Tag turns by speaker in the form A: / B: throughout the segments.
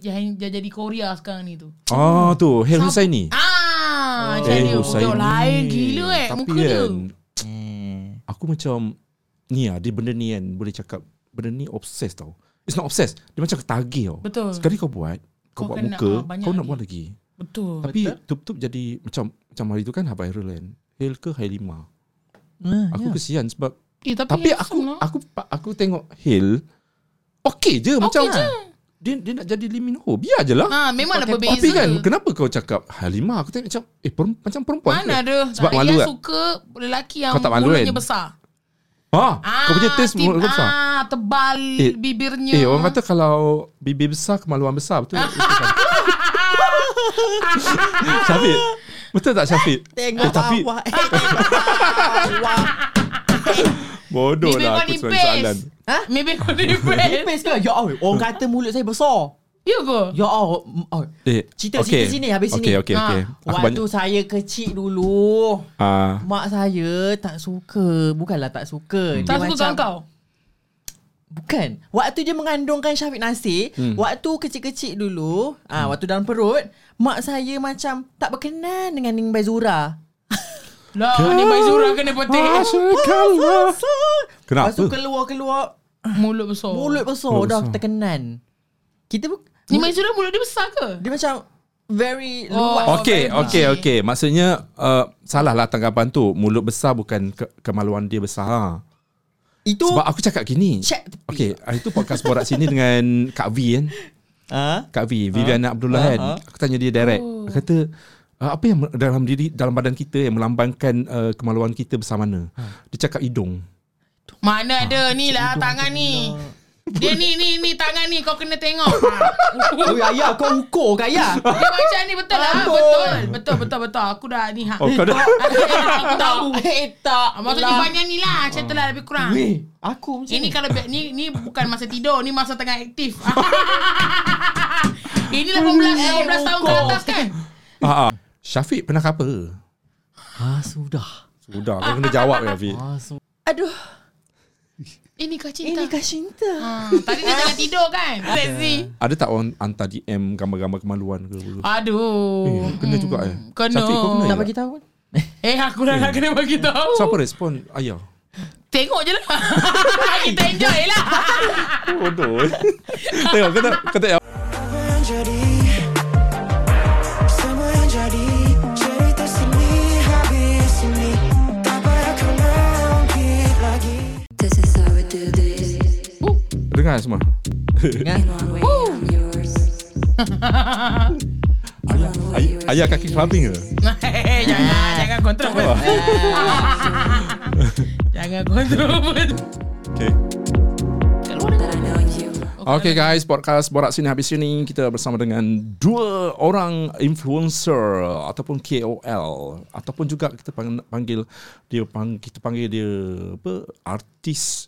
A: yang dia jadi Korea sekarang ni tu.
B: Oh tu Hel Husaini
A: Ah,
B: Oh.
A: macam
B: Eh,
A: dia.
B: Husaini.
A: Dia lain gila eh
B: Tapi
A: muka dia.
B: kan hmm, Aku macam Ni lah Dia benda ni kan Boleh cakap Benda ni obsessed tau It's not obsessed Dia macam ketagih tau
A: Betul.
B: Sekali kau buat
A: Kau
B: Kau, buat
A: kena,
B: muka
A: ah, banyak
B: Kau nak
A: lagi.
B: buat lagi
A: Betul.
B: Tapi tup-tup jadi Macam macam hari tu kan Viral kan Hel ke Hailima
C: Ah,
B: Aku kesian sebab
A: Eh, tapi,
B: Tapi aku
A: handsome lah.
B: aku aku tengok Hill okey je okay macam
A: je.
B: dia dia nak jadi Lee Min Ho biar je lah.
A: Ha, memanglah
B: Tapi
A: berbeza.
B: kan kenapa kau cakap Halimah aku tengok macam eh per, macam perempuan.
A: Mana
B: ke?
A: ada
B: Sebab
A: Saya
B: malu kan?
A: suka lelaki yang
B: Kau tak malu
A: mulutnya
B: kan?
A: besar
B: Ha, kau punya taste
A: tip-
B: mulut kau besar.
A: ah, Tebal
B: Eh,
A: bibirnya
B: Eh orang kata kalau bibir besar kemaluan besar betul. tak? Betul tak? Syafiq. Betul tak Syafiq?
C: Tengok
B: Eh, tapi-
C: awak Eh, tengok awak
B: Bodoh
A: Bibir
B: lah
A: kau
B: aku
A: nipis
B: soalan.
A: ha? Bibir kau nipis
C: Nipis ke? Ya Allah Orang
B: Hmm.
C: kata mulut saya besar
A: Ya ke?
C: Ya Allah mm, oh.
B: Eh,
C: Cerita- cerita sini, habis sini.
B: Okey okey
A: Ha.
B: okey. Aku
C: Ah, Waktu
B: banyak
C: saya kecil dulu
B: ah
C: Mak saya tak suka Bukanlah tak
B: Hmm.
C: suka
A: Tak suka kau kau
C: Bukan Waktu dia mengandungkan Syafiq Nasir hmm. Waktu kecil-kecil dulu hmm. ah, Waktu dalam perut Mak saya macam Tak berkenan dengan Ning Baizura
A: Lah ni
B: Ah,
A: Maizura kena petik Ah, lah.
B: Masukkanlah. Kenapa?
C: Lepas tu keluar-keluar
A: Mulut besar
C: Mulut besar
B: Mulut
C: mulut Dah
B: besar.
C: terkenan Kita bu-
A: Ni Maizura mulut dia besar ke?
C: Dia macam Very
A: Oh.
C: luas
B: Okey,
A: Oh,
B: okey,
A: baik.
B: okey. Maksudnya uh, salahlah tanggapan tu. Mulut besar bukan ke- kemaluan dia besar. Ha.
C: Itu
B: Sebab aku cakap gini.
C: Check tepi.
B: Okey, hari tu podcast borak sini dengan Kak V kan.
C: ha?
B: Kak V,
A: Ah.
B: Viviana Abdullah kan.
C: Ha, ha.
B: Aku tanya dia direct.
A: Oh.
B: Dia kata uh, apa yang dalam diri dalam badan kita yang melambangkan uh, kemaluan kita besar mana?
A: Ah.
B: Dia cakap hidung. Ah,
A: Mana ada ni lah tangan ni Dia ni ni ni tangan ni kau kena tengok ha.
C: Oh ayah kau ukur ke ayah
A: Dia macam ni betul lah
C: Aduh.
A: Betul Betul betul betul Aku dah ni ha.
B: Oh, kau dah.
A: Aku tahu Ah,
C: Tahu Eh tak
A: Maksudnya
C: lah.
A: banyak ni lah Macam tu lah lebih kurang
C: Weh Aku macam
A: Ini kan-
C: ni
A: kalau be- ni ni bukan masa tidur, ni masa tengah aktif. Ini 18 18 tahun ke
C: Rokok.
A: atas kan?
B: Ha. ha. Syafiq pernah kapa?
A: Ah,
C: Ha sudah
B: Sudah, kau kena jawab ya, Vi.
C: Ha sudah Aduh
A: Ini kan- kah cinta?
C: Ini kah cinta
A: Ha, tadi dia tengah tidur kan? Sexy.
B: Ada tak orang hantar DM gambar-gambar kemaluan ke?
A: Aduh.
B: Eh, kena juga eh.
A: Hmm, Kena.
B: Syafiq, kau kena
C: Nak
B: tak?
C: bagi tahu
A: Eh aku dah nak kena bagi tahu.
B: So apa respon ayah?
A: Tengok je lah. Kita enjoy lah.
B: Bodoh Tengok kau tak Kau tak
D: Apa yang jadi Semua yang jadi Cerita sini Habis ini Tak payah kau langkit lagi
E: This is how we do this.
B: Dengar semua
E: In one way, I'm yours. In one way,
B: Ay-
E: you're
B: Ayah kaki clubbing ke?
A: Eh, jangan jangan kontroversi. jangan kontroversi.
B: Okay
E: That I know you.
B: Okay guys Podcast Borak Sini Habis Sini Kita bersama dengan Dua orang influencer Ataupun KOL Ataupun juga kita pang- panggil Dia pang, Kita panggil dia Apa Artis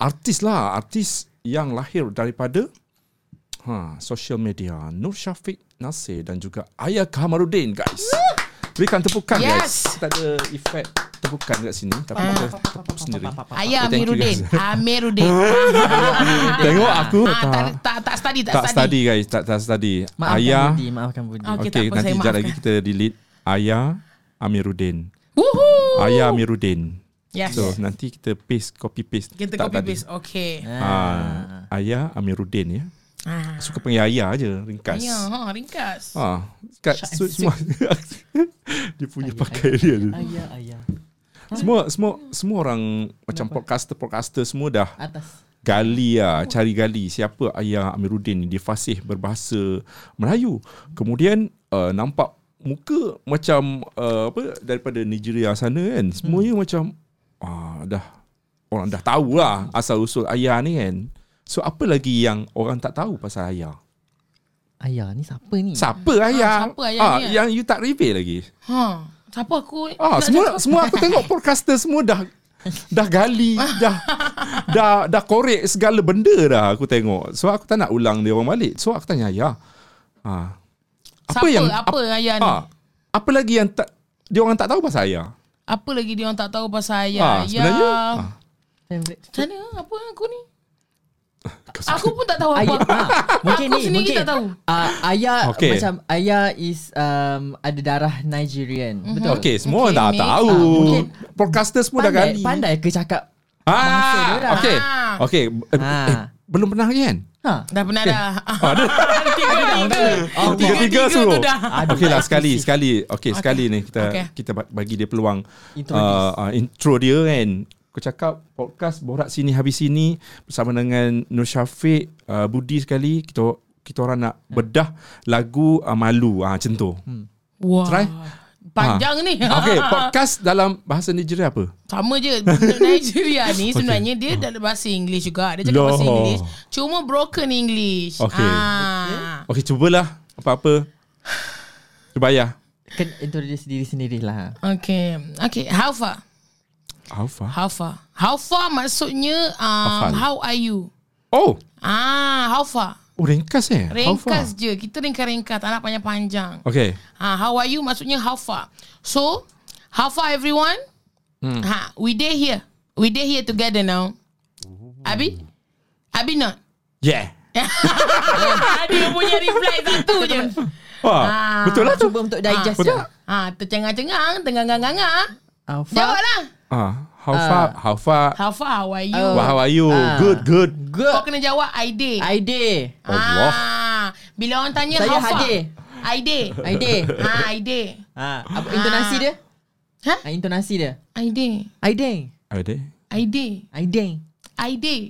B: Artis lah Artis yang lahir daripada ha, Social media Nur Syafiq Nasir Dan juga Ayah Kamaruddin guys Berikan tepukan
A: Yes.
B: guys Kita ada efek tepukan kat sini Tapi kita tepuk sendiri
A: Ayah
B: Thank you,
A: Amiruddin. Amiruddin.
B: Tengok aku
A: Ah, tak, tak, tak study, tak,
B: tak study guys tak, tak study
C: Maafkan
B: ayah
C: Budi Maafkan Budi
A: Okey,
B: okey
A: tak apa, saya
B: nanti sekejap
A: maafkan.
B: lagi kita delete ayah Amiruddin
A: Woohoo.
B: ayah Amiruddin
A: Oh. Yes.
B: so nanti kita paste copy paste
A: Kita
B: tak
A: copy
B: tadi.
A: paste. Okay.
B: ah, ayah Amiruddin ya
A: Ah.
B: suka panggil ayah je ringkas
A: Ya, ha, ringkas.
B: Ah, kat so, semua dia punya pakai dia tu.
C: Ayah ayah
B: Semua semua semua orang macam podcaster podcaster semua dah
C: Atas
B: gali lah, cari gali siapa ayah Amiruddin ni dia fasih berbahasa Melayu. Kemudian uh, nampak muka macam uh, apa daripada Nigeria sana kan. Semuanya
A: Hmm.
B: macam ah dah orang dah tahu lah asal usul ayah ni kan. So apa lagi yang orang tak tahu pasal ayah?
C: Ayah ni siapa ni
B: Siapa ayah?
A: Hmm. siapa ayah
B: ah,
A: ni kan?
B: yang you tak reveal lagi.
A: Ha. Siapa aku? Nak
B: Ah, semua
A: cakap-
B: semua aku tengok podcaster semua dah dah gali, dah dah dah korek segala benda dah aku tengok. So aku tak nak ulang dia orang balik. So aku tanya ayah. Ah. Apa
A: Siapa,
B: yang
A: apa ayah ni?
B: ah, apa lagi yang tak dia orang tak tahu pasal ayah?
A: Apa lagi dia orang tak tahu pasal
B: ah,
A: ayah?
B: sebenarnya
A: Ya.
B: ah,
C: Favorite
A: Macam mana? Apa aku ni? Aku pun tak tahu
C: Ayah,
A: apa.
C: ha, mungkin
A: Aku
C: ni,
A: sendiri
C: mungkin,
A: tak tahu.
C: Uh, ayah
B: Okay.
C: okay. macam ayah is um, ada darah Nigerian.
A: Mhm.
C: Mm-hmm. Betul.
B: Okay, semua
A: Mungkin
B: dah
A: ni-
B: tahu.
C: ah, mungkin
B: Podcaster semua dah
C: Pandai,
B: gali.
C: pandai ke cakap? bangsa
B: Ah,
C: dia orang.
B: okay.
A: Ah.
B: Okay. Eh,
C: Ah.
B: eh, belum pernah lagi kan?
C: Ha.
A: Dah pernah dah.
B: Ah, Ada.
A: Tiga-tiga.
B: Oh, tiga-tiga
A: Tiga-tiga
B: suruh.
A: tu dah.
C: Aduh,
B: Okey lah
C: tak
B: sekali
C: eksklusif.
B: sekali. Okey okay.
A: Okay.
B: sekali ni kita okay.
A: Okay.
B: kita ba- bagi dia peluang
C: Introduce.
B: uh, uh, intro dia kan. Kau cakap podcast borak sini habis sini bersama dengan Nur Syafiq, uh, Budi sekali kita kita orang nak bedah lagu uh, malu ah macam tu.
A: Wah.
B: Try. Ah.
A: Panjang ni.
B: Okey, podcast dalam bahasa Nigeria apa?
A: Sama je Budak Nigeria ni sebenarnya dia dalam bahasa English juga. Dia cakap
B: Loh.
A: bahasa English. Cuma broken English.
B: Okay.
A: Ah.
B: Okey, cubalah apa-apa. Cuba ya.
C: Kan introduce diri sendirilah.
A: Okay. Okay. How far?
B: How far?
A: How far? How far maksudnya
B: Hafal.
A: um, how are you?
B: Oh,
A: Ah, how far?
B: oh ringkas eh. How far?
A: Ringkas je. Kita ringkas-ringkas. Tak nak panjang-panjang.
B: Okey.
A: Ha, how are you maksudnya how far. So, how far everyone? Hmm. Ha, we dey here. We dey here together now. Abi? Abi not?
B: Yeah.
A: Dia punya reply satu je.
B: Wah,
A: Ah.
B: betul lah tu.
C: Cuba untuk digest
B: betul.
C: je.
A: Ha, tercengang-cengang, ah. tengang-ngang-ngang.
C: Alpha.
A: Jawablah.
B: Ah, how far? How far?
A: lah. How far, how are you?
B: Wah, how are you?
C: Ah.
B: Good, good.
A: Kau
C: Good.
A: kena jawab Oh. I dey.
C: Aide.
B: Allah.
A: Ah, bila orang tanya
C: Saya
A: how far?
C: Hadi.
A: I dey.
C: Aide.
A: Ha, I dey.
C: Ha, apa intonasi dia?
A: Ha?
C: Ha, intonasi dia.
A: I dey.
C: Aide.
B: Ada?
A: I dey.
C: Aide.
A: I dey.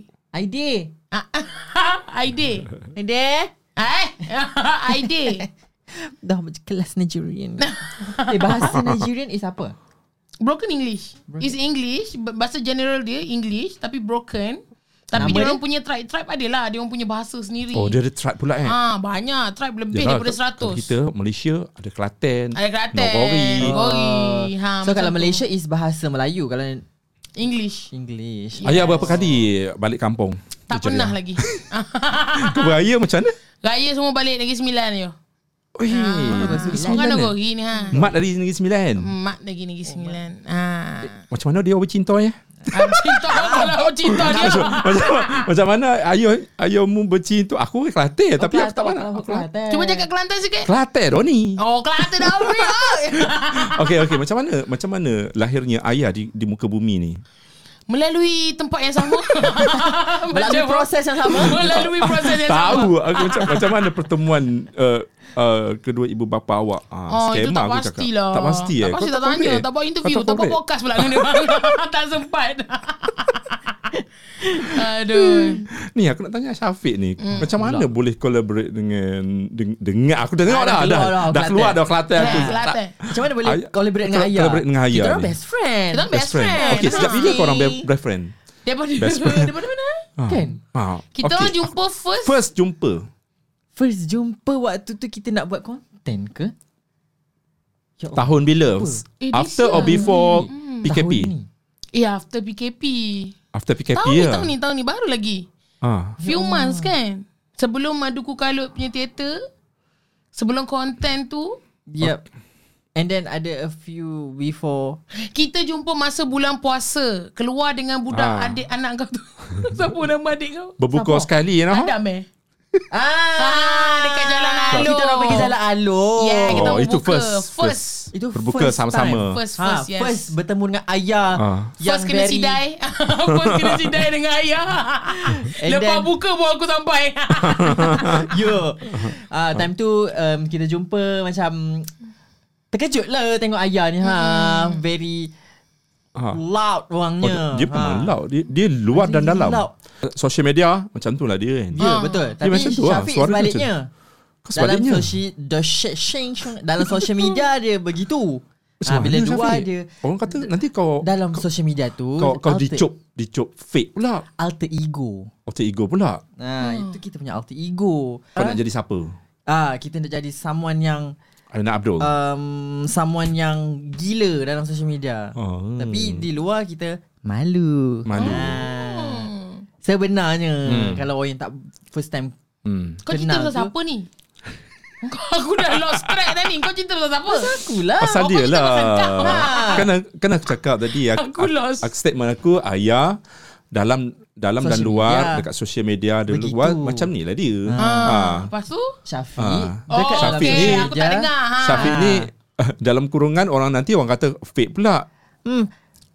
C: Aide.
A: Ah, I dey.
C: Aide.
A: Eh, I dey.
C: Dah macam kelas Nigerian. eh bahasa Nigerian is apa?
A: Broken English. It's English. b- Bahasa general dia English tapi broken. Tapi
C: Nama
A: dia
C: dia?
A: orang punya tribe-tribe adalah. lah. Dia orang punya bahasa sendiri.
B: Oh, dia ada tribe pula eh.
A: Ah, banyak. Tribe lebih
B: Yalah,
A: daripada
B: kalau
A: seratus.
B: Kita Malaysia ada Kelantan,
A: Ada Kelantan,
B: Nogori.
A: Nogori. Ha,
C: Ah. so
A: macam
C: kalau
A: tu.
C: Malaysia is bahasa Melayu, kalau
A: English.
C: English.
B: Ayah berapa kali balik kampung?
A: Tak
B: Nigeria?
A: pernah lagi.
B: Kau beraya macam mana?
A: Raya semua balik lagi sembilan je.
B: Oi,
A: Ah, Bukan
B: sembilan eh?
A: Nogori ni ha.
B: Mat dari Negeri Sembilan.
A: Mak lagi negeri
C: Oh,
A: sembilan. Ha.
B: Macam mana dia orang bercinta ya?
A: Ah, Cinta kalau cinta dia.
B: macam, macam mana ayah ayahmu bercinta? Aku orang Kelantan tapi aku tak mana. Aku Kelantan.
A: Cuba cakap Oh, Kelantan sikit.
B: Kelantan Roni.
A: Oh, Kelantan dah habis.
B: Okey okey macam mana macam mana lahirnya ayah di, di muka bumi ni?
A: Melalui tempat yang sama. Macam-
C: Melalui proses yang sama.
A: Melalui proses yang sama.
B: Tahu aku macam macam mana pertemuan uh, uh, kedua ibu bapa awak.
A: Oh,
B: Ah,
A: itu
B: skema
A: tak
B: aku
A: pasti
B: cakap.
A: lah.
B: Tak pasti eh.
A: Tak pasti
B: Kau
A: tak tanya.
B: complete.
A: Tak buat interview.
B: Kau
A: Tak buat
B: complete.
A: podcast pula. dengan dia. tak sempat. Aduh.
B: Ni aku nak tanya Syafiq ni.
A: Hmm.
B: Macam mana boleh collaborate dengan deng- dengar aku dah tengok
C: Ah,
B: dah.
C: dah
B: Dah,
C: keluar
B: dah,
C: dah,
B: dah keluar dah
C: Kelantan.
B: Kelantan aku.
A: Eh, Kelantan.
C: Macam mana boleh
B: Ayah-
C: collaborate dengan ayah?
B: collaborate dengan ayah
C: Kita orang
B: ni.
C: best friend.
A: Kita orang best friend.
B: Okey, sejak bila
A: Pasti.
B: korang be- best friend?
A: Daripada,
B: Best friend.
A: daripada mana?
B: Ah.
C: Kan?
B: Ah,
A: Kita
B: okey.
A: orang jumpa first.
B: first jumpa.
C: First jumpa waktu tu kita nak buat konten ke? Ya Allah,
B: Tahun bila?
A: Eh, this
B: After or
A: year.
B: before
A: Hmm.
B: PKP?
C: tahun ni.
A: Ya, after PKP.
B: After PKP
A: Tahun ni,
B: ya.
A: tahun ni, tahun ni. Baru lagi.
B: Ah.
A: Few months kan? Sebelum Maduku Kalut punya teater. Sebelum konten tu.
C: Yep. And then ada a few before.
A: Kita jumpa masa bulan puasa. Keluar dengan budak
B: Ah.
A: adik anak kau tu. Siapa nama adik kau?
B: Berbuka sekali you know?
A: Adam eh?
C: Ah,
A: dekat jalan Alor.
C: Kita orang pergi jalan Alor.
A: Yeah, kita
B: Oh,
A: berbuka.
B: itu first.
A: First.
C: Itu
B: berbuka
C: first
B: sama-sama.
A: First, first,
C: Ha,
A: yes.
C: first bertemu dengan ayah.
B: Ah.
A: First kena
C: very-
A: sidai First kena sidai dengan ayah
C: And
A: Lepas
C: then-
A: buka pun aku sampai
C: Ya. Ah, time tu um, kita jumpa macam terkejut lah tengok ayah ni. Ha, very
B: Ah.
C: loud
B: Oh,
C: orangnya.
B: dia memang
C: Ha.
B: loud. Dia, dia luar dan
C: Dia
B: dalam.
C: loud.
B: Social media macam tu lah dia kan.
C: Ya
A: Ah.
C: yeah, betul. Tapi
B: macam tu lah.
C: Syafiq
B: Suara dia
C: sebaliknya.
B: Kau
C: Dalam
B: sebaliknya.
C: social, the shit, shing, shing, dalam social media dia begitu.
B: Macam
C: Ha,
B: mana,
C: bila dua
B: Syafiq?
C: dia
B: Orang kata nanti kau
C: dalam social media tu
B: kau, kau
C: alter-
B: dicup, dicup fake pula.
C: alter ego.
B: Alter ego pula.
C: Nah,
A: Hmm.
C: itu kita punya alter ego.
B: Kau nak jadi siapa?
C: Ah, kita nak jadi someone yang
B: Aina Abdul.
C: um, someone yang gila dalam social media.
B: Oh.
C: Tapi di luar kita malu.
B: Malu.
C: Ah.
A: Hmm.
C: Sebenarnya kalau orang yang tak first time
B: Hmm.
A: Kau cerita
C: Kenal
A: pasal
C: tu.
A: siapa ni? Kau- Aku dah lost track dah ni Kau cerita pasal siapa?
C: akulah.
B: Pasal
A: Apa
B: dia
A: kita
B: lah.
A: pasal kau?
B: Kan, kan aku cakap tadi. Aku,
A: Aku lost.
B: Aku, statement aku, ayah dalam dalam dan
C: Social
B: luar
C: media.
B: dekat social media dia
C: Begitu. Ah.
B: luar macam ni lah dia. Ha.
A: Lepas tu?
C: Syafiq
B: Ah.
A: Oh,
C: dekat ya. dalam
B: Syafiq
A: okay.
B: ni-
A: Aku tak dengar. Ha.
B: Syafiq ni dalam kurungan orang nanti orang kata fake pula.
C: Hmm.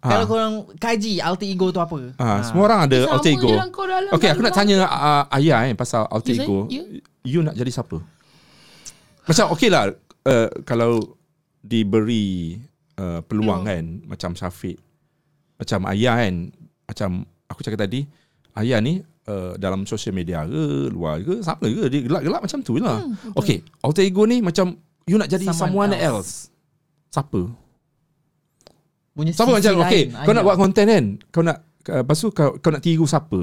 B: Ah.
C: Kalau korang kaji alter ego tu apa?
B: Ha, semua orang
A: Ah.
B: ada
A: Sama
B: alter ego.
A: je lah kau dalam
B: Okey,
A: dan
B: aku nak
A: luar.
B: tanya uh, ayah eh pasal alter
A: You say,
B: ego.
A: you?
B: You nak jadi siapa? Macam okey lah uh, kalau diberi uh, peluang kan macam Syafiq. Macam ayah kan, macam aku cakap tadi, ayah ni uh, dalam social media ke, luar ke, sama ke dia gelak-gelak macam tu lah. Hmm, okey, alter ego ni macam you nak jadi someone,
C: Someone
B: else. Siapa?
C: Punya
B: Sama
C: sisi
B: macam okay
C: lain,
B: Kau nak
C: ayah.
B: buat konten kan Kau nak uh, Lepas tu kau, kau nak tiru siapa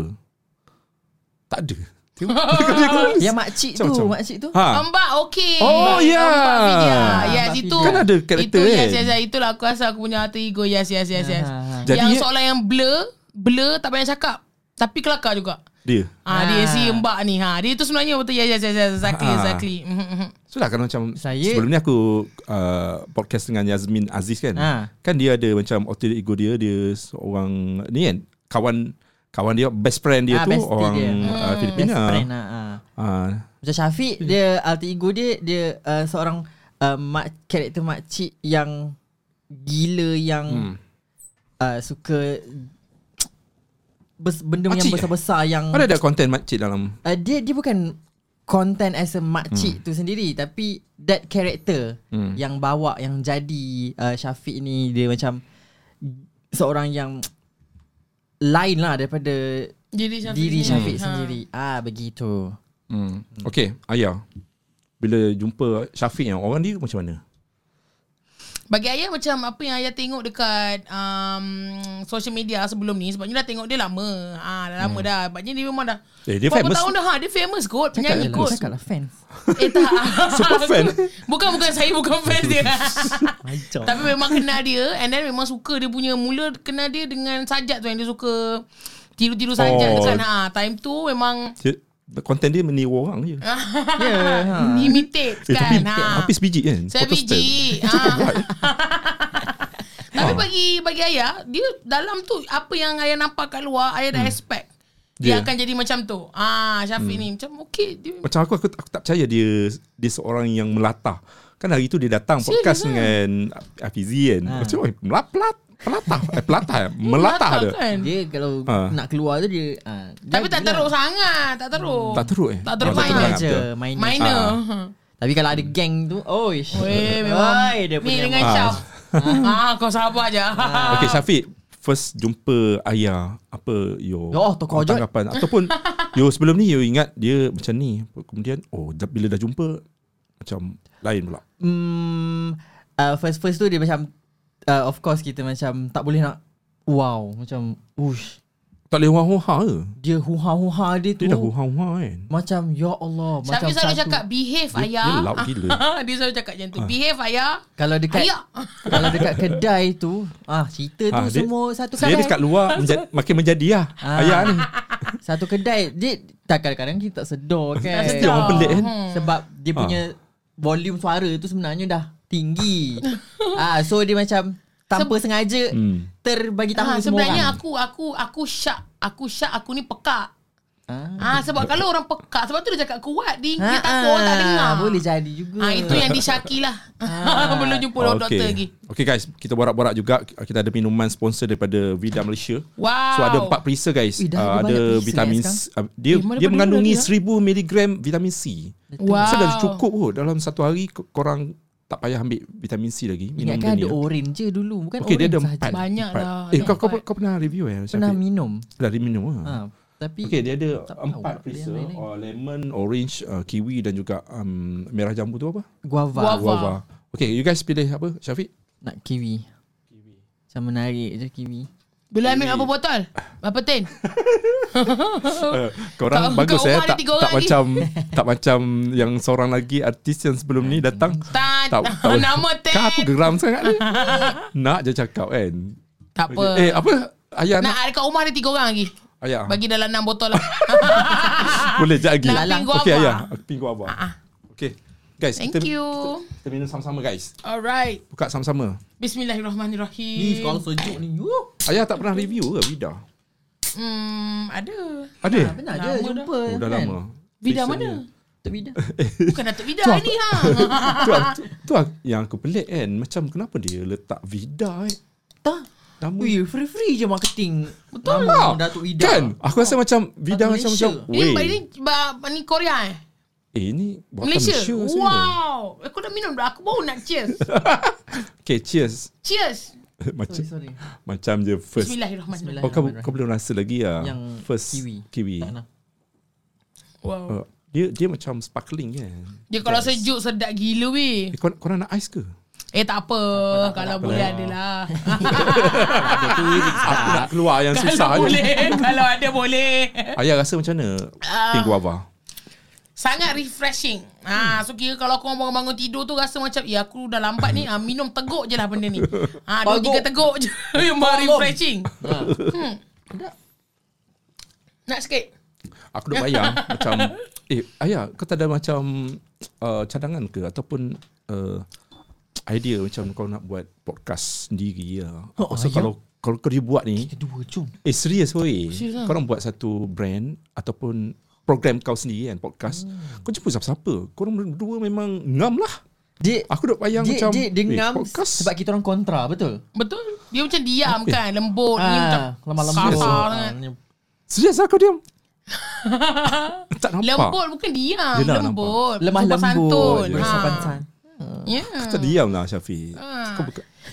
B: Tak ada Tengok. Kau tengok.
C: Yang makcik
B: Macam-
C: tu,
B: macam.
C: makcik tu.
B: ha.
A: Ombak okey.
B: Oh, ya.
A: Ombak Vidya.
B: Ah,
A: Yes,
C: Ombak
A: itu.
C: Vidya.
B: Kan ada karakter,
A: itu,
B: eh?
A: Yes, yes, yes. Itulah aku rasa aku punya alter ego. Yes, yes, yes, yes.
C: Ah.
B: Jadi-
A: yang soalan yang blur, blur tak payah cakap. Tapi kelakar juga.
B: Dia
A: Ah, dia
C: Ah. Ha.
A: si Mbak ni. Ha, dia tu sebenarnya betul. Yes, yes, yes, yes. ya, Exactly,
B: Ah.
A: exactly. Mhm, mhm.
B: So lah kan macam
C: Saya-
B: Sebelum ni aku uh, Podcast dengan Yazmin Aziz kan
C: Ha.
B: Kan dia ada macam Alter ego dia Dia seorang Ni kan Kawan Kawan dia Best friend dia
C: Ah,
B: tu
C: bestie
B: Orang
C: dia.
B: Uh,
C: Best
B: Filipina
C: friend lah. ah.
B: uh,
C: Macam Syafiq dia alter ego dia dia uh, seorang uh, mak karakter makcik yang gila yang hmm. uh, suka bes, benda
B: Makcik eh?
C: yang besar-besar yang
B: Ada ada konten makcik dalam
C: uh, dia dia bukan content as a makcik hmm. tu sendiri tapi that character hmm. yang bawa yang jadi uh, Syafiq ni dia macam seorang yang lain lah daripada
A: Diri Syafiq.
C: diri
A: sendiri.
C: Syafiq
A: Ha.
C: sendiri. Ah begitu.
B: hmm. Okay Ayah Bila jumpa Syafiq yang Orang dia macam mana
A: Bagi Ayah macam apa yang Ayah tengok dekat um, social media sebelum ni sebabnya dah tengok dia lama. Ah, dah lama hmm. dah. Sebabnya dia memang dah
B: Eh, dia
A: berapa
B: famous.
A: tahun dah ha, dia famous kot, penyanyi
C: Cakap
A: kot.
C: lah- Cakap lah fans.
A: Eh tak.
B: Super fan.
A: bukan bukan saya bukan fans dia.
C: Macam.
A: Tapi memang kenal dia and then memang suka dia punya mula kenal dia dengan sajak tu yang dia suka tiru-tiru sajak
B: Oh.
A: dekat ha. Time tu memang
B: Dia- Konten dia meniru orang je
A: Ya,
C: Yeah. ha.
A: imitate
B: Eh, tapi
A: Ah, kan. ha.
B: habis biji kan
A: Saya
B: Photo stand.
A: biji. Ah.
B: lah.
A: Tapi bagi bagi ayah, dia dalam tu apa yang ayah nampak kat luar, ayah dah expect. Dia
B: Hmm. Dia. Hmm.
A: akan jadi macam tu. Ah, Syafiq ni macam okey dia.
B: Macam aku, aku aku tak percaya dia dia seorang yang melatah. Kan hari tu dia datang
A: Serius lah.
B: podcast dengan Hafizi kan.
C: Ha.
B: Macam oi melatah pelatah eh, pelatah eh, melatah dia.
A: kan.
C: Dia kalau
B: Ha.
C: nak keluar tu dia ah, dia
A: Tapi tak
C: gila.
A: teruk sangat, tak teruk.
B: Tak Ah. teruk eh.
A: Tak teruk
B: Oh,
A: main
B: sangat,
C: je,
B: betul.
C: main je.
A: Minor. Ha.
C: Tapi kalau ada gang tu, oh ish.
A: Weh, memang.
C: Oi, dia
A: Ni
C: punya.
A: dengan
B: Ah.
A: Syaf. Ah, kau sabar je.
B: Okay Syafiq First jumpa Ayah Apa your
C: Oh, tokoh ojol.
B: Tanggapan Ataupun You sebelum ni You ingat dia macam ni Kemudian Oh dah- bila dah jumpa Macam Lain pula
C: Hmm, uh, first first tu dia macam uh, of course kita macam tak boleh nak wow, macam ush.
B: Tak boleh huha-huha ke
C: Dia huha-huha dia tu.
B: Dia
A: Oh.
B: dah huha-huha kan
C: Macam ya Allah, macam
A: Syafiq selalu
C: satu-
A: cakap behave
B: Dia-
A: ayah.
B: dia loud gila. Ah.
A: dia selalu cakap macam tu. Behave ayah.
C: kalau dekat
A: Ayak.
C: kalau dekat kedai tu, ah cerita tu
B: Ah, dia-
C: semua satu
B: Dia
C: kedai.
B: dekat luar menja- Makin menjadi lah
C: Ah.
B: Ayah ni
C: Satu kedai dia tak kadang-kadang kita tak sedar kan.
B: Dia orang pelik kan
C: Sebab dia punya volume suara tu sebenarnya dah tinggi. ah so dia macam tanpa sengaja
B: Hmm.
C: terbagi tahu
A: Ah,
C: semua kan.
A: sebenarnya
C: orang.
A: aku aku aku syak, aku syak aku ni pekak.
C: Ah.
A: Ah sebab kalau orang pekak sebab tu dia cakap kuat dia, dia takut orang tak
C: Ah,
A: dengar.
C: Boleh jadi Ah. juga.
A: Ah itu yang disyaki lah. Belum jumpa
B: Oh,
A: doktor
B: okay.
A: lagi.
B: Okay guys, kita borak-borak juga. Kita ada minuman sponsor daripada Vida Malaysia.
A: Wow.
B: So ada empat perisa guys.
C: Eh, dah
B: Uh,
C: ada
B: ada
C: banyak perisa
B: vitamin
C: eh
B: C. Uh, dia
A: Eh, mana
B: dia
A: pada
B: mengandungi
A: dulu
B: 1000 mg vitamin C.
A: Wow.
B: So dah cukup kot dalam satu hari ko- korang tak payah ambil vitamin C lagi minum benda
C: Ingatkan kan ada
B: ni.
C: orange je dulu bukan
B: Okay, dia ada
C: orange sahaja.
B: empat.
A: Banyak
B: empat.
A: dah,
B: Eh,
A: ada
B: kau, kau,
A: empat. Ah.
B: kau pernah review eh?
C: Pernah
B: Syafiq?
C: minum.
B: Dah minum lah.
C: Ha, tapi
B: Okay, dia ada
C: Tak tahu
B: empat
C: apa dia
B: perisa.
C: yang lain-lain.
B: Uh, lemon, orange, uh, kiwi dan juga um, merah jambu tu apa?
C: guava.
A: Guava.
B: Guava. Okay, you guys pilih apa Syafiq?
C: nak kiwi. Macam menarik je kiwi.
A: Boleh ambil berapa botol? Berapa tin?
B: Eh, Korang
A: Kau-
B: bagus
A: kau
B: eh
A: orang ada
B: tak,
A: tiga orang
B: tak
A: lagi.
B: macam tak macam yang seorang lagi artis yang sebelum ni datang.
A: Tan.
B: Tak, tak
A: Nama tin.
B: Kan aku geram sangat ni. Nak je cakap kan.
A: Tak apa.
B: Eh apa ayah
A: Nak
B: nak,
A: dekat rumah ada tiga orang lagi.
B: ayah.
A: Bagi dalam enam botol lah.
B: Boleh jap lagi.
A: nak pinggu
B: Okey
A: apa?
B: ayah, pinggu apa? Okey. Guys,
A: ah. Thank
B: kita,
A: you.
B: kita kita minum sama-sama guys.
A: Alright.
B: Buka sama-sama.
A: Bismillahirrahmanirrahim.
C: sejuk ni. Yuh.
B: Ayah tak pernah review ke Vida?
A: Hmm, ada.
B: Ada?
C: Ah, Benar je
A: Lama
C: jumpa
B: Oh, dah
C: kan?
B: lama.
A: Vida
B: Recently.
A: mana?
C: Tok Bida
A: Bukan Datuk Vida ni ha.
B: tu, lah- tu, tu lah yang aku pelik kan. Macam kenapa dia letak Vida eh?
C: Tak
B: Nama
C: Wih free-free je marketing
A: Betul lah.
C: Nama Datuk Ida
B: Kan? Aku rasa macam Vida macam
C: Datuk Malaysia. Eh,
B: macam
A: Ini
B: weh.
A: ini, ba- ni Korea eh.
B: Eh ni buatan
A: Malaysia.
B: Malaysia. Malaysia wow.
A: wow. Aku dah minum dah. Aku baru nak cheers.
B: Okay, cheers.
A: cheers.
B: macam
C: Sorry sorry
B: macam je first.
A: Bismillahirrahmanirrahim.
B: Oh kau, kau belum rasa lagi lah
C: Yang
B: First
C: kiwi.
B: kiwi.
C: Tak nak
A: Wow.
B: Uh, dia dia macam sparkling kan.
A: Dia kalau sejuk sedap gila weh.
B: Eh, kor- korang nak ais ke?
A: Eh tak apa. lah. kalau boleh adalah.
C: Ah.
B: Aku nak keluar yang susah
A: kalau
B: ni.
A: boleh. kalau ada boleh.
B: Ayah rasa macam mana?
C: Ah.
B: Uh, Pink guava.
A: Sangat refreshing. Ha, so kira kalau korang bangun-bangun tidur tu rasa macam ya aku dah lambat ni, ha, minum teguk je lah benda ni. Ha, dua
C: Teguk.
A: tiga teguk Ha. je. Yang baru refreshing. Hmm. Nak sikit.
B: Aku duk bayang macam eh ayah kau tak ada macam uh, cadangan ke ataupun uh, idea macam kau nak buat podcast sendiri ya. Aku
C: Oh,
B: rasa
C: ayah.
B: kalau kalau kau dia buat
A: Ya,
B: ni
C: Dua jom
B: eh serius weh.
A: Serius lah.
B: Kau orang buat satu brand ataupun program kau sendiri kan podcast. Hmm. Kau jumpa siapa-siapa. Kau orang berdua memang ngam lah.
C: Dia
B: Aku duk bayang
C: dia,
B: macam
C: dia, dia
B: eh,
C: ngam
B: podcast.
C: sebab kita orang kontra betul.
A: Betul? Dia macam diam kan, lembut. dia macam
C: Ah, lama-lama
A: kasar
C: Ah,
A: sangat.
C: ni-
B: serius lah kau diam. tak nampak.
A: Lembut bukan diam,
B: Yelah,
A: lembut.
C: lemah
A: Sopan
C: lembut,
A: santun. Ha. Ah.
C: bersopan san.
A: Ya.
B: Tak diam lah Syafiq.
A: Ha.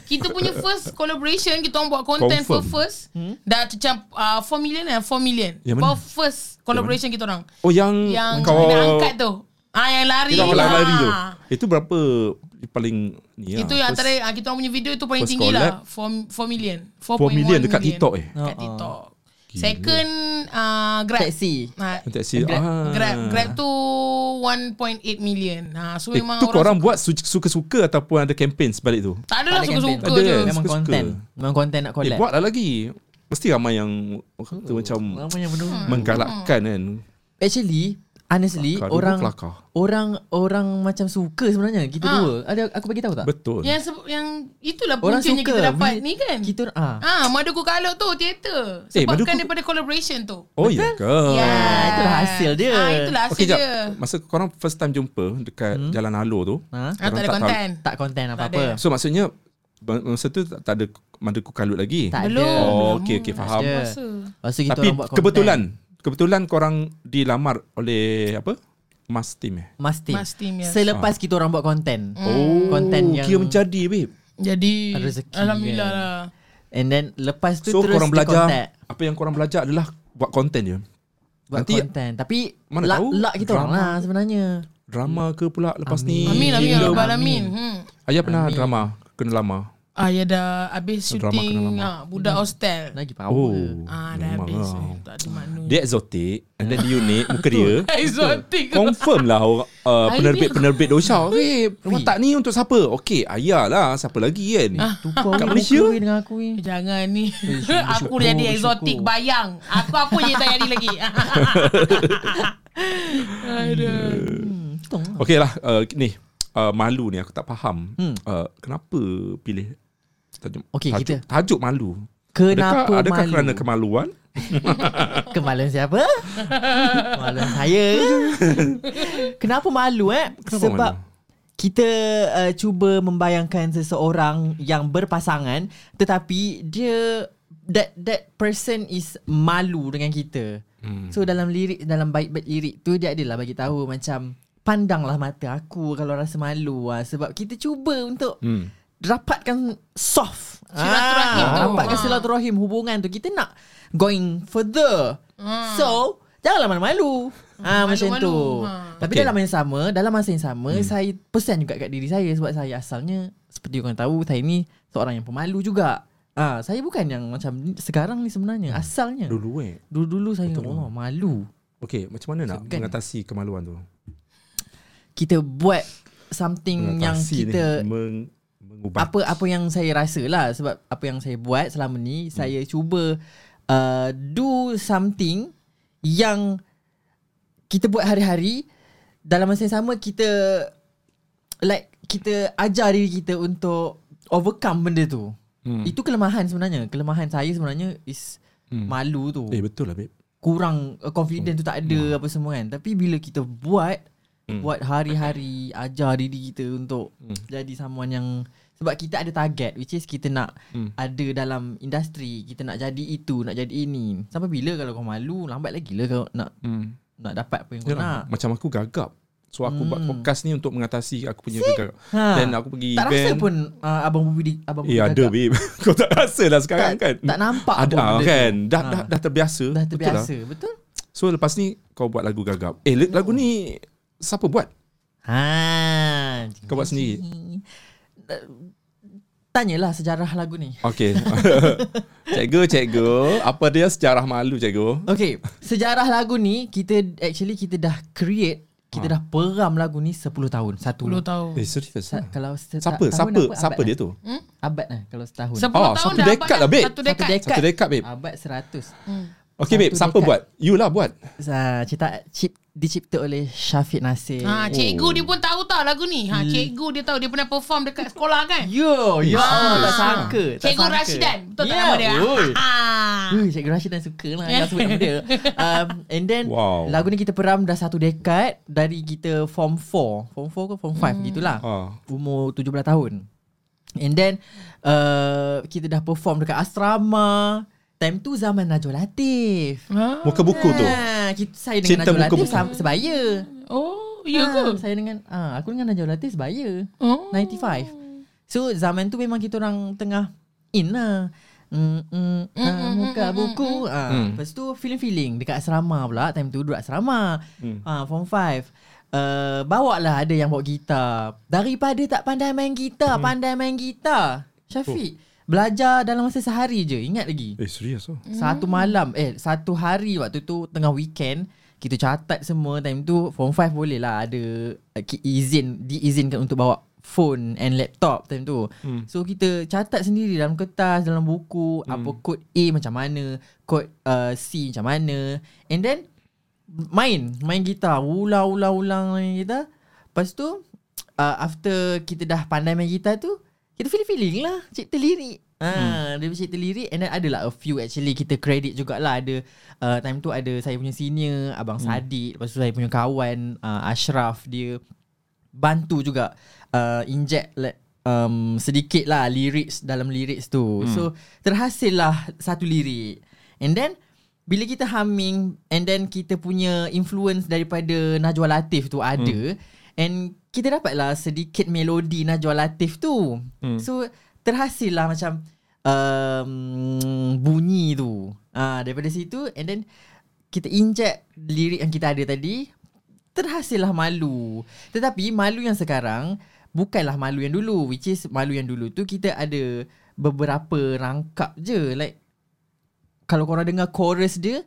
A: Kita punya first collaboration Kita orang buat content
B: Confirm.
A: for first hmm? Dah macam uh, 4 million eh 4 million
B: Yang Ya, mana?
A: For first collaboration kita orang
B: Oh yang,
A: Yang
B: kau
A: nak angkat tu Ah yang lari
B: Kita
A: lah.
B: lari-lari tu. Itu berapa paling ni lah.
A: Itu yang
B: First
A: antara ah, Kita orang punya video itu paling
B: first
A: tinggi lah
B: collab.
A: 4, 4 million
B: 4 million dekat TikTok eh.
A: Dekat
C: Ah, ah.
A: TikTok Second uh, Grab
C: Taxi.
A: Ah,
B: Taksi.
C: Grab-
B: ah.
A: Grab Grab tu 1.8 million ha, So
B: Eh,
A: memang
B: tu korang buat su- suka-suka ataupun ada campaign sebalik tu?
A: Tak adalah lah
C: Tak ada
A: suka-suka je
B: campaign. Tak ada.
C: Memang
B: suka-suka.
C: konten. Memang konten nak
B: Eh,
C: collab.
B: buatlah lagi. Mesti ramai yang orang
C: Oh,
B: tu macam
C: Lama yang benda.
B: menggalakkan kan.
C: Actually, honestly
B: Kelakar, dulu
C: orang
B: kelakar.
C: orang orang macam suka sebenarnya kita
A: Ah.
C: dua. Ada aku bagi tahu tak?
B: Betul.
A: Yang seb- yang itulah
C: Orang
A: puncanya
C: suka.
A: kita dapat
C: We-
A: ni kan.
C: Kita ah.
A: Ah, Maduku Kaluk tu teater.
B: Eh,
A: Sebabkan
B: Maduku-
A: daripada collaboration tu.
B: Oh ya ke?
A: Yeah.
C: itulah hasil dia.
A: Ah, itulah hasil
B: Okey,
A: okay,
B: jap.
A: dia. Ha,
B: Masa korang first time jumpa dekat Jalan Alor tu,
C: Hmm.
A: Ah, tak ada
C: Ha?
B: tak tahu.
A: konten.
C: Tak konten
A: ada.
C: apa-apa.
B: so maksudnya ba- masa tu tak, tak ada mada kukalut lagi?
C: Tak
A: Belum.
C: ada.
B: Oh, okey, okey, faham.
C: Ada.
A: Masa.
C: Lepas tu kita
B: Tapi
C: orang buat konten.
B: kebetulan kebetulan korang dilamar oleh apa? Mas team eh.
C: Mas Tim.
A: Mas Tim, yes. Hmm.
C: Selepas kita orang buat konten.
B: Ah. Oh,
C: Konten yang
B: kira menjadi babe.
A: Jadi
C: Ada rezeki
A: alhamdulillah
C: kan.
A: lah.
C: And then lepas tu
B: So
C: terus
B: korang
C: dia
B: belajar
C: contact.
B: apa yang korang belajar adalah buat konten je.
C: buat
B: Nanti-
C: konten tapi
B: Mana
C: lak,
B: tahu,
C: lak kita orang
B: drama.
C: lah sebenarnya
B: Drama ke pula lepas ni?
A: Amin amin ya
B: Gila.
A: rabbal alamin. Hmm.
B: Ayah pernah drama kena lama.
A: Ah, ya dah habis
B: Drama kena
A: syuting
B: lama.
A: ah, budak
C: Hmm.
A: hostel.
C: lagi power
B: Oh.
A: Ah, dah
B: memang
A: habis.
B: lah.
A: Tak ada maknanya.
B: Dia exotic and then dia unik muka dia.
A: Exotic.
B: Confirm lah orang, uh,
A: Ayah.
B: penerbit-penerbit dosha. Weh, tak ni untuk siapa? Okey, ayah lah. Siapa
A: Ah.
B: lagi kan?
C: tu kau
B: Kat
C: ni
B: Malaysia?
C: muka dengan aku ni
A: Jangan ni.
C: syukur,
A: aku jadi
C: syukur.
A: exotic bayang. Aku apa je tak jadi lagi. Aduh.
C: hmm, tong lah.
B: Okey lah, uh, ni. Uh, malu ni aku tak faham. Uh, kenapa pilih tajuk,
C: Hmm. Okey,
B: tajuk,
C: kita-
B: tajuk malu? adakah,
C: kenapa
B: adakah
C: malu
B: kerana kemaluan?
C: kemaluan siapa kemaluan saya kenapa malu eh
B: Kenapa
C: sebab
B: malu?
C: kita uh, cuba membayangkan seseorang yang berpasangan tetapi dia that that person is malu dengan kita. Hmm. So dalam lirik dalam bait-bait lirik tu dia adalah bagi tahu macam pandanglah mata aku kalau rasa malu lah. sebab kita cuba untuk hmm. rapatkan soft
A: Silaturahim tu.
C: rapatkan
A: Ah.
C: silaturahim hubungan tu kita nak going further. So janganlah malu-malu. Ah ha, macam
A: Hmm. malu-malu.
C: tu.
A: Ha.
C: Tapi
B: Okay.
C: okay. dalam yang sama, dalam masa yang sama, hmm. saya pesan juga kat diri saya sebab saya asalnya seperti korang tahu, saya ni seorang yang pemalu juga. Ah, saya bukan yang macam ni- sekarang ni sebenarnya asalnya.
B: Hmm. Dulu eh.
C: Dulu-dulu saya Allah malu.
B: Okey, macam mana nak
C: Segan.
B: mengatasi kemaluan tu?
C: Kita buat something Hmm, yang
B: Mengatasi
C: kita
B: ni, meng, mengubah.
C: apa apa yang saya rasa lah sebab apa yang saya buat selama ni hmm. saya cuba uh, do something yang kita buat hari-hari dalam masa yang sama kita like kita ajar diri kita untuk overcome benda tu. Hmm. Itu kelemahan sebenarnya. Kelemahan saya sebenarnya is malu tu
B: Eh betul lah babe
C: kurang uh, confident tu tak
B: Hmm.
C: ada apa semua kan tapi bila kita buat buat hari-hari ajar diri kita untuk
B: Hmm.
C: jadi someone yang sebab kita ada target which is kita nak
B: Hmm.
C: ada dalam industri kita nak jadi itu nak jadi ini sampai bila kalau kau malu lambat lagi lah kau nak nak dapat apa yang kau nak Hmm.
B: Yalah, lah. Macam aku gagap So aku buat podcast ni Untuk mengatasi aku punya gagap
C: Ha.
B: Then aku pergi
C: tak rasa
B: event
C: pun uh, abang Bubi di, abang
B: Eh ada
C: cakap.
B: babe Kau tak rasa lah
C: tak,
B: sekarang
C: kan?
B: kan
C: tak nampak
B: Ada
C: pun benda tu.
B: kan dah,
C: Ha.
B: dah, dah terbiasa
C: dah
B: Betul lah.
C: terbiasa betul,
B: So lepas ni Kau buat lagu gagap Eh le- lagu ni Siapa buat?
C: ha
B: Kau buat sendiri?
C: tanyalah sejarah lagu ni
B: Okay Cikgu, cikgu Apa dia sejarah malu cikgu?
C: Okay Sejarah lagu ni Kita actually Kita dah create Kita dah peram lagu ni 10 tahun Satu
A: 10 tahun.
B: Eh serius
C: Sa- Kalau seta-
B: Siapa?
C: tahun
B: Siapa?
C: apa?
B: Siapa
C: Abad
B: dia
C: lah.
B: tu?
C: Abad lah Kalau setahun
A: 10
B: Oh,
A: tahun
B: satu
A: dah
B: dekad
A: abad
B: lah, babe.
A: Satu dekad.
C: Satu
B: Satu dekat babe
C: Abad 100
A: Hmm.
B: Okay babe
C: Ah, Satu
B: Siapa
C: dekat.
B: buat? You lah buat
C: Sa- Cita cip, Dicipta oleh Syafiq Nasir
A: Ha, cikgu dia pun tahu tau lagu ni. Ha, cikgu dia tahu dia pernah perform dekat sekolah kan?
C: Yo Ya Allah Tak
A: Ah.
C: sangka tak
A: Cikgu
C: sangka.
A: Rashidan. Betul tak
C: Ya,
A: nama dia? Ya.
C: oi.
A: Ha.
C: Ui, Cikgu Rashidan suka lah Yang sebut nama dia um, And then
B: Wow.
C: wow. Lagu ni kita peram dah satu dekad Dari kita form 4 Form 4 ke form 5 hmm. Gitulah
B: Ah.
C: Umur 17 tahun And then uh, Kita dah perform dekat asrama Time tu zaman Najwa Latif
B: Muka buku tu
C: Ah, kita, Saya dengan
B: Cinta
C: Najwa Latif
B: buku-buku.
C: sam- sebaya
A: Oh, ya ke?
C: Ah, Saya dengan ah, Aku dengan Najwa Latif sebaya
A: Oh.
C: 95 So zaman tu memang kita orang tengah in lah Mm, mm, ah, muka buku ah. Lepas tu feeling-feeling Dekat asrama pula Time tu duduk asrama ah, Form 5 uh, Bawa lah ada yang bawa gitar Daripada tak pandai main gitar Pandai main gitar Syafiq Belajar dalam masa sehari je Ingat lagi
B: Eh serius oh.
C: Hmm. Satu malam Eh satu hari waktu tu Tengah weekend Kita catat semua Time tu Form 5 boleh lah Ada uh, ki- izin Diizinkan untuk bawa Phone and laptop Time tu hmm. So kita catat sendiri Dalam kertas Dalam buku hmm. Apa kod A macam mana Kod uh, C macam mana And then Main Main gitar Ulang-ulang-ulang main gitar Lepas tu uh, After kita dah pandai main gitar tu Kita feeling-feeling lah Cipta lirik Ah, hmm. Dia cipta lirik And then ada lah a few actually Kita credit jugalah Ada uh, Time tu ada saya punya senior Abang hmm. Sadiq Lepas tu saya punya kawan uh, Ashraf Dia bantu juga uh, Inject like, um, Sedikit lah Lyrics Dalam lyrics tu hmm. So Terhasil lah Satu lirik And then Bila kita humming And then kita punya Influence daripada Najwa Latif tu ada And Kita dapat lah Sedikit melodi Najwa Latif tu hmm. So Terhasil lah macam um, Bunyi tu uh, Daripada situ And then Kita inject Lirik yang kita ada tadi terhasillah malu. Tetapi malu yang sekarang bukanlah malu yang dulu which is malu yang dulu tu kita ada beberapa rangkap je like kalau korang dengar chorus dia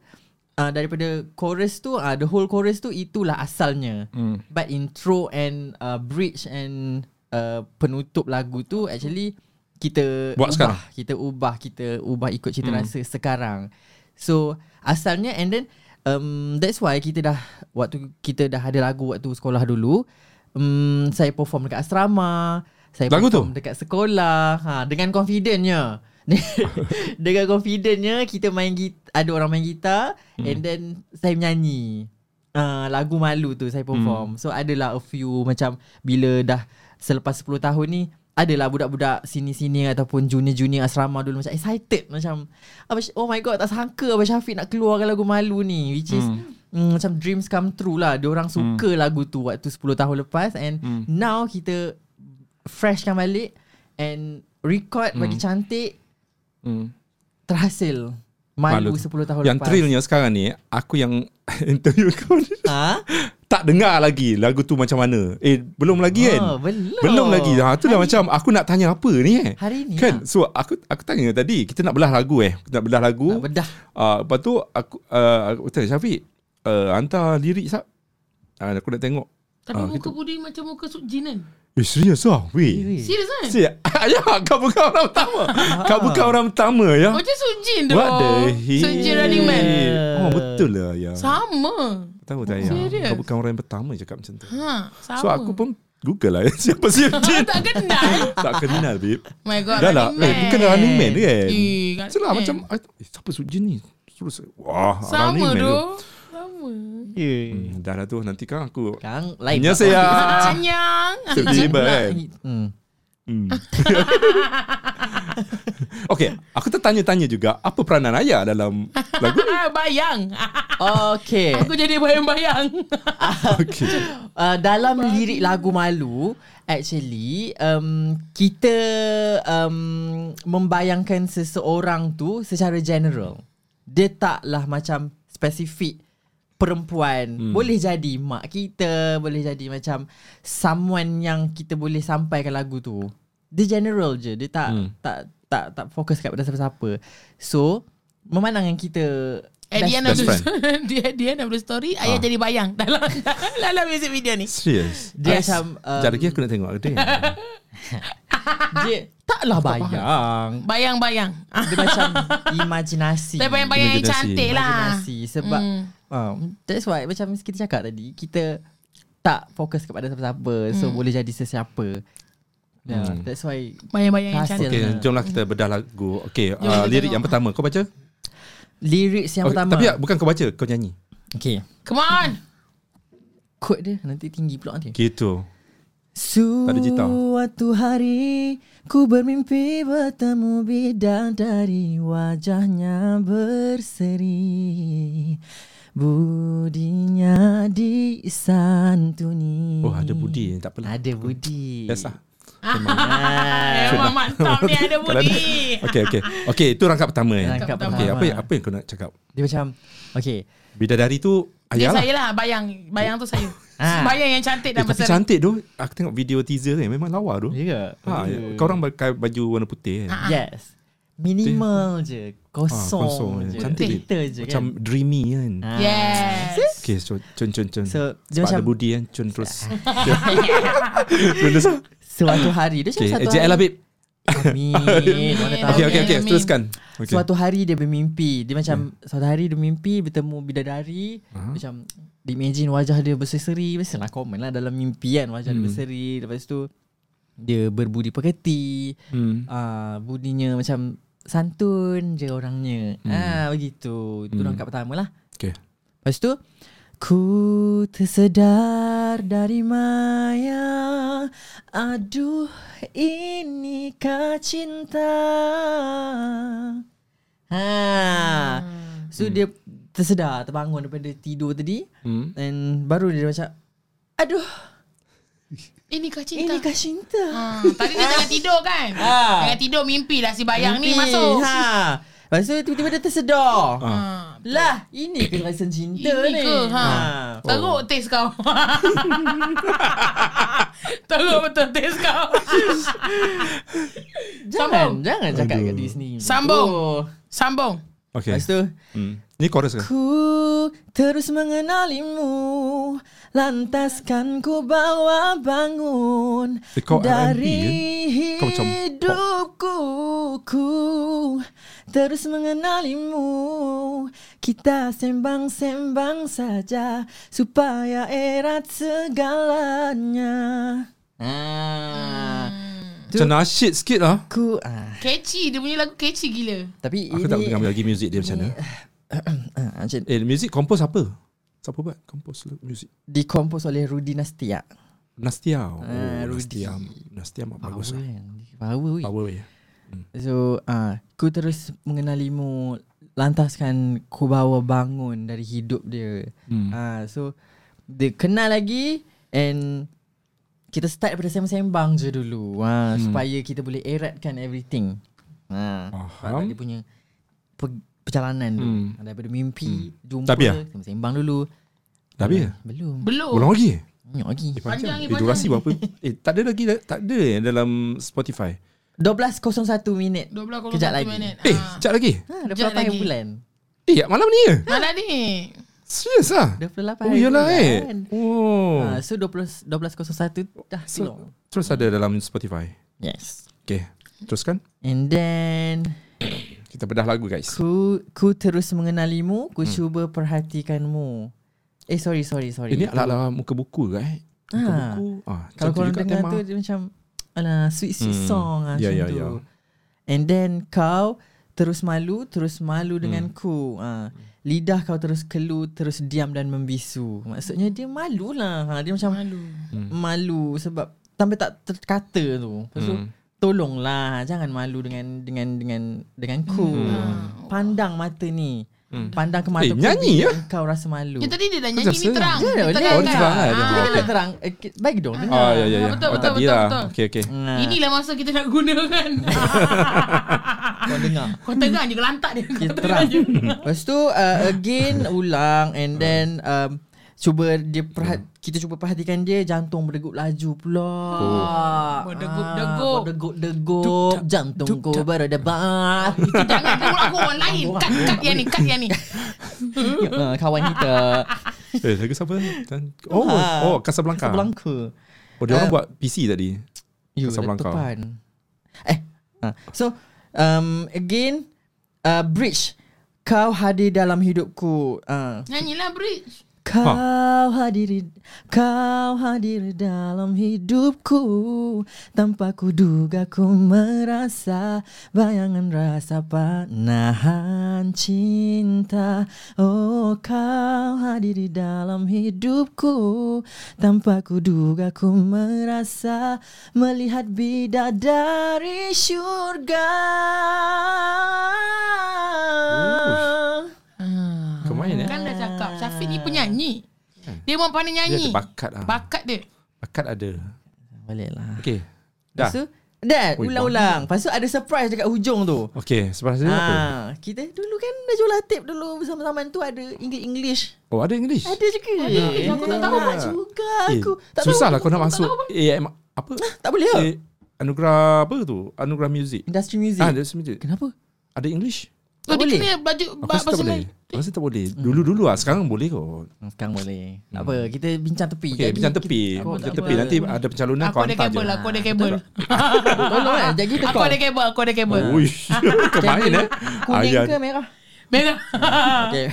C: uh, daripada chorus tu uh, the whole chorus tu itulah asalnya
B: Hmm.
C: mm. but intro and uh, bridge and uh, penutup lagu tu actually kita
B: Buat
C: ubah,
B: sekarang?
C: kita ubah kita ubah ikut cita rasa
B: Hmm.
C: sekarang so asalnya and then um, that's why kita dah waktu kita dah ada lagu waktu sekolah dulu um, saya perform dekat asrama saya
B: Lagu tu?
C: perform dekat sekolah ha, dengan confidentnya dengan confidentnya kita main git- ada orang main gitar hmm. and then saya menyanyi uh, lagu malu tu saya perform hmm. so adalah a few macam bila dah selepas 10 tahun ni adalah budak-budak sini-sini ataupun junior-junior asrama dulu macam excited macam Abang Syafiq- oh my god tak sangka Abang Syafiq nak keluarkan lagu malu ni which is mm. Mm, macam dreams come true lah dia orang suka mm. lagu tu waktu 10 tahun lepas and mm. now kita freshkan balik and record mm. bagi cantik
B: Hmm.
C: terhasil malu,
B: Malu.
C: 10 tahun
B: Yang
C: lepas.
B: thrillnya sekarang ni Aku yang interview kau ni
C: ha?
B: tak dengar lagi lagu tu macam mana. Eh belum lagi kan?
C: Ah, belum.
B: Belum lagi. Ha tu dah
C: Hari-
B: macam aku nak tanya apa ni eh.
C: Hari ni
B: Kan?
C: lah.
B: So aku aku tanya tadi kita nak belah lagu eh. Kita nak belah lagu.
C: Nak bedah.
B: Ah lepas tu aku uh, aku tanya Syafiq uh, hantar lirik sap. Ah aku nak tengok.
A: Tapi
B: Ah,
A: muka Budi macam muka Suk Jinan.
B: Eh serius ah. Weh.
C: Weh.
A: Serius kan?
B: Si, ya, kau bukan orang pertama. kau bukan orang pertama ya.
A: Macam Suk Jin tu.
B: What the hell?
A: Suk Jin Running Man.
B: Oh betul lah ya.
A: Sama.
B: Tahu tak ya.
A: Serious?
B: Kau bukan orang yang pertama cakap macam tu.
A: Ha, sama.
B: So aku pun Google lah Siapa si Jin
A: Tak kenal
B: Tak kenal babe
A: My god
B: Dah lah eh, Bukan running man tu kan
A: Eh, Running
B: Selah
A: Man.
B: macam I- eh, Siapa Sujin ni Terus Wah running
A: Sama
B: man
A: tu
B: tu
A: Sama
C: Yeah.
B: Dah lah tu Nanti kan aku
C: Kang lain.
B: Hanya saya
A: Ah. Anyang
B: Tiba-tiba kan
C: Hmm.
B: Hmm. okay, aku tertanya-tanya juga apa peranan ayah dalam lagu ni?
A: Ah, Bayang
C: Okay.
A: Aku jadi bayang-bayang
B: Okay.
C: Uh, dalam lirik lagu Malu actually um, kita um, membayangkan seseorang tu secara general. Dia taklah macam spesifik perempuan. Hmm. Boleh jadi mak kita, boleh jadi macam someone yang kita boleh sampaikan lagu tu. Dia general je. Dia tak hmm. tak tak tak fokus kat pada siapa-siapa. So, memandangkan kita
A: At the end of
B: Best
A: the
B: friend. Ah.
A: At the end of the story Ayah jadi bayang lah. Dalam dalam music video ni
B: Serius.
C: Dia
B: As-
C: macam, um,
B: Sekejap lagi aku nak tengok dia.
C: dia taklah
B: Ah,
C: bayang.
A: Bayang-bayang
C: Dia macam imajinasi.
A: Tapi bayang-bayang Ah, yang
B: Imaginasi.
A: cantik lah
C: Imajinasi sebab mm. um, that's why macam kita cakap tadi kita tak fokus kepada siapa-siapa so boleh jadi sesiapa. Yeah,
B: Hmm.
C: that's why
A: Bayang-bayang yang
C: Rahsia.
A: cantik
B: Okay, jomlah kita bedah lagu. Okay, uh,
A: kita
B: lirik
A: tengok.
B: yang pertama kau baca?
C: lyrics yang
B: Okay,
C: okay, pertama.
B: Oh, Tapi ya, bukan kau baca, kau nyanyi.
C: okay.
A: Come on
C: Kod dia nanti tinggi pula nanti.
B: Gitu. ada gitar.
C: Suatu hari ku bermimpi bertemu bidadari wajahnya berseri. Budinya disantuni.
B: Oh, ada budi. Tak apalah.
C: Hmm. Ada budi.
B: Yes lah.
A: Ah, Memang mantap ni ada
B: Kalau ada-
A: budi
B: Okay, okay. Okay, itu rangkap pertama. Eh.
C: Rangkap
B: Okay,
C: pertama.
B: apa, yang- apa yang kau nak cakap?
C: Dia macam Okay
B: Bidadari tu
A: Ya
B: ayah lah.
A: saya lah bayang Bayang tu saya
C: Ah.
A: Bayang yang cantik
B: Eh,
A: dan
B: tapi
A: besar
B: cantik tu. Aku tengok video teaser ni. Memang lawa tu.
C: Ya ke?
B: Ha, kau orang pakai baju warna putih
C: Ah,
B: kan?
C: Yes Minimal je
B: Ah,
C: Kosong,
B: kosong je.
C: je
B: Cantik dia.
C: Kita je
B: Macam
C: kan
B: dreamy kan.
C: Ah.
A: Yes
B: Okay, so cun cun cun.
C: So, dia
B: Sebab ada
C: macam-
B: budi kan, cun terus. Benda sah.
C: kan. Suatu hari Dia macam
B: Okay,
C: satu
B: JL lah babe.
C: hari Amin Mana tahu
B: Okay, okay, okay,
A: Amin.
B: teruskan. Okay.
C: Suatu hari dia bermimpi Dia macam Suatu hari dia mimpi Bertemu bidadari Hmm. uh-huh. Macam Dia imagine wajah dia berseri Biasalah common lah Dalam mimpi kan Wajah hmm. dia berseri Lepas tu Dia berbudi pekerti
B: Hmm.
C: uh, Budinya macam Santun je orangnya hmm. ah, Begitu Itu rangkap pertama lah
B: Okay.
C: Lepas tu Ku tersedar dari maya Aduh inikah cinta Ha So dia tersedar terbangun daripada tidur tadi
B: Hmm.
C: And baru dia macam Aduh
A: Ini kah cinta
C: inikah cinta
A: Ah, Tadi dia tengah tidur kan
C: Ah.
A: Tengah tidur mimpi lah si bayang ni
C: Mimpi.
A: masuk
C: ha. Lepas tu tiba-tiba dia tersedar
A: Ah.
C: Lah ini ke rasa cinta
A: Ini
C: ni
A: ke, ha.
C: ha.
A: Teruk taste kau Teruk betul taste kau
C: Jangan Jangan cakap kat diri sendiri
A: Sambung.
C: oh.
A: Sambung
B: Okay.
C: Lepas tu
B: Hmm. Ni chorus ke?
C: Ku terus mengenalimu Lantas kan ku bawa bangun
B: Eh, kau R&B,
C: Dari
B: Kau macam pop.
C: hidupku Ku terus mengenalimu Kita sembang-sembang saja Supaya erat segalanya ah.
B: Macam nasyid sikit lah.
C: Ku ah.
A: Catchy Dia punya lagu catchy gila
C: Tapi
B: Aku
C: ini
B: tak dengar lagi muzik dia macam mana.
C: ah, macam
B: Eh, muzik kompos apa? Siapa buat? Kompos muzik.
C: dikompos oleh Rudi Nastia
B: Nastia. Oh,
C: Ah, Rudy.
B: Nastia. Nastia amat bagus lah.
C: kan Power weh.
B: Power way.
C: So ah, Ku terus mengenalimu Lantaskan Ku bawa bangun Dari hidup dia hmm. ah, So Dia kenal lagi And Kita start daripada sembang-sembang je dulu ah, hmm. Supaya kita boleh eratkan everything ah,
B: Faham.
C: Dia punya pe- Perjalanan dulu
B: Hmm. ya?
C: hmm. Daripada mimpi hmm. Jumpa
B: Dah habis dah?
C: Sembang-sembang dulu
B: Dah habis? ya?
C: Belum
A: Belum
B: Ulang lagi?
C: Banyak lagi
B: Eh, panjang.
A: Panjang ni,
B: Eh, durasi berapa? Eh, tak ada lagi. dah- Tak ada eh dalam Spotify.
C: 12.01 minit
A: 12.01
C: Kejap lagi.
A: minit
B: Eh,
A: Ah.
B: sekejap lagi.
C: ah,
A: Kejap
C: 28
A: lagi.
C: bulan
B: Eh, malam ni ya?
A: Malam ni
B: Serius lah?
C: 28
B: Oh, iyalah eh.
C: bulan.
B: Oh.
C: kan. Ah, so 12 1201 dah
B: So,
C: keluar.
B: terus ada dalam Spotify.
C: Yes.
B: Okay, teruskan.
C: And then
B: Kita bedah lagu guys.
C: ku ku terus mengenalimu, ku hmm. cuba perhatikanmu. Eh sorry sorry sorry.
B: Ini ala-ala muka buku ke eh? Buku
C: Ha.
B: buku. Ah, cantik
C: Kalau korang
B: juga
C: dengar
B: tema.
C: tu dia macam Alah sweet sweet
B: Hmm.
C: song lah
B: Ya, ya,
C: yeah, macam yeah, tu
B: ya.
C: yeah. And then kau Terus malu Terus malu
B: Hmm.
C: denganku ha. Lidah kau terus kelu Terus diam dan membisu Maksudnya dia malu lah ha, Dia macam malu,
B: Hmm.
C: malu Sebab Sampai tak terkata tu Lepas
B: Hmm.
C: tu Tolonglah Jangan malu dengan Dengan dengan Denganku Pandang mata ni Pandang ke mata
B: Eh, nyanyi, ya?
C: Kau rasa malu
A: Yang tadi dia dah
B: Kau
A: nyanyi
B: just
A: ni
B: senang.
A: terang.
C: Ya,
A: Kita
C: boleh.
A: kan
B: Oh, dia terang, eh?
A: tak.
B: Dia
A: Ah,
C: Kita kena terang eh, ki- Baik dong dengar
B: Ah, ya, ya, ya.
A: Betul,
B: Oh,
A: betul,
B: tadi
A: betul,
B: lah.
A: betul.
B: Okay, okay.
C: Ha.
A: Inilah masa kita nak guna kan.
C: Kau dengar
A: Kau tegang je, kelantak dia. Kau
C: Dia
A: tegang
C: terang
A: je.
C: Lepas tu uh, Again Ulang And then um, Cuba dia perhat Kita cuba perhatikan dia Jantung berdegup laju pula oh.
A: Berdegup-degup.
C: Berdegup-degup Jantung ku berdebar
A: Itu jangan tengok aku orang lain. Kat, kat yang ni, kat yang ni.
C: Ah, Kawan kita
B: Eh, lagu siapa? Dan- Oh,
C: Ah.
B: oh Casablanca.
C: Casablanca Ah.
B: Oh, dia orang buat PC tadi.
C: You
B: Casablanca.
C: Casablanca depan. Eh ah. So um, Again uh, Bridge Kau hadir dalam hidupku uh,
A: Nyanyilah bridge.
C: Kau hadiri Kau hadir dalam hidupku Tanpa ku duga ku merasa Bayangan rasa panahan cinta Oh kau hadiri dalam hidupku Tanpa ku duga ku merasa Melihat bidadari syurga
B: Kau main eh?
A: Kan dah cakap, Syafiq ni penyanyi. Dia memang pandai
B: Hmm. Dia
A: nyanyi.
B: ada bakat lah.
A: Bakat dia.
B: Bakat ada.
C: Baliklah
B: Okay.
C: Lepas
B: Dah.
C: tu Dah
B: Ui,
C: ulang-ulang Lepas tu ada surprise dekat hujung tu
B: Okay, sebelah sini apa?
C: ha, Kita dulu kan dah jual tip dulu Zaman-zaman tu ada English-English
B: Oh, ada English.
C: Ada juga ada,
A: aku tak tahu.
C: juga
B: Eh,
C: aku tak
B: susah
C: tahu.
B: lah kau nak masuk AM apa?
C: Tak boleh lah
B: Eh, anugerah apa tu? Anugerah music.
C: Industry music
B: Ah, ada music.
C: Kenapa?
B: Ada English.
A: Oh, dia
C: boleh.
A: kena baju
B: Aku rasa
A: bahasa
B: tak boleh.
A: Melayu.
B: Aku rasa tak boleh.
C: Hmm.
B: Dulu-dulu lah. Sekarang boleh kot.
C: Sekarang boleh Tak apa Kita bincang tepi
B: Okay, Hmm. bincang tepi.
C: kita-
B: Bincang
C: tak
B: tepi.
C: apa.
B: Nanti ada pencalonan
A: Aku
B: kau
A: ada
B: hantar je.
A: kabel, aku ada kabel.
C: Tolong kan Jadi kita
A: Aku
C: call
A: ada kabel, aku ada kabel.
B: Uish, kau main eh.
C: Kuning
B: Ayan.
C: ke merah?
A: Merah.
C: Okay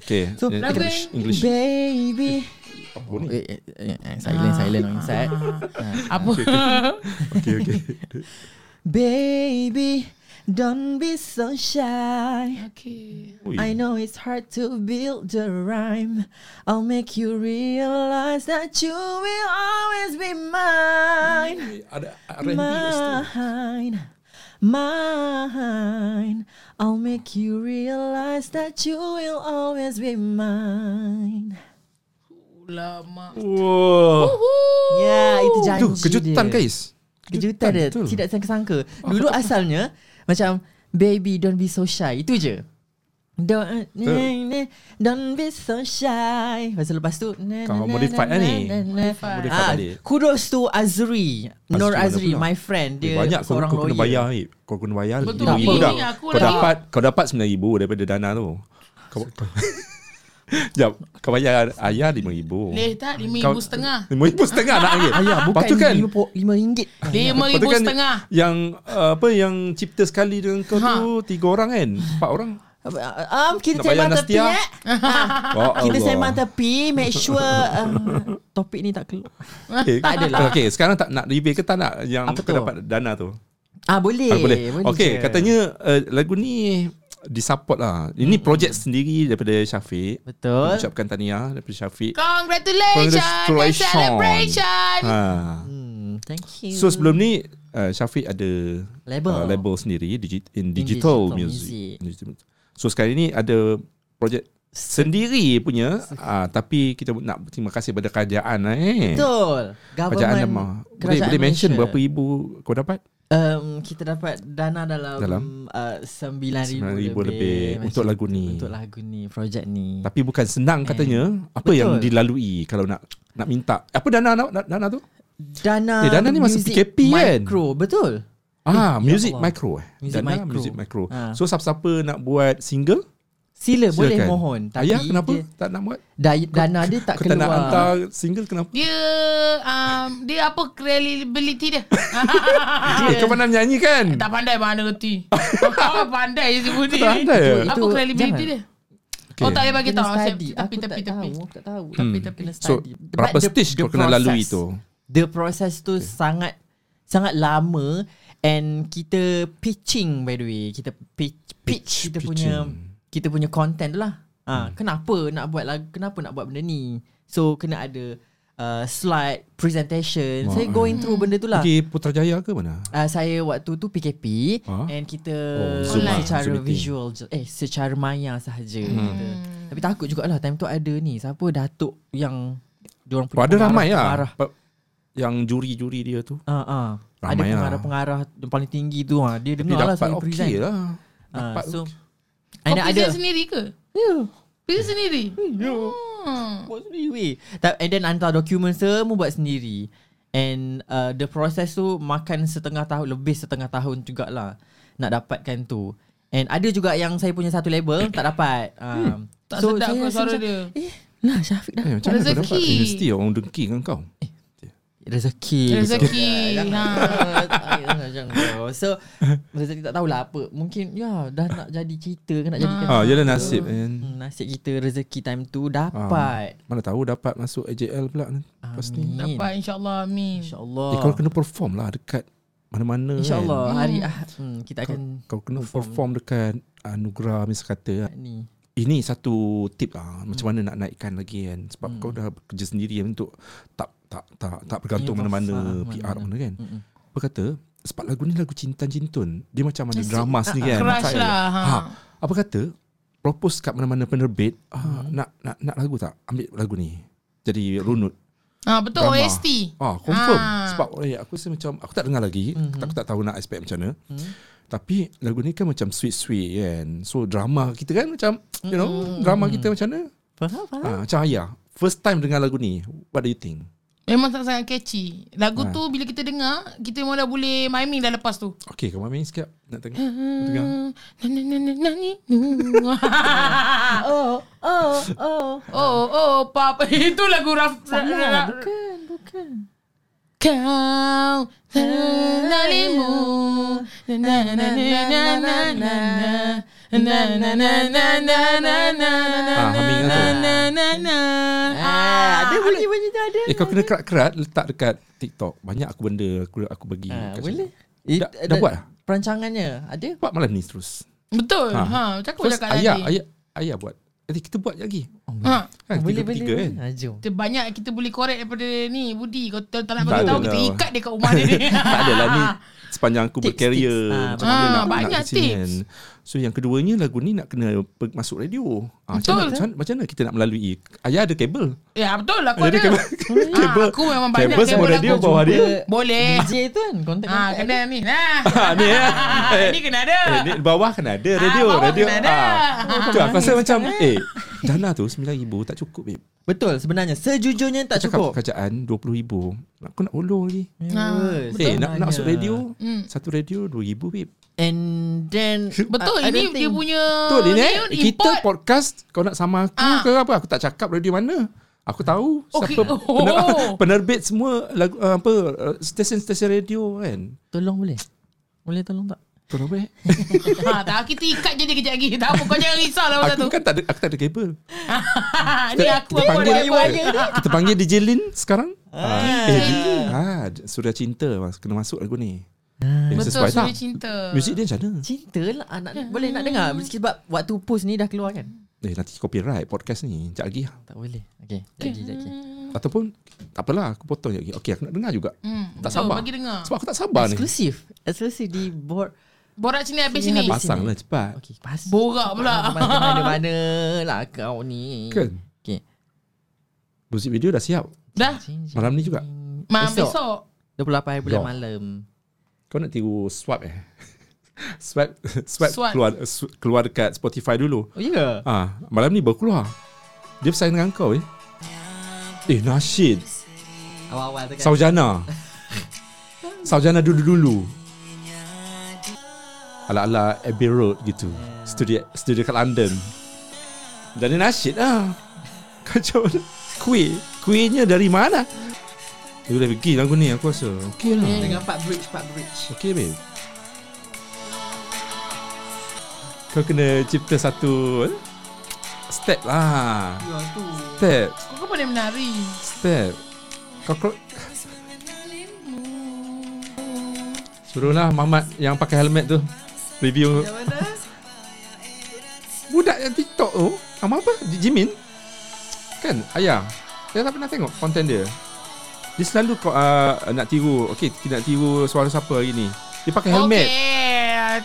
B: Okay.
C: So,
B: eh,
A: lagu
B: English.
A: yang-
B: Eh, English.
C: Baby
B: Apa ni? Ah.
C: Eh, eh, eh, eh, Silent silent on inside
A: Apa?
B: Okay, okay.
C: Baby Don't be so shy
A: Okay.
B: Ui.
C: I know it's hard to build a rhyme. I'll make you realize that you will always be mine.
B: Ada R&B kat situ.
C: Mine. Mine. I'll make you realize that you will always be mine.
A: Lama.
B: Wow.
C: Ya, yeah, itu janji
B: Itu kejutan
C: dia.
B: guys.
C: Kejutan dia.
B: betul.
C: Tidak sangka-sangka. Dulu asalnya macam baby don't be so shy. Itu je. Don't, don't be so shy. Lepas tu, lepas tu na-
B: Kau
C: na- na-
B: modify
C: na-
B: lah ni.
C: na- na-
B: Modify
C: Ah,
B: balik.
C: kudos to Azri. Nur
B: mana
C: Azri,
B: pula?
C: my friend.
B: Dia
C: Dia
B: banyak kau,
C: seorang
B: kau kena bayar
C: lawyer.
B: eh. Kau kena bayar
A: Betul.
B: RM5,000
C: Ini
B: dah.
A: aku
B: Kau
A: lagi-
B: dapat kau dapat RM9,000 daripada dana tu. Kau kau Jap, kau bayar ayah RM5,000.
A: Leh tak, RM5,000 setengah.
B: RM5,000 setengah nak lagi.
C: Ayah,
B: Lepas
C: bukan
B: tu kan,
C: lima po- lima ringgit.
B: lepas tu
A: RM5,000
B: kan
A: setengah.
B: yang uh, apa yang cipta sekali dengan kau
C: Ha.
B: tu tiga orang kan? Empat orang.
C: Um,
B: Nak
C: kita
B: bayar
C: sembang tepi
B: Nastia.
C: eh.
B: Oh,
C: Kita
B: Allah.
C: sembang tepi. Make sure um, topik ni tak keluar.
B: Okay.
C: Tak ada lah.
B: Okay, sekarang tak nak reveal ke tak nak yang
C: Apa
B: kau
C: tu?
B: dapat dana tu?
C: Ah boleh.
B: Ah, boleh. Okey,
C: je.
B: katanya uh, lagu ni disupport lah. Ini projek sendiri daripada Syafiq.
C: Betul.
B: Ucapkan tahniah daripada Syafiq.
A: Congratulations and
B: Congratulations.
A: celebration.
B: Ha.
C: Hmm, thank you.
B: So sebelum ni uh, Syafiq ada
C: Label.
B: uh, label sendiri digi- in digital,
C: digital
B: music. Digital- So sekarang ni ada projek sendiri punya uh, tapi kita nak terima kasih pada kerajaan lah, eh.
C: Betul.
B: Kerajaan
C: Government
B: nama. ah. Boleh, boleh mention berapa ribu kau dapat?
C: Um, kita dapat dana dalam,
B: Dalam?
C: dalam? Uh,
B: 9,000
C: 9,000 lebih,
B: lebih untuk
C: macam
B: lagu
C: tu,
B: ni.
C: Untuk lagu ni, projek ni.
B: Tapi bukan senang katanya. Apa
C: Eh, Betul.
B: yang dilalui kalau nak nak minta? Apa dana nak- nak- dana tu?
C: Dana
B: Eh, dana ni masa
C: music
B: PKP kan?
C: micro, Betul.
B: Ah, music
C: ya Allah.
B: micro eh.
C: Music
B: dana
C: micro.
B: music micro.
C: Ah.
B: So siapa-siapa nak buat single?
C: Sila
B: Silakan.
C: boleh mohon. Tapi
B: Ayah kenapa
C: Dia,
B: tak nak buat?
C: da- dana dia tak
B: Kau tak
C: keluar.
B: nak hantar single kenapa?
A: Dia um, dia apa credibility dia?
C: Ah,
B: Eh, kau pandai menyanyi kan?
A: tak pandai mana reti. Kau pandai je sebut
B: tak
A: dia.
B: pandai ya?
A: Apa
C: Itu-
A: credibility
C: jangan.
A: dia?
B: Okay.
A: Oh tak boleh bagi
C: Kena
A: tahu Macam
C: study Aku
A: Tepi
C: tak
A: tepi tepi
C: tahu Aku tak tahu
A: Tepi tepi
C: Kena
B: Hmm. So
C: study But
B: berapa
C: the-
B: stage
C: the
B: kau kena lalui
C: process-
B: tu?
C: The process tu okay. sangat Sangat lama And kita pitching by the way Kita pitch, pitch
B: Pitch,
C: Kita
B: pitching. Hmm.
C: punya Kita punya content tu lah ha, Kenapa nak buat lagu Kenapa nak buat benda ni So kena ada uh, Slide Presentation Saya
B: Wah,
C: going through benda tu lah
B: Pergi Putrajaya ke mana?
C: Uh, saya waktu tu PKP
B: Ah.
C: and kita
B: Oh,
A: Zoom lah.
C: secara
B: Zoom meeting.
C: visual je- eh secara maya sahaja kita.
B: Hmm.
C: Tapi takut jugalah time tu ada ni siapa datuk yang diorang punya
B: Pada ramai lah.
C: pengarah-pengarah.
B: Pa- Yang juri-juri dia tu.
C: Ah ah. Ada
B: Ramai lah.
C: pengarah-pengarah yang paling tinggi tu ah. Dia
B: Tapi
C: dengar lah
B: dapat
C: saya present.
B: okey lah.
C: Ah,
B: Dapat
C: so
B: so,
A: Kau
C: ada ada
A: present sendiri ke?
C: Ya.
A: Present sendiri? Hmm.
C: buat sendiri weh. Ta- And then hantar dokumen semua buat sendiri. And uh, the process tu makan setengah tahun, lebih setengah tahun jugalah nak dapatkan tu. And ada juga yang saya punya satu label tak dapat. Um,
A: Hmm, Tak sedap ke
C: rasa
A: suara
C: macam,
A: dia?
C: Eh, lah Syafiq dah.
B: eh, macam mana kau
A: Rezeki.
B: dapat? Eh, Mesti orang dengki dengan kau.
C: Rezeki.
B: Eh,
A: Rezeki. Ha.
C: Jangan. Jangan kau. So Rezeki tak tahulah apa Mungkin ya Dah nak jadi cerita ke Nak jadikan
B: Ah, dia nasib. kan.
C: Hmm, Nasib kita rezeki time tu Dapat
B: Mana tahu dapat masuk AJL pula ni. Lepas ni.
C: Amin.
A: Dapat insyaAllah Amin
C: InsyaAllah
B: Ah. Eh, kau kena perform lah dekat mana-mana
C: InsyaAllah
B: kan.
C: hari ah, hmm, kita akan
B: Kau kena
C: Perform.
B: perform dekat Anugerah Misakata
C: ni.
B: Ini satu tip lah Macam mana nak naikkan lagi kan Sebab kau dah bekerja sendiri kan Untuk tak tak tak tak bergantung
C: Ya,
B: mana-mana
C: faham,
B: PR
C: mana-mana.
B: mana kan
C: Mm-mm.
B: Apa kata Sebab lagu ni lagu cinta cintun Dia macam ada drama ni kan
A: Crush
B: trial.
A: lah ha.
B: ha. Apa kata Propose kat mana-mana penerbit ah, nak, nak nak lagu tak Ambil lagu ni Jadi runut
A: ha betul
B: Drama.
A: OST
B: Ah, confirm.
A: Ah.
B: Sebab eh, aku rasa macam aku tak dengar lagi,
C: Mhm.
B: mm-hmm. aku tak tahu nak expect macam mana.
C: Hmm.
B: Mm-hmm. Tapi lagu ni kan macam sweet-sweet kan. So drama kita kan macam you know, mm-hmm. drama kita macam mana?
C: Hmm. Faham, faham.
B: Ah, macam Ayah. First time dengar lagu ni. What do you think?
A: Memang sangat-sangat catchy Lagu
B: Ha.
A: tu bila kita dengar Kita memang dah boleh miming dah lepas tu
B: Okay, kamu main sikit nak tengok. Nak tengok.
A: Nani nani nani Oh
C: Oh, oh.
A: oh oh pap Itu lagu Raf
B: Lah,
A: Salah
C: bukan, bukan.
A: Kau Terlalimu Na na na na na na Na na na na na na na na
B: Ah, humming lah tu.
A: na na na
C: Ah, ada bunyi bunyi tu ada.
B: Eh, kau kena kerat-kerat letak dekat TikTok. Banyak aku benda aku aku bagi.
C: Ah,
B: kat
C: boleh.
B: situ.
C: It,
B: Dah- dah buat? Eh,
C: Perancangannya ada.
B: Buat malam ni terus.
A: Betul
B: Ah.
A: ha macam aku
B: First,
A: cakap
B: ayah,
A: tadi
B: ayah, ayah buat. Nanti kita buat lagi.
A: ha
B: Kan,
C: boleh,
B: boleh,
C: boleh.
B: tiga,
C: boleh.
B: kan?
C: Ah, jom.
A: kita banyak kita boleh korek daripada ni Budi kau tak nak
B: Tak
A: bagi tahu
B: ada
A: kita
B: lah.
A: ikat dia kat rumah dia ni.
B: Tak adalah ni Sepanjang aku
C: Tips,
B: berkarier
C: tips. Ah,
B: macam mana
A: betul.
B: nak-
A: Ah,
B: nak
A: banyak
B: kesini kan. So yang keduanya Lagu ni nak kena pe- Masuk radio ah,
A: Betul.
B: macam, mana, macam, macam mana kita nak melalui Ayah ada kabel
A: Ya betul lah aku
B: Ayah
A: ada. Ah,
B: kabel Kabel
A: aku memang banyak
B: Kabel semua
A: kabel
B: radio
A: aku.
B: bawah dia
A: Boleh.
C: DJ tu kan kontak
A: Ha
C: kontak.
A: kena ni. Nah.
B: Ah, ni, eh.
A: Ini kena ada.
B: Eh, ni bawah kan ada radio
A: bawah
B: radio.
A: kan ada.
B: Ah. Tu aku rasa macam eh dana tu 9000 tak cukup babe.
C: Betul sebenarnya sejujurnya tak
B: Cakap
C: cukup.
B: kerajaan 20000. Aku nak ulur lagi.
C: Yes,
B: Eh nak, nak
C: sebenarnya.
B: masuk radio
A: Hmm.
B: satu radio 2000 babe.
C: And then
A: Betul
C: I- I
A: ini
C: don't
A: dia
C: think-
A: punya
B: Betul ni eh
A: Yun,
B: Kita
A: import.
B: podcast Kau nak sama aku
A: Ah.
B: ke apa Aku tak cakap radio mana Aku tahu
A: Okay.
B: siapa pener,
A: Oh.
B: penerbit semua lagu uh, apa uh, stesen-stesen radio kan.
C: Tolong boleh. Boleh tolong tak?
B: Kau tahu eh?
A: Ha tak kita ikat je dia kejap lagi. Tak apa kau jangan risau lah pasal
B: Aku
A: tu.
B: kan tak ada aku tak ada kabel.
A: Ha ni aku
B: kita
A: aku
B: panggil
A: ada
B: dia. Kita panggil DJ Lin sekarang. Ah, eh,
A: Lin.
B: ah, Suria Cinta mas, kena masuk lagu ni.
A: Betul
B: Betul,
A: sudah
B: tak?
A: cinta.
B: Muzik dia macam mana?
C: Cinta lah anak
A: Hmm.
C: boleh nak dengar sebab waktu post ni dah keluar kan?
B: Eh, nanti copyright podcast ni. Sekejap lagi.
A: Hmm.
C: Tak boleh. Okey, jadi jadi.
B: Ataupun, tak apalah. Aku potong sekejap lagi. Okey, aku nak dengar juga.
A: Hmm, betul,
B: Tak sabar.
A: Bagi dengar.
B: Sebab aku tak sabar ni.
C: Eksklusif. Eksklusif di board.
A: Borak sini habis sini.
C: Habis.
B: Pasang lah cepat.
C: Okey, pas. Ah,
A: Borak pula.
C: Mana-mana lah kau ni.
B: Kan?
C: Okey.
B: Muzik video dah siap.
A: Dah.
B: Malam ni juga?
A: Malam
C: Esok.
A: besok.
C: 28 bulan
B: Dok.
C: malam.
B: Kau nak tiru swap eh Swap Swap,
A: Swap.
B: keluar su- keluar dekat Spotify dulu
C: Oh ya ke?
B: Ah, Malam ni baru keluar Dia bersaing dengan kau eh Eh Nasheed
C: Awal-awal tu kan.
B: Saujana Saujana dulu-dulu Ala-ala Abbey Road gitu
C: Hmm.
B: Studio studio kat London Jadi Nasheed lah Kacau mana Kuih Kuihnya dari mana Dia boleh pergi lagu ni aku rasa Okay lah
C: Dengan part bridge, part bridge.
B: Okay babe Kau kena cipta satu eh? Step lah
C: Ya tu
B: Step
A: Kau kau pandai menari
B: Step Kau kau Suruhlah Mamat yang pakai helmet tu Review Budak yang TikTok tu Nama apa? J- Jimin Kan Ayah Saya tak pernah tengok konten dia Dia selalu ko- uh, nak tiru Okay Nak tiru suara siapa hari ni Dia pakai helmet
A: Okay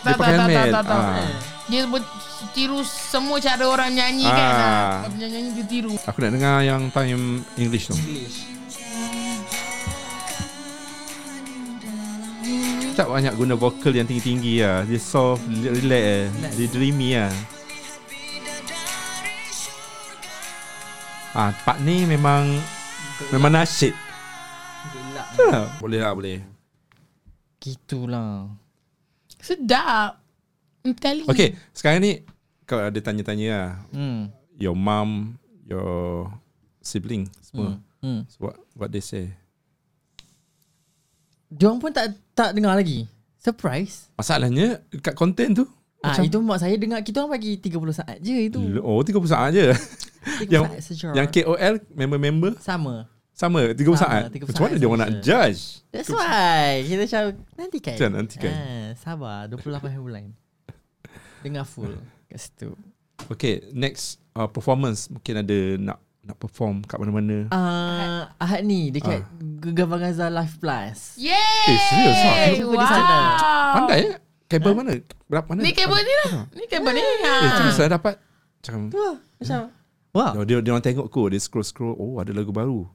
B: Dia
A: Tak tak
B: pakai
A: tak tak
B: helmet.
A: tak, tak
B: Ah.
A: Dia buat tiru semua cara orang nyanyi kan ah.
B: Ah.
A: Orang nyanyi dia tiru
B: Aku nak dengar yang time English tu Tak banyak guna vokal yang tinggi-tinggi lah Dia soft, li- relax lah Dia dreamy lah Ah, part ni memang Memang nasyid
C: Gelap
B: Ha, Boleh lah, boleh
C: Gitulah
A: Sedap I'm telling you.
B: Okay, sekarang ni Kau ada tanya-tanya lah
C: Hmm
B: Your mum Your sibling Semua
C: Hmm
B: so what, what they say
C: Diorang pun tak tak dengar lagi Surprise
B: Masalahnya Dekat konten tu
C: Ah itu mak saya dengar Kita orang bagi 30 saat je itu
B: Oh, 30 saat je
C: 30
B: yang-
C: saat sejarah
B: Yang KOL Member-member
C: Sama
B: Sama 30
C: Sama,
B: saat Macam
C: 30
B: mana
C: saat
B: dia orang nak
C: sama je.
B: judge
C: That's why Kita macam Nantikan
B: Macam nantikan.
C: ah, Sabar 28 hari bulan Dengar full Kat situ
B: Okay next uh, Performance Mungkin ada Nak nak perform kat mana-mana
C: uh, Ahad ni Dekat uh. Gavaganza Live Plus
A: Yeay
B: Eh, serius ah?
C: Jumpa di
A: Wow
C: sana.
B: Pandai eh Kabel mana Berapa mana
A: Ni kabel ni lah Ni kabel ni
B: Eh
A: ha.
B: cuma saya dapat Macam
C: Wah, Macam Wow
B: dia, dia, dia orang tengok kot Dia scroll-scroll Oh ada lagu baru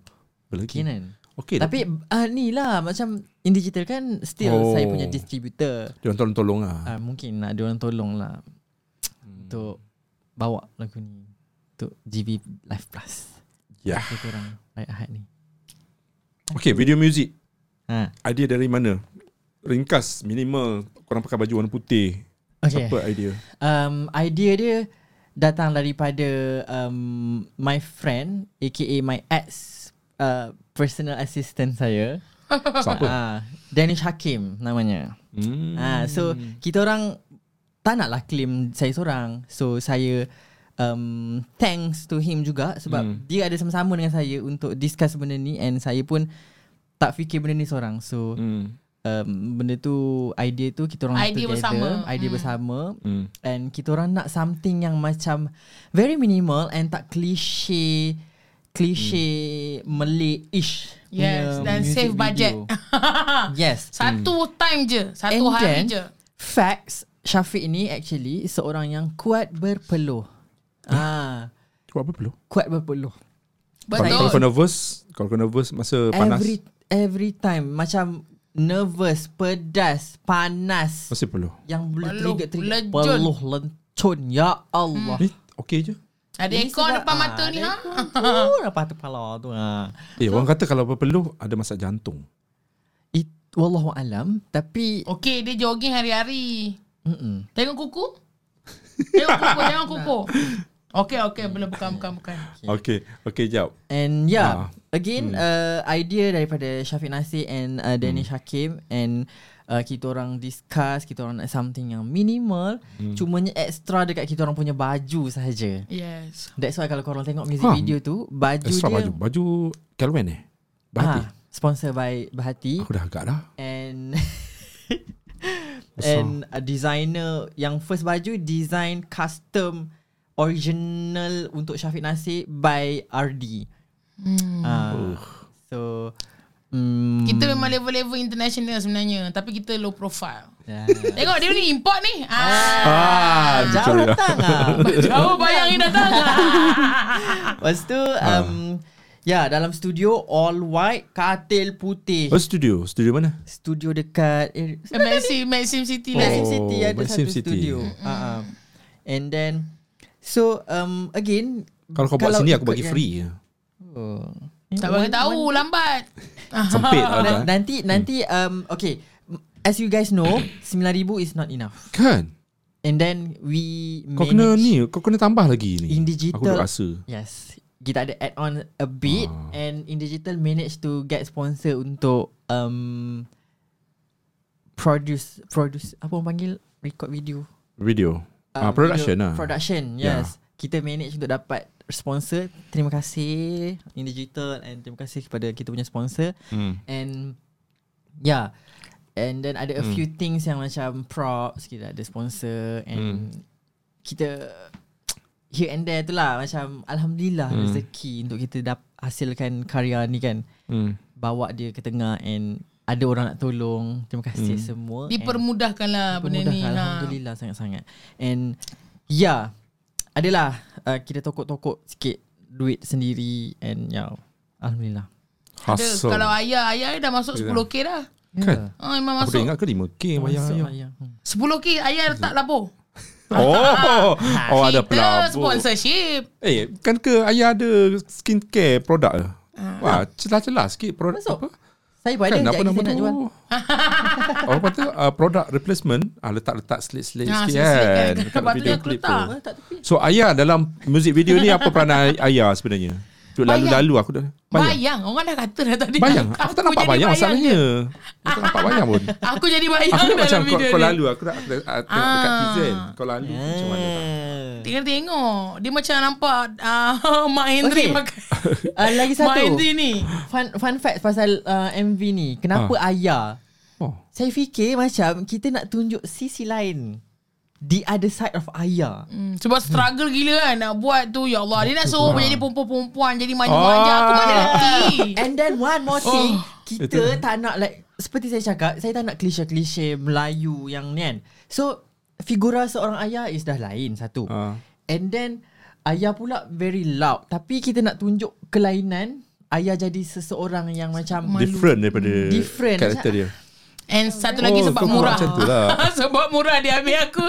B: Apa lagi
C: Kinan
B: Okay
C: kan? Tapi ah, ni lah Macam In digital kan Still
B: Oh.
C: oh. saya punya distributor
B: Dia orang tolong-tolong lah
C: ah, Mungkin nak diorang tolong lah Untuk Bawa lagu ni Untuk GV Live Plus
B: Ya
C: Kita orang Baik Ahad ni
B: Okay video music
C: ha.
B: Idea dari mana Ringkas Minimal Korang pakai baju warna putih
C: Okay
B: Apa idea
C: um, idea dia datang daripada um, my friend aka my ex uh, personal assistant saya
B: Siapa
C: ah Danish Hakim namanya
B: hmm.
C: ah so kita orang tak naklah claim saya seorang so saya um, thanks to him juga sebab
B: Hmm.
C: dia ada sama-sama dengan saya untuk discuss benda ni and saya pun tak fikir benda ni seorang so
B: hmm.
C: um, benda tu idea tu kita orang
A: Idea
C: together
A: bersama.
C: idea
A: Hmm.
C: bersama
B: Hmm.
C: And kita orang nak something yang macam very minimal and tak cliche cliche hmm. Malay-ish.
A: Yes
C: punya
A: Dan
C: music
A: save
C: video.
A: budget Ah,
C: yes.
B: Hmm.
A: Satu time je Satu
C: And
A: hari
C: then,
A: je
C: Facts Syafiq ni actually is seorang yang kuat berpeluh. ah,
B: Buat apa perlu
C: kuat berpeluh.
B: Kalau kalau kau
A: Betul
B: nervous Kalau kau nervous Masa panas
C: Every every time macam nervous, pedas, panas
B: Mesti perlu
C: yang boleh
A: Peluh,
C: trigger trigger
A: lencun.
C: peluh lencun ya Allah.
B: Ni okey je
A: Ada
C: Ni
A: ekor
C: sebab-
A: depan mata
C: ah,
A: ni
C: ada
A: ha
C: ekor tu, Depan kepala tu ha.
B: Eh orang kata kalau berpeluh Ada masak jantung
C: It, wallahu alam tapi
A: Okey dia jogging hari-hari
C: mm-mm.
A: Tengok kuku Tengok kuku Tengok kuku Okey okey Boleh bukan bukan bukan
B: Okey Okey jap Ah.
C: and yeah
B: Hmm.
C: again uh, idea daripada Syafiq Nasir and uh, Danish
B: Hmm.
C: Hakim and uh, kita orang discuss kita orang nak something yang minimal
B: Hmm.
C: cumanya extra dekat kita orang punya baju saja.
A: Yes
C: That's why kalau korang tengok music
B: Ha.
C: video tu baju
B: Extra baju
C: dia
B: Baju Calvin eh Bahati
C: Ah, sponsor by Bahati
B: Aku dah agak dah
C: and and a designer yang first baju design custom original untuk Syafiq Nasir by RD. Hmm. Uh, so
B: Hmm.
C: mm,
A: Kita memang level-level international sebenarnya Tapi kita low profile
C: ya.
A: Tengok dia ni import ni ah.
B: Ah,
C: jauh datang ah.
A: Jauh bayang ni datang
C: Lepas tu
B: Ah.
C: um, ya dalam studio all white katil putih.
B: Oh studio Studio mana
C: Studio dekat eh,
A: Maxim Maxim City lah
C: Maxim
B: Oh,
C: City ada
B: Maxim
C: satu
B: City.
C: studio. Ah, ah. And then so um again
B: Kalau kau buat sini Aku
C: ikut kan.
B: bagi
C: yang-
B: free
C: Oh.
A: Tak bagi tahu lambat
B: Sempit lah dah.
C: Na- nanti nanti um okay as you guys know 9000 is not enough
B: Kan
C: and then we
B: Kau
C: manage-
B: kena ni Kau kena tambah lagi ni
C: In digital-
B: Aku duk rasa
C: yes kita ada add on a bit
B: Ah.
C: and in digital manage to get sponsor untuk um produce produce apa orang panggil record video
B: Video Ah,
C: um,
B: Production lah
C: video, production
B: Yeah.
C: yes kita manage untuk dapat sponsor. Terima kasih In Digital and terima kasih kepada kita punya sponsor.
F: Hmm.
C: And yeah. And then ada a
B: Hmm.
C: few things yang macam props kita ada sponsor
B: Hmm.
C: and kita here and there tu lah macam alhamdulillah rezeki untuk kita dap hasilkan karya ni kan.
B: Hmm.
C: Bawa dia ke tengah and ada orang nak tolong. Terima kasih
B: Hmm.
C: semua. And-
A: Dipermudahkanlah benda ni.
C: Dipermudahkan,
A: Ha.
C: Alhamdulillah sangat-sangat And Yeah Adalah uh, Kita tokok-tokok sikit Duit sendiri And yeah Alhamdulillah
A: Ada,
B: Hustle.
A: kalau ayah, ayah dah masuk 10k dah.
B: Kan?
A: Ha, memang
B: Aku dah
A: masuk.
B: ingat ke 5K bayar
C: Ya. Masuk
B: ayah.
C: lah, yeah. Hmm.
A: 10k ayah letak labur.
B: Oh,
C: Ah,
B: oh ada
A: Kita
B: pelabur.
A: sponsorship.
B: Eh, kan ke ayah ada skincare produk ke? Wah, celah-celah sikit produk
C: Ah. Masuk.
B: apa?
C: Saya pun ada
B: kan apa
C: Sekejap
B: nama
C: lagi saya
B: tu?
C: nak jual
B: Orang kata uh, produk replacement, ah, letak-letak selit-selit
A: Ha,
B: sikit
A: selit-selit kan.
B: kan.
A: Lepas tu
B: video
A: yang
B: clip
A: keluar.
B: tu.
C: Tak tepi
B: So ayah dalam music video ni apa peranan ay- ayah sebenarnya? Duduk
A: Bayang.
B: lalu-lalu aku dah. Bayang.
A: Bayang. Orang dah kata dah tadi.
B: Bayang. Aku tak nampak
A: jadi
B: bayang
A: je.
B: masalahnya. Aku tak nampak bayang pun.
A: Aku jadi bayang
B: Aku
A: dalam
B: macam kau,
A: video
B: kau
A: ni.
B: lalu aku tak aku dah- ah, tengok dekat
A: Ah. Eh.
B: teaser kan. Kau lalu macam mana tak?
A: Tengok tengok. Dia macam nampak uh, Mak Hendry
C: Okey.
A: makan.
C: uh, Lagi
A: Mak
C: satu
A: Hendry ni.
C: Fun, fun fact pasal uh, MV ni Kenapa
B: Ah.
C: Ayah
B: Oh.
C: Saya fikir macam Kita nak tunjuk sisi lain The other side of Ayah
A: Hmm, sebab struggle gila kan nak buat tu. Ya Allah. Dia nak suruh jadi perempuan-perempuan. Jadi manja-manja. Aku
B: Ah.
A: mana nanti.
C: And then one more thing
A: Oh.
C: oh, Kita tak nak like Seperti saya cakap Saya tak nak klise-klise Melayu yang ni kan So Figura seorang ayah is dah lain Satu
B: Ah.
C: uh. And then Ayah pula very loud Tapi kita nak tunjuk kelainan Ayah jadi seseorang yang macam
B: Different daripada
C: Different.
B: karakter dia.
A: And satu lagi
B: Oh,
A: sebab
B: kau buat
A: murah.
B: macam tu lah.
A: sebab murah dia ambil aku.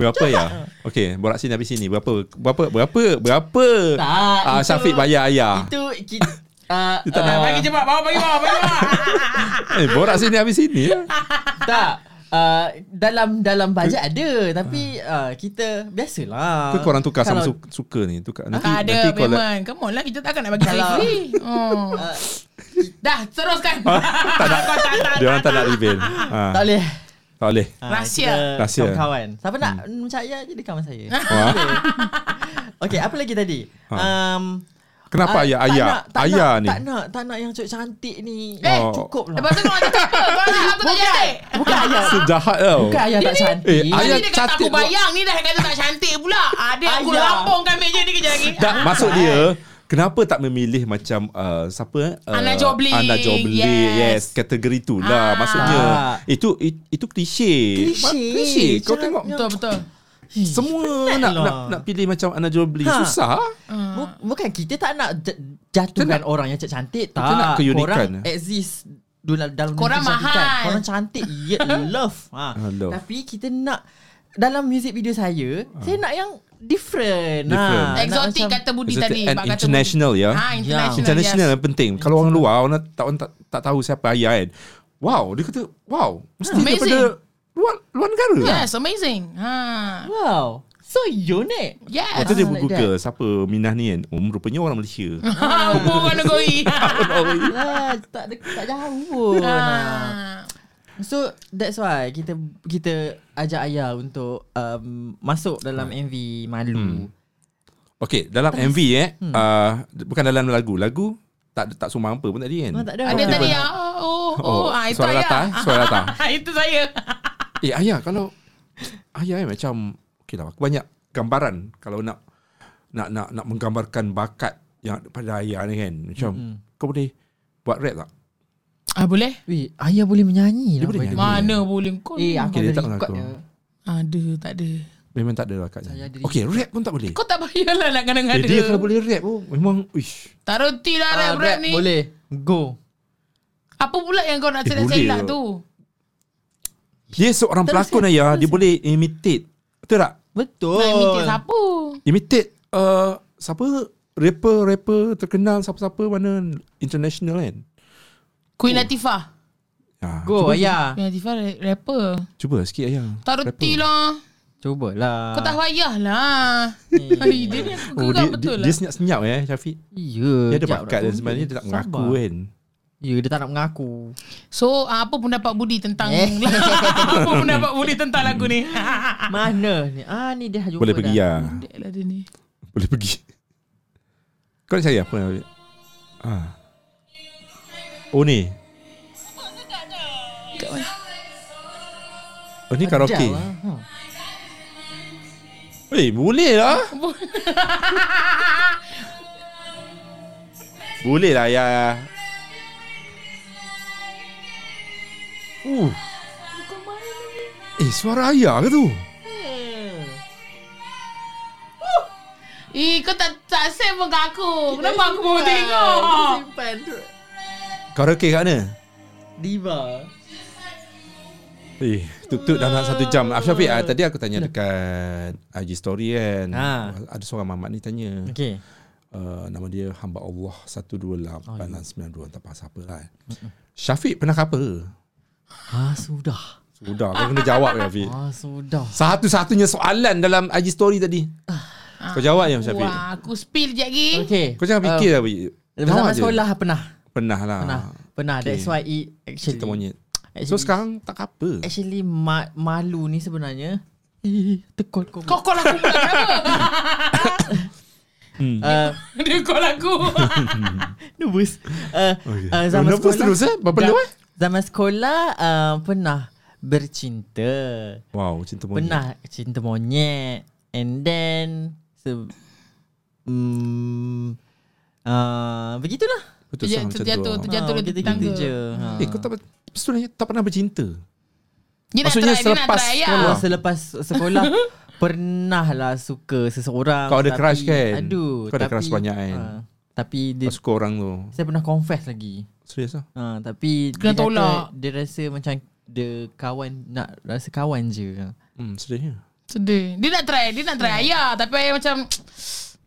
B: Berapa
C: Ah.
B: ya? Okey, borak sini habis sini. Berapa berapa berapa berapa
C: Tak,
B: ah,
C: itu-
B: Syafiq bayar ayah?
C: Itu kita, uh,
B: Dia tak nak
A: Bagi cepat. Bawa bagi bawa. Bagi bawa.
B: Eh, borak sini habis sini. ya.
C: Ah. Tak uh, dalam dalam bajet ada tapi uh, kita biasalah.
B: Ah. Ke korang tukar sama
C: Kalau-
B: suka,
C: Ah,
B: suka ni tukar nanti
A: Tak ada
B: nanti kau la-
A: memang. Come on lah. Kita takkan nak bagi saya
C: Kalau- Uh.
A: free. Oh. Dah. Teruskan.
B: Ah, tak nak dia orang tak nak reveal. Ha,
C: Tak boleh.
B: tak boleh.
A: Rahsia.
B: Rahsia.
C: Rahsia. Kawan-kawan. Siapa nak hmm. percaya je dia kawan saya.
B: Ha.
C: Okey, apa lagi tadi?
B: Ha.
C: Um,
B: Kenapa
C: ah,
B: ayah
C: tak
B: ayah
C: nak, tak
B: ayah
C: nak,
B: ni? Oh.
C: Tak nak, tak nak yang cantik ni.
A: Eh,
C: Eh, cukup lah.
A: Lepas tu kau nak cakap apa? Kau nak aku tak cantik.
C: Bukan ayah.
B: Sejahat tau.
C: Bukan ayah tak
B: Eh,
C: cantik.
B: ayah
A: Tadi dia kata
B: cantik
A: aku bayang ni dah kata tak cantik pula. Ada aku
C: Ayah.
A: lampungkan meja ni kejap lagi.
B: Tak maksud dia Kenapa tak memilih macam uh, siapa eh? Uh,
A: Ana Jobling.
B: Ana Jobling.
A: Yes.
B: Yes, kategori tu lah
A: Ah.
B: maksudnya.
C: Ah.
B: Itu it, itu klise.
C: Klise.
B: klise. Kau
C: Jangan-
B: tengok
A: Betul betul.
B: semua nak,
C: lah.
B: nak nak pilih macam Ana Jobling
C: Ha.
B: susah.
C: Bu- Bukan kita tak nak j- jatuhkan
B: Kita nak-
C: orang yang cantik tak.
B: nak keunikan. eh.
C: Korang exist dalam dalam
A: Korang
C: dunia kecantikan.
A: mahal.
C: Korang cantik yet love. Ha.
B: Ah, love.
C: Tapi kita nak dalam music video saya, saya nak yang different.
B: Ha. Different.
C: Ha. Nak
A: Exotic kan?
C: macam-
A: kata Budi
B: Is it
A: tadi.
B: an
A: Bak kata
B: international,
A: Budi.
B: ya?
A: Ha, international.
B: International
A: yes.
B: yang penting. Kalau orang luar orang tak orang tak, tak tahu siapa ayah kan. Wow, dia kata wow, mesti
A: Amazing.
B: daripada luar luar negara.
A: Yes, amazing. Ha.
C: Wow. So unique.
A: Yes.
B: Lepas tu dia
C: Ah, like
B: Google siapa Minah ni kan. Um, rupanya orang Malaysia.
A: Ha, umur orang negeri.
C: Lah, tak de- tak jauh pun.
A: Ha.
C: Ha. So that's why kita kita ajak ayah untuk um, masuk dalam MV
B: Hmm.
C: Malu.
B: Okay, dalam MV eh,
A: Hmm.
B: uh, bukan dalam lagu. Lagu tak tak sumbang apa pun tadi kan.
C: Oh, tak ada.
A: Ada
C: Oh.
A: tadi ya. Oh, oh,
B: Oh,
A: ah, itu
B: suara
A: ayah.
B: rata, eh? Suara rata.
A: itu saya.
B: Eh ayah kalau ayah eh, macam okay lah aku banyak gambaran kalau nak nak nak nak menggambarkan bakat yang pada ayah ni kan. Macam mm-hmm. kau boleh buat rap tak?
A: Ah, boleh?
C: Weh, ayah boleh menyanyi
B: Dia
C: lah.
B: boleh
C: by the way.
B: nyanyi.
A: Mana boleh kau?
C: Eh, aku
B: Okay, dia
C: ada
B: tak
C: record
B: mengaku.
C: dia.
A: Ada, tak ada.
B: Memang tak ada bakatnya.
C: Saya ada
B: Okay, rap pun tak boleh.
A: Kau tak payahlah nak
B: Eh,
A: kadang-kadang.
B: dia kalau boleh rap pun memang ish.
A: Tak reti lah
C: Ah,
A: rap-rap ni.
C: Boleh. Go.
A: Apa pula yang kau nak
B: Eh,
A: celak-celak
B: boleh.
A: tu?
B: Dia seorang
C: Teruskan,
B: pelakon ayah, dia boleh imitate. Betul tak? Oh.
C: Betul.
A: Nak imitate siapa?
B: Imitate uh, siapa rapper-rapper terkenal siapa-siapa mana international kan.
A: Queen Latifah.
B: Oh. Ah,
C: Go ayah.
A: Queen Latifah ra- rapper.
B: Cuba sikit ayah.
A: Tak reti lah.
C: Cubalah.
A: Kau tak payahlah. Hai, dia ni aku
B: Ah. Oh,
A: geram
B: dia, dia,
A: betul
B: dia
A: lah.
B: senyap-senyap eh Syafiq
C: Ya.
B: Dia ada
C: kejap
B: bakat
C: nak
B: dan
C: tunggu.
B: sebenarnya dia tak
C: Sabar.
B: mengaku kan
C: Ya dia tak nak mengaku
A: So uh, apa pendapat Budi tentang
C: Eh.
A: Apa pendapat Budi tentang lagu ni
C: Mana ni Ah ni dia jumpa
B: Boleh pergi lah
C: dah.
A: Pendek lah dia ni
B: Boleh pergi Kau nak cari apa ah. Oh ni
A: Kat mana?
B: Oh ni karaoke
C: Jauh lah. Ha.
B: Eh boleh lah Boleh lah ya Uh. Eh suara ayah ke tu
A: Eh kau tak tak save pun kat aku Kenapa aku baru tengok
C: Simpan tu
B: Karaoke kat mana
C: Diva
B: Eh, tutup dah nak satu jam. Abang Syafiq, ah, tadi aku tanya dekat IG story kan.
C: Ha.
B: Ada seorang mamat ni tanya.
C: Okay
B: Uh, nama dia hamba Allah 128 oh,
C: ya.
B: 92 tak pasal apa lah. Syafiq pernah cover?
C: Ha sudah
B: Sudah, kau kena jawab ya Syafiq.
C: Ha sudah
B: Satu-satunya soalan dalam IG story tadi.
C: Ah.
B: Kau jawab ya Syafiq.
A: Wah aku spill je lagi
C: Okay
B: Kau jangan fikir lah. Wik.
C: um,
B: Jawab
C: Zaman
B: je.
C: sekolah pernah
B: Pernah lah.
C: Pernah Pernah
B: Okay.
C: That's why it actually
B: Cerita monyet. So
C: actually, Eh,
B: sekarang tak cover.
C: Actually ma- malu ni sebenarnya Eh tekot kau
A: Kau call aku pula kenapa
B: Hmm.
C: uh,
A: Dia call aku
C: Nervous uh,
B: Okay.
C: okay. uh, Zaman
B: Oh, ya. Nervous
C: sekolah
B: terus, eh? Berapa lama, eh?
C: Zaman sekolah uh, Pernah Bercinta
B: Wow, cinta monyet.
C: Pernah cinta monyet And then se- mm, uh, Begitulah
B: Betul
A: Terjatuh
B: sama macam tu.
A: Terjatuh
B: lah.
A: Terjatuh
C: Ah,
A: dari
C: gitu-gitu
A: tangga
C: je. Ha.
B: Eh, kau tak Sebenarnya tak pernah bercinta.
A: Dia nak
B: Maksudnya
A: try Dia nak
B: selepas lah.
A: try ya
C: Kalau
B: sekolah.
C: selepas sekolah Pernah lah suka seseorang
B: Kau ada crush kan?
C: Aduh
B: Kau ada crush banyak kan?
C: ah, Tapi dia,
B: Kau suka orang tu.
C: Saya pernah confess lagi
B: Serius lah.
C: ha, Tapi
A: Kena
C: dia kata
A: tolak.
C: Dia rasa macam Dia kawan Nak rasa kawan je Ha,
B: Hmm, seriusnya.
A: Sedih Dia nak try Dia nak try ayah Tapi ayah macam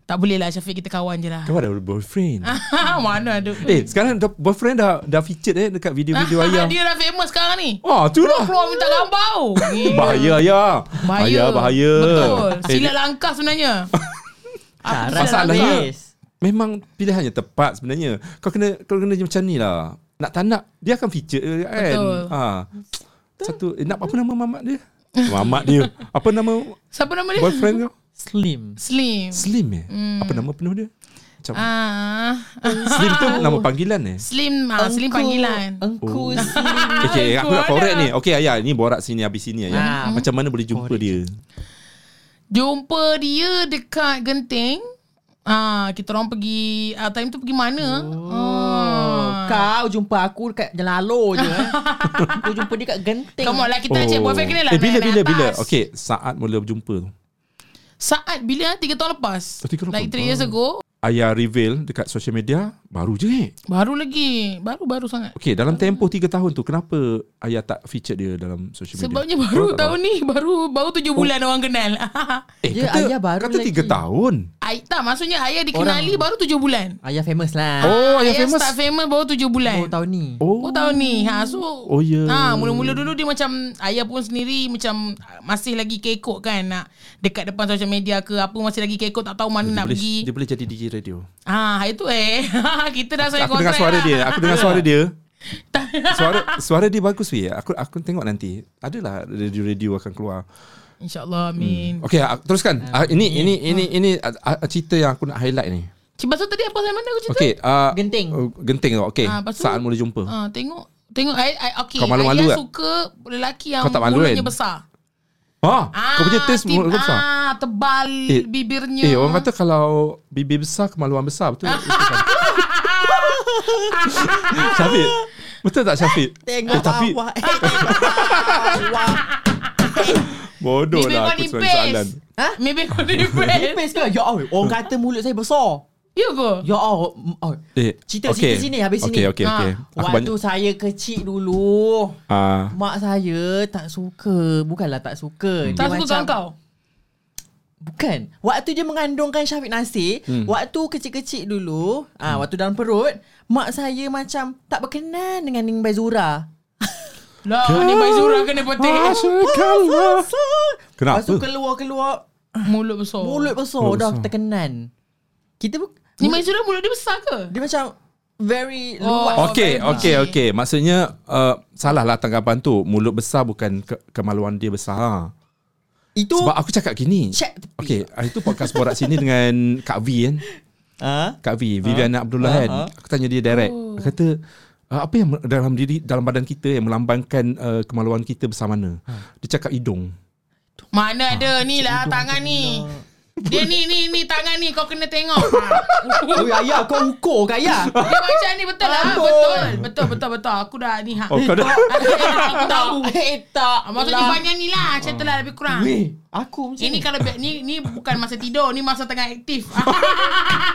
A: Tak boleh lah Syafiq kita kawan je lah
B: Kau ada boyfriend.
A: Mana ada
B: Ah. Eh, sekarang dah, boyfriend dah dah featured eh dekat video-video
A: Ah,
B: ayah.
A: Dia dah famous sekarang ni
B: Wah, tu lah.
A: Keluar minta gambar oh. tau. Gila.
B: Bahaya ayah.
A: Bahaya.
B: Ayah bahaya.
A: Betul.
B: Eh,
A: Silat langkah sebenarnya. Apa tu
C: lah
A: silat
B: Masalahnya-
A: langkah?
B: memang pilihannya tepat sebenarnya. Kau kena kau kena macam ni lah. Nak tak nak dia akan feature eh, kan.
A: Betul.
B: Ha. Satu eh, nak apa nama mamat dia? Mamat dia. Apa nama
A: Siapa nama dia?
B: boyfriend kau?
C: Slim
A: Slim.
B: Slim eh. Apa nama penuh dia? Macam
A: Hmm. Ah,
B: Slim tu nama panggilan eh.
A: Slim, ah, Slim panggilan.
B: Oh.
C: Engku Slim
A: Ah,
B: Okay, aku nak
A: Kau
B: korek
A: ada.
B: ni. Okay, Ayah, ni borak sini habis sini Ayah. Hmm?
C: Ah.
B: Macam mana boleh jumpa dia?
A: Jumpa dia dekat Genting. Ah, kita orang pergi ah, time tu pergi mana?
C: Oh,
A: Ah.
C: Kau jumpa aku dekat Jalan Alo je eh. Aku jumpa dia kat Genting
A: Come on lah kita nak cek boyfriend kena lah.
B: Eh, bila
A: naik-
B: bila
A: naik
B: bila?
A: atas.
B: Okay, saat mula berjumpa tu.
A: Saat bila 3 tahun lepas.
B: Oh, tiga tahun
A: like 3
B: lepas.
A: years ago.
B: Ayah reveal dekat social media baru je eh.
A: Baru lagi. Baru-baru sangat.
B: Okay, dalam tempoh 3 tahun tu kenapa Ayah tak feature dia dalam social media?
A: Sebabnya
B: Kau
A: baru
B: tak
A: tahun ni baru baru tujuh
B: Oh.
A: bulan orang kenal.
B: tahu? Eh,
C: Dia
B: kata,
C: Ya, Ayah baru
B: kata
C: lagi.
B: 3 tahun.
A: Ay, tak maksudnya ayah dikenali orang. baru tujuh bulan. Ah,
C: Ayah famous lah
B: Oh, Ayah famous.
A: start famous baru tujuh bulan.
C: Oh, tahun ni
A: Oh
B: Oh,
A: tahun ni ha, So
B: Oh, ya.
A: ha, Mula-mula dulu dia macam Ayah pun sendiri Macam ah, Masih lagi kekok kan nak Dekat depan social media ke Apa masih lagi kekok Tak tahu mana
B: dia,
A: nak
B: boleh,
A: pergi
B: dia boleh jadi DJ radio.
A: Ah, ha, Itu eh Kita dah saya lah.
B: Aku dengar suara dia. Aku dengar suara dia. Suara suara dia bagus weh. Aku aku tengok nanti. Adalah radio-radio akan keluar.
A: InsyaAllah amin
B: Okey, ah, teruskan. Ah, ini ini ini ini ah, ah, cerita yang aku nak highlight ni.
A: hmm. Lepas tu tadi apa saya mana aku cerita
B: Okey, ah,
C: Genting.
B: oh, Genting tu. Okey.
A: Ah, lepas tu-
B: Saat mula jumpa.
A: ha, Tengok Tengok I, I, okay.
B: Kau malu-malu
A: Ayah
B: tak?
A: suka Lelaki yang
B: Kau tak malu,
A: mulutnya
B: kan?
A: besar
B: Ah, kau punya taste
A: tip-
B: mulut kau besar.
A: Ah, tebal
B: Eh,
A: bibirnya.
B: Eh, orang kata kalau bibir besar kemaluan besar, betul? tak? Betul tak? Syafiq. Betul tak Syafiq?
C: Tengok
B: Eh, tapi
C: awak Awak
B: bodoh
A: bibir kau
B: lah aku
A: nipis.
B: soalan.
A: Ha? Bibir kau nipis.
C: Nipis ke? Ya Allah Orang kata mulut saya besar
A: Ya ke?
C: Ya Allah mm, oh.
B: Eh,
C: Cerita
B: okey.
C: cerita sini Habis sini Ha,
B: Okey, okey, okey.
A: Ah,
B: Aku banyak
C: Waktu saya kecil dulu
B: ah
C: Mak saya tak suka Bukanlah tak suka
A: Tak suka macam...
C: macam-
A: kau.
C: Bukan. Waktu dia mengandungkan Syafiq Nasir, hmm. waktu kecil-kecil dulu, ah waktu dalam perut, mak saya macam tak berkenan dengan Ning Baizura.
A: Lah, ni bayi surah kena petik.
B: Asyikalah. Ah, Kenapa?
C: Lepas tu keluar-keluar
A: Mulut besar.
C: mulut besar
B: Mulut
C: dah
B: besar.
C: terkenan. Kita bu-
A: Ni bayi surah mulut dia besar ke?
C: dia macam very
A: Oh.
C: luas.
B: Okey,
A: very
B: okey,
A: luas.
B: okey. Maksudnya uh, salahlah tanggapan tu. Mulut besar bukan ke- kemaluan dia besar. Ha.
C: Itu
B: Sebab aku cakap gini.
C: Check tepi.
B: Okey, hari tu podcast borak sini dengan Kak V kan.
C: Ah,
B: Kak V, Viviana Abdullah kan.
C: Ha, ha.
B: Aku tanya dia direct.
A: Oh.
B: Aku kata "Ah, apa yang dalam diri dalam badan kita yang melambangkan uh, kemaluan kita besar mana?
A: Ha.
B: Dia cakap hidung.
A: Mana ada ni lah tangan ni. Dia ni ni ni tangan ni kau kena tengok. Ha.
C: Oi ayah kau ukur ke ayah?
A: Dia macam ni betul lah
C: Amboi.
A: Betul Betul betul betul Aku dah ni ha
B: Oh, kau dah.
A: Tahu
C: Eh
A: Ah,
C: tak.
A: Maksudnya banyak ni lah Macam tu lah lebih kurang
C: Weh, aku macam
A: Ini kan-
C: ni.
A: kalau be- ni ni bukan masa tidur Ni masa tengah aktif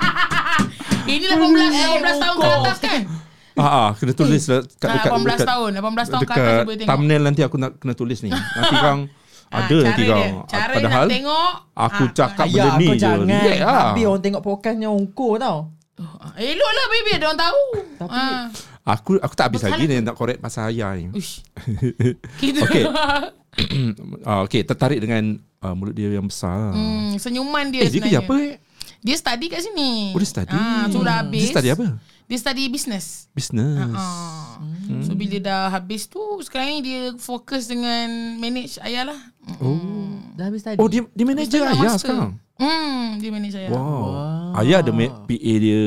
A: Ini 18, 18 tahun ke atas kan
B: Ah, ah, kena tulis lah dekat,
A: Ah, 18 tahun, 18 tahun ke atas
B: dekat
A: boleh tengok.
B: Thumbnail nanti aku nak kena tulis ni. Nanti kang
A: Ah,
B: ada nanti
A: cara
B: kang.
A: dia, Cara
B: Padahal
A: nak tengok
B: aku
A: ah,
B: cakap benda
C: Ayah
B: ni
C: kau
B: je.
C: jangan.
B: Relax lah.
C: Tapi orang tengok podcastnya ukur tau.
A: ah, Elok lah baby Dia orang tahu
C: Tapi-
A: Ah.
B: Aku aku tak habis
A: Pasal
B: lagi ni nak korek pasal ayah ni.
A: Uish. Kita
B: Okey. Ah, okay, tertarik dengan ah, mulut dia yang besar.
A: Hmm, senyuman dia
B: eh, dia kerja
A: sebenarnya.
B: apa? Eh?
A: Dia study kat sini.
B: Oh, dia study.
A: Ah, sudah
B: Dia
A: habis.
B: study apa?
A: Dia study business.
B: Business.
A: Ah.
B: Hmm.
A: So bila dah habis tu sekarang ni dia fokus dengan manage ayah lah.
B: Oh.
C: Dah habis tadi.
B: Oh, dia dia manager
A: Dia nak
B: ayah
A: master.
B: sekarang.
A: Hmm, dia manage ayah.
B: Wow. Ayah ada ma- PA dia,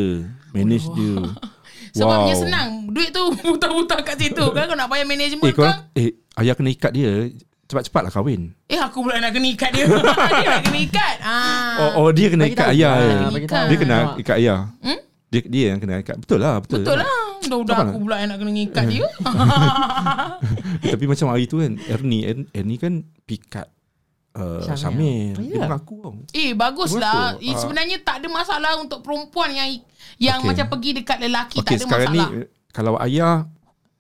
B: manage dia.
A: Sebabnya senang. Duit tu buta-buta kat situ. kan kau nak bayar management
B: Eh,
A: eh, kau.
B: korang, eh, ayah kena ikat dia. Cepat-cepatlah kahwin.
A: Eh aku pula nak kena ikat dia. dia nak kena ikat. Ah.
B: Oh, oh dia kena
C: Bagi
B: ikat
C: tahu.
B: ayah.
C: Ah,
B: eh.
C: bagi
A: tahu.
B: Dia kena
C: Ah.
B: ikat ayah. Hmm? Dia dia yang kena ikat. Betul lah, betul.
A: Betul lah. Dah-dah
B: Faham
A: aku
B: tak?
A: pula yang nak kena ikat dia.
B: Eh, Tapi macam hari tu kan, Ernie, Ern- Ernie kan pikat uh,
C: Syamil.
B: Syamil.
C: Oh,
B: Dia
C: ya.
B: mengaku tau.
A: Eh baguslah.
B: Betul.
A: Eh,
B: Ah.
A: sebenarnya tak ada masalah untuk perempuan yang yang
B: Okey.
A: macam pergi dekat lelaki tak
B: Okey,
A: ada
B: sekarang
A: masalah.
B: ni eh, kalau ayah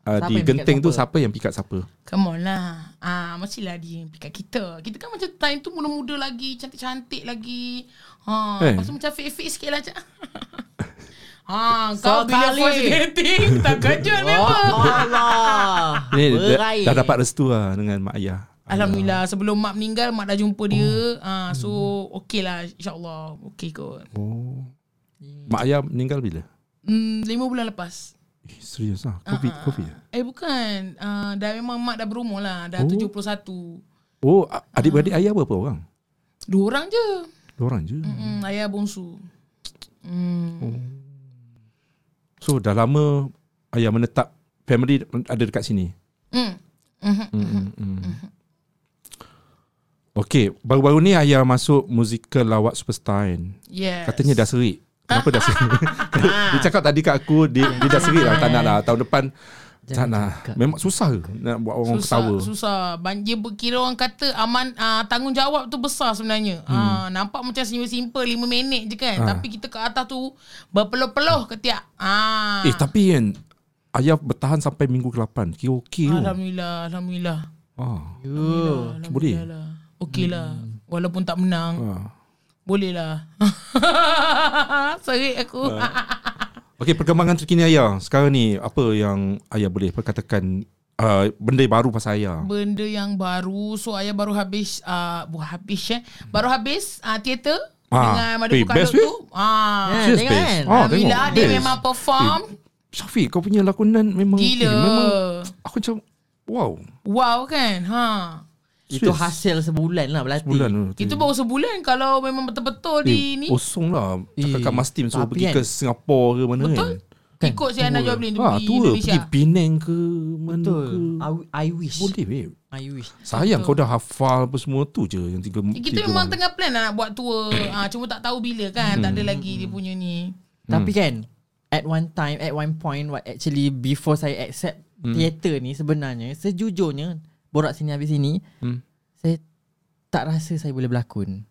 B: uh, di
C: Siapa yang
B: genting
C: pikat
B: tu
C: siapa?
B: siapa yang pikat siapa?
A: Come on lah. Ah, mestilah dia yang pick up kita. Kita kan macam time tu muda-muda lagi, cantik-cantik lagi. Ha,
B: Eh.
A: eh. lepas tu macam fake-fake sikit lah. Cak. ha, kau
C: Sekali.
A: bila first dating, tak kejut
C: Oh.
A: memang.
C: Allah.
B: Ni dah,
C: Berair.
B: dah dapat restu lah dengan mak ayah.
A: Alhamdulillah sebelum mak meninggal mak dah jumpa dia. Ah,
B: Hmm.
A: so okey lah insya-Allah. Okey kot.
B: Oh. Mak ayah meninggal bila?
A: Hmm, lima bulan lepas.
B: Eh, serius lah. Covid, Covid.
A: Eh bukan, ah, dah memang mak dah berumur lah, dah
B: Oh.
A: oh. 71.
B: Oh, a- adik-beradik ayah berapa orang?
A: Dua orang je.
B: Dua orang je.
A: Hmm, ayah bongsu. Hmm.
B: So, dah lama ayah menetap family ada dekat sini. hmm.
A: Hmm. Mhm.
B: Okey, baru-baru ni ayah masuk musical lawak superstar kan.
A: Yes.
B: Katanya dah serik. Kenapa dah serik? dia cakap tadi kat aku dia, dia dah serik lah tak nak lah tahun depan tak nak. Memang susah ke nak buat orang
A: susah,
B: Oh, ketawa.
A: Susah. Ban- Dia kira orang kata aman uh, tanggungjawab tu besar sebenarnya. Hmm. Uh, nampak macam simple-simple 5 minit je kan.
B: Ah.
A: Tapi kita ke atas tu berpeluh-peluh ketiak. Ah.
B: Eh tapi kan ayah bertahan sampai minggu ke-8. Kira okey tu.
A: Alhamdulillah, alhamdulillah.
B: Ah.
A: Alhamdulillah,
B: boleh? Hmm.
A: alhamdulillah lah. Okey lah. Walaupun tak menang,
B: Ah.
A: boleh lah. Serik aku.
B: Ah. Okey, perkembangan terkini ayah sekarang ni apa yang ayah boleh perkatakan uh, benda baru pasal ayah?
A: Benda yang baru. So ayah baru habis uh, buah habis eh. Baru habis uh, teater
B: Ah.
A: dengan Madu
B: Eh,
A: Bukan
B: best
A: tu.
B: weh.
A: Ah.
C: Ah,
B: Serious,
C: tengok
B: Bez?
C: kan?
B: Ah, tengok.
A: Alhamdulillah dia
B: Bez.
A: memang perform
B: Syafiq, kau punya lakonan memang
A: gila.
B: Eh, memang aku macam wow.
A: Wow kan. Ha.
C: Itu
B: Serious.
C: hasil sebulan lah berarti.
B: Bulan tu.
A: Itu baru sebulan kalau memang betul-betul di
B: eh,
A: ni.
B: Kosong lah Cakap
C: Eh,
B: kat Mas Tim Suruh
C: tapi
B: pergi
C: kan-
B: ke Singapura ke mana
A: Betul.
C: Kan,
A: Ikut si Ana Joblin
B: kan
A: tu
B: ha,
A: pergi
B: Tua
A: Indonesia.
B: Pergi Penang ke Mana
C: Betul.
B: ke
C: I, I wish.
B: Boleh weh
C: I wish.
B: Sayang kau dah hafal Apa semua tu je Yang tiga
A: Kita
B: tiga
A: memang
B: mana.
A: tengah plan lah nak buat tour. ha, cuma tak tahu bila kan. Tak ada lagi dia punya ni.
C: Tapi
B: Hmm.
C: kan at one time at one point what actually before saya accept
B: Hmm.
C: theater ni sebenarnya sejujurnya borak sini habis sini
B: Hmm.
C: saya tak rasa saya boleh berlakon.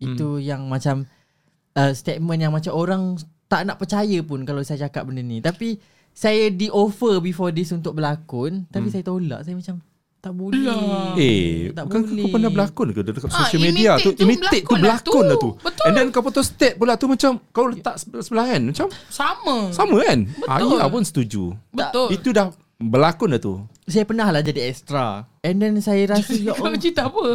C: Itu
B: Hmm.
C: yang macam uh, statement yang macam orang tak nak percaya pun kalau saya cakap benda ni. Tapi saya di offer before this untuk berlakon tapi saya tolak. Saya macam tak boleh.
B: Hmm. Eh Bukan kau pernah berlakon ke Dekat
A: Ah,
B: social media
A: imitate
B: tu
A: tu
B: Imitate tu
A: berlakon
B: berlakon
A: lah
B: lah
A: tu.
B: tu
A: Betul.
B: And then kau potong step pula tu Macam kau letak sebelah- sebelah kan Macam
A: Sama.
B: sama kan Ayah pun setuju
A: Betul.
B: Itu dah berlakon dah tu
C: Saya pernah lah jadi extra. And then saya rasa ya
A: Kau
C: Allah.
A: cerita apa?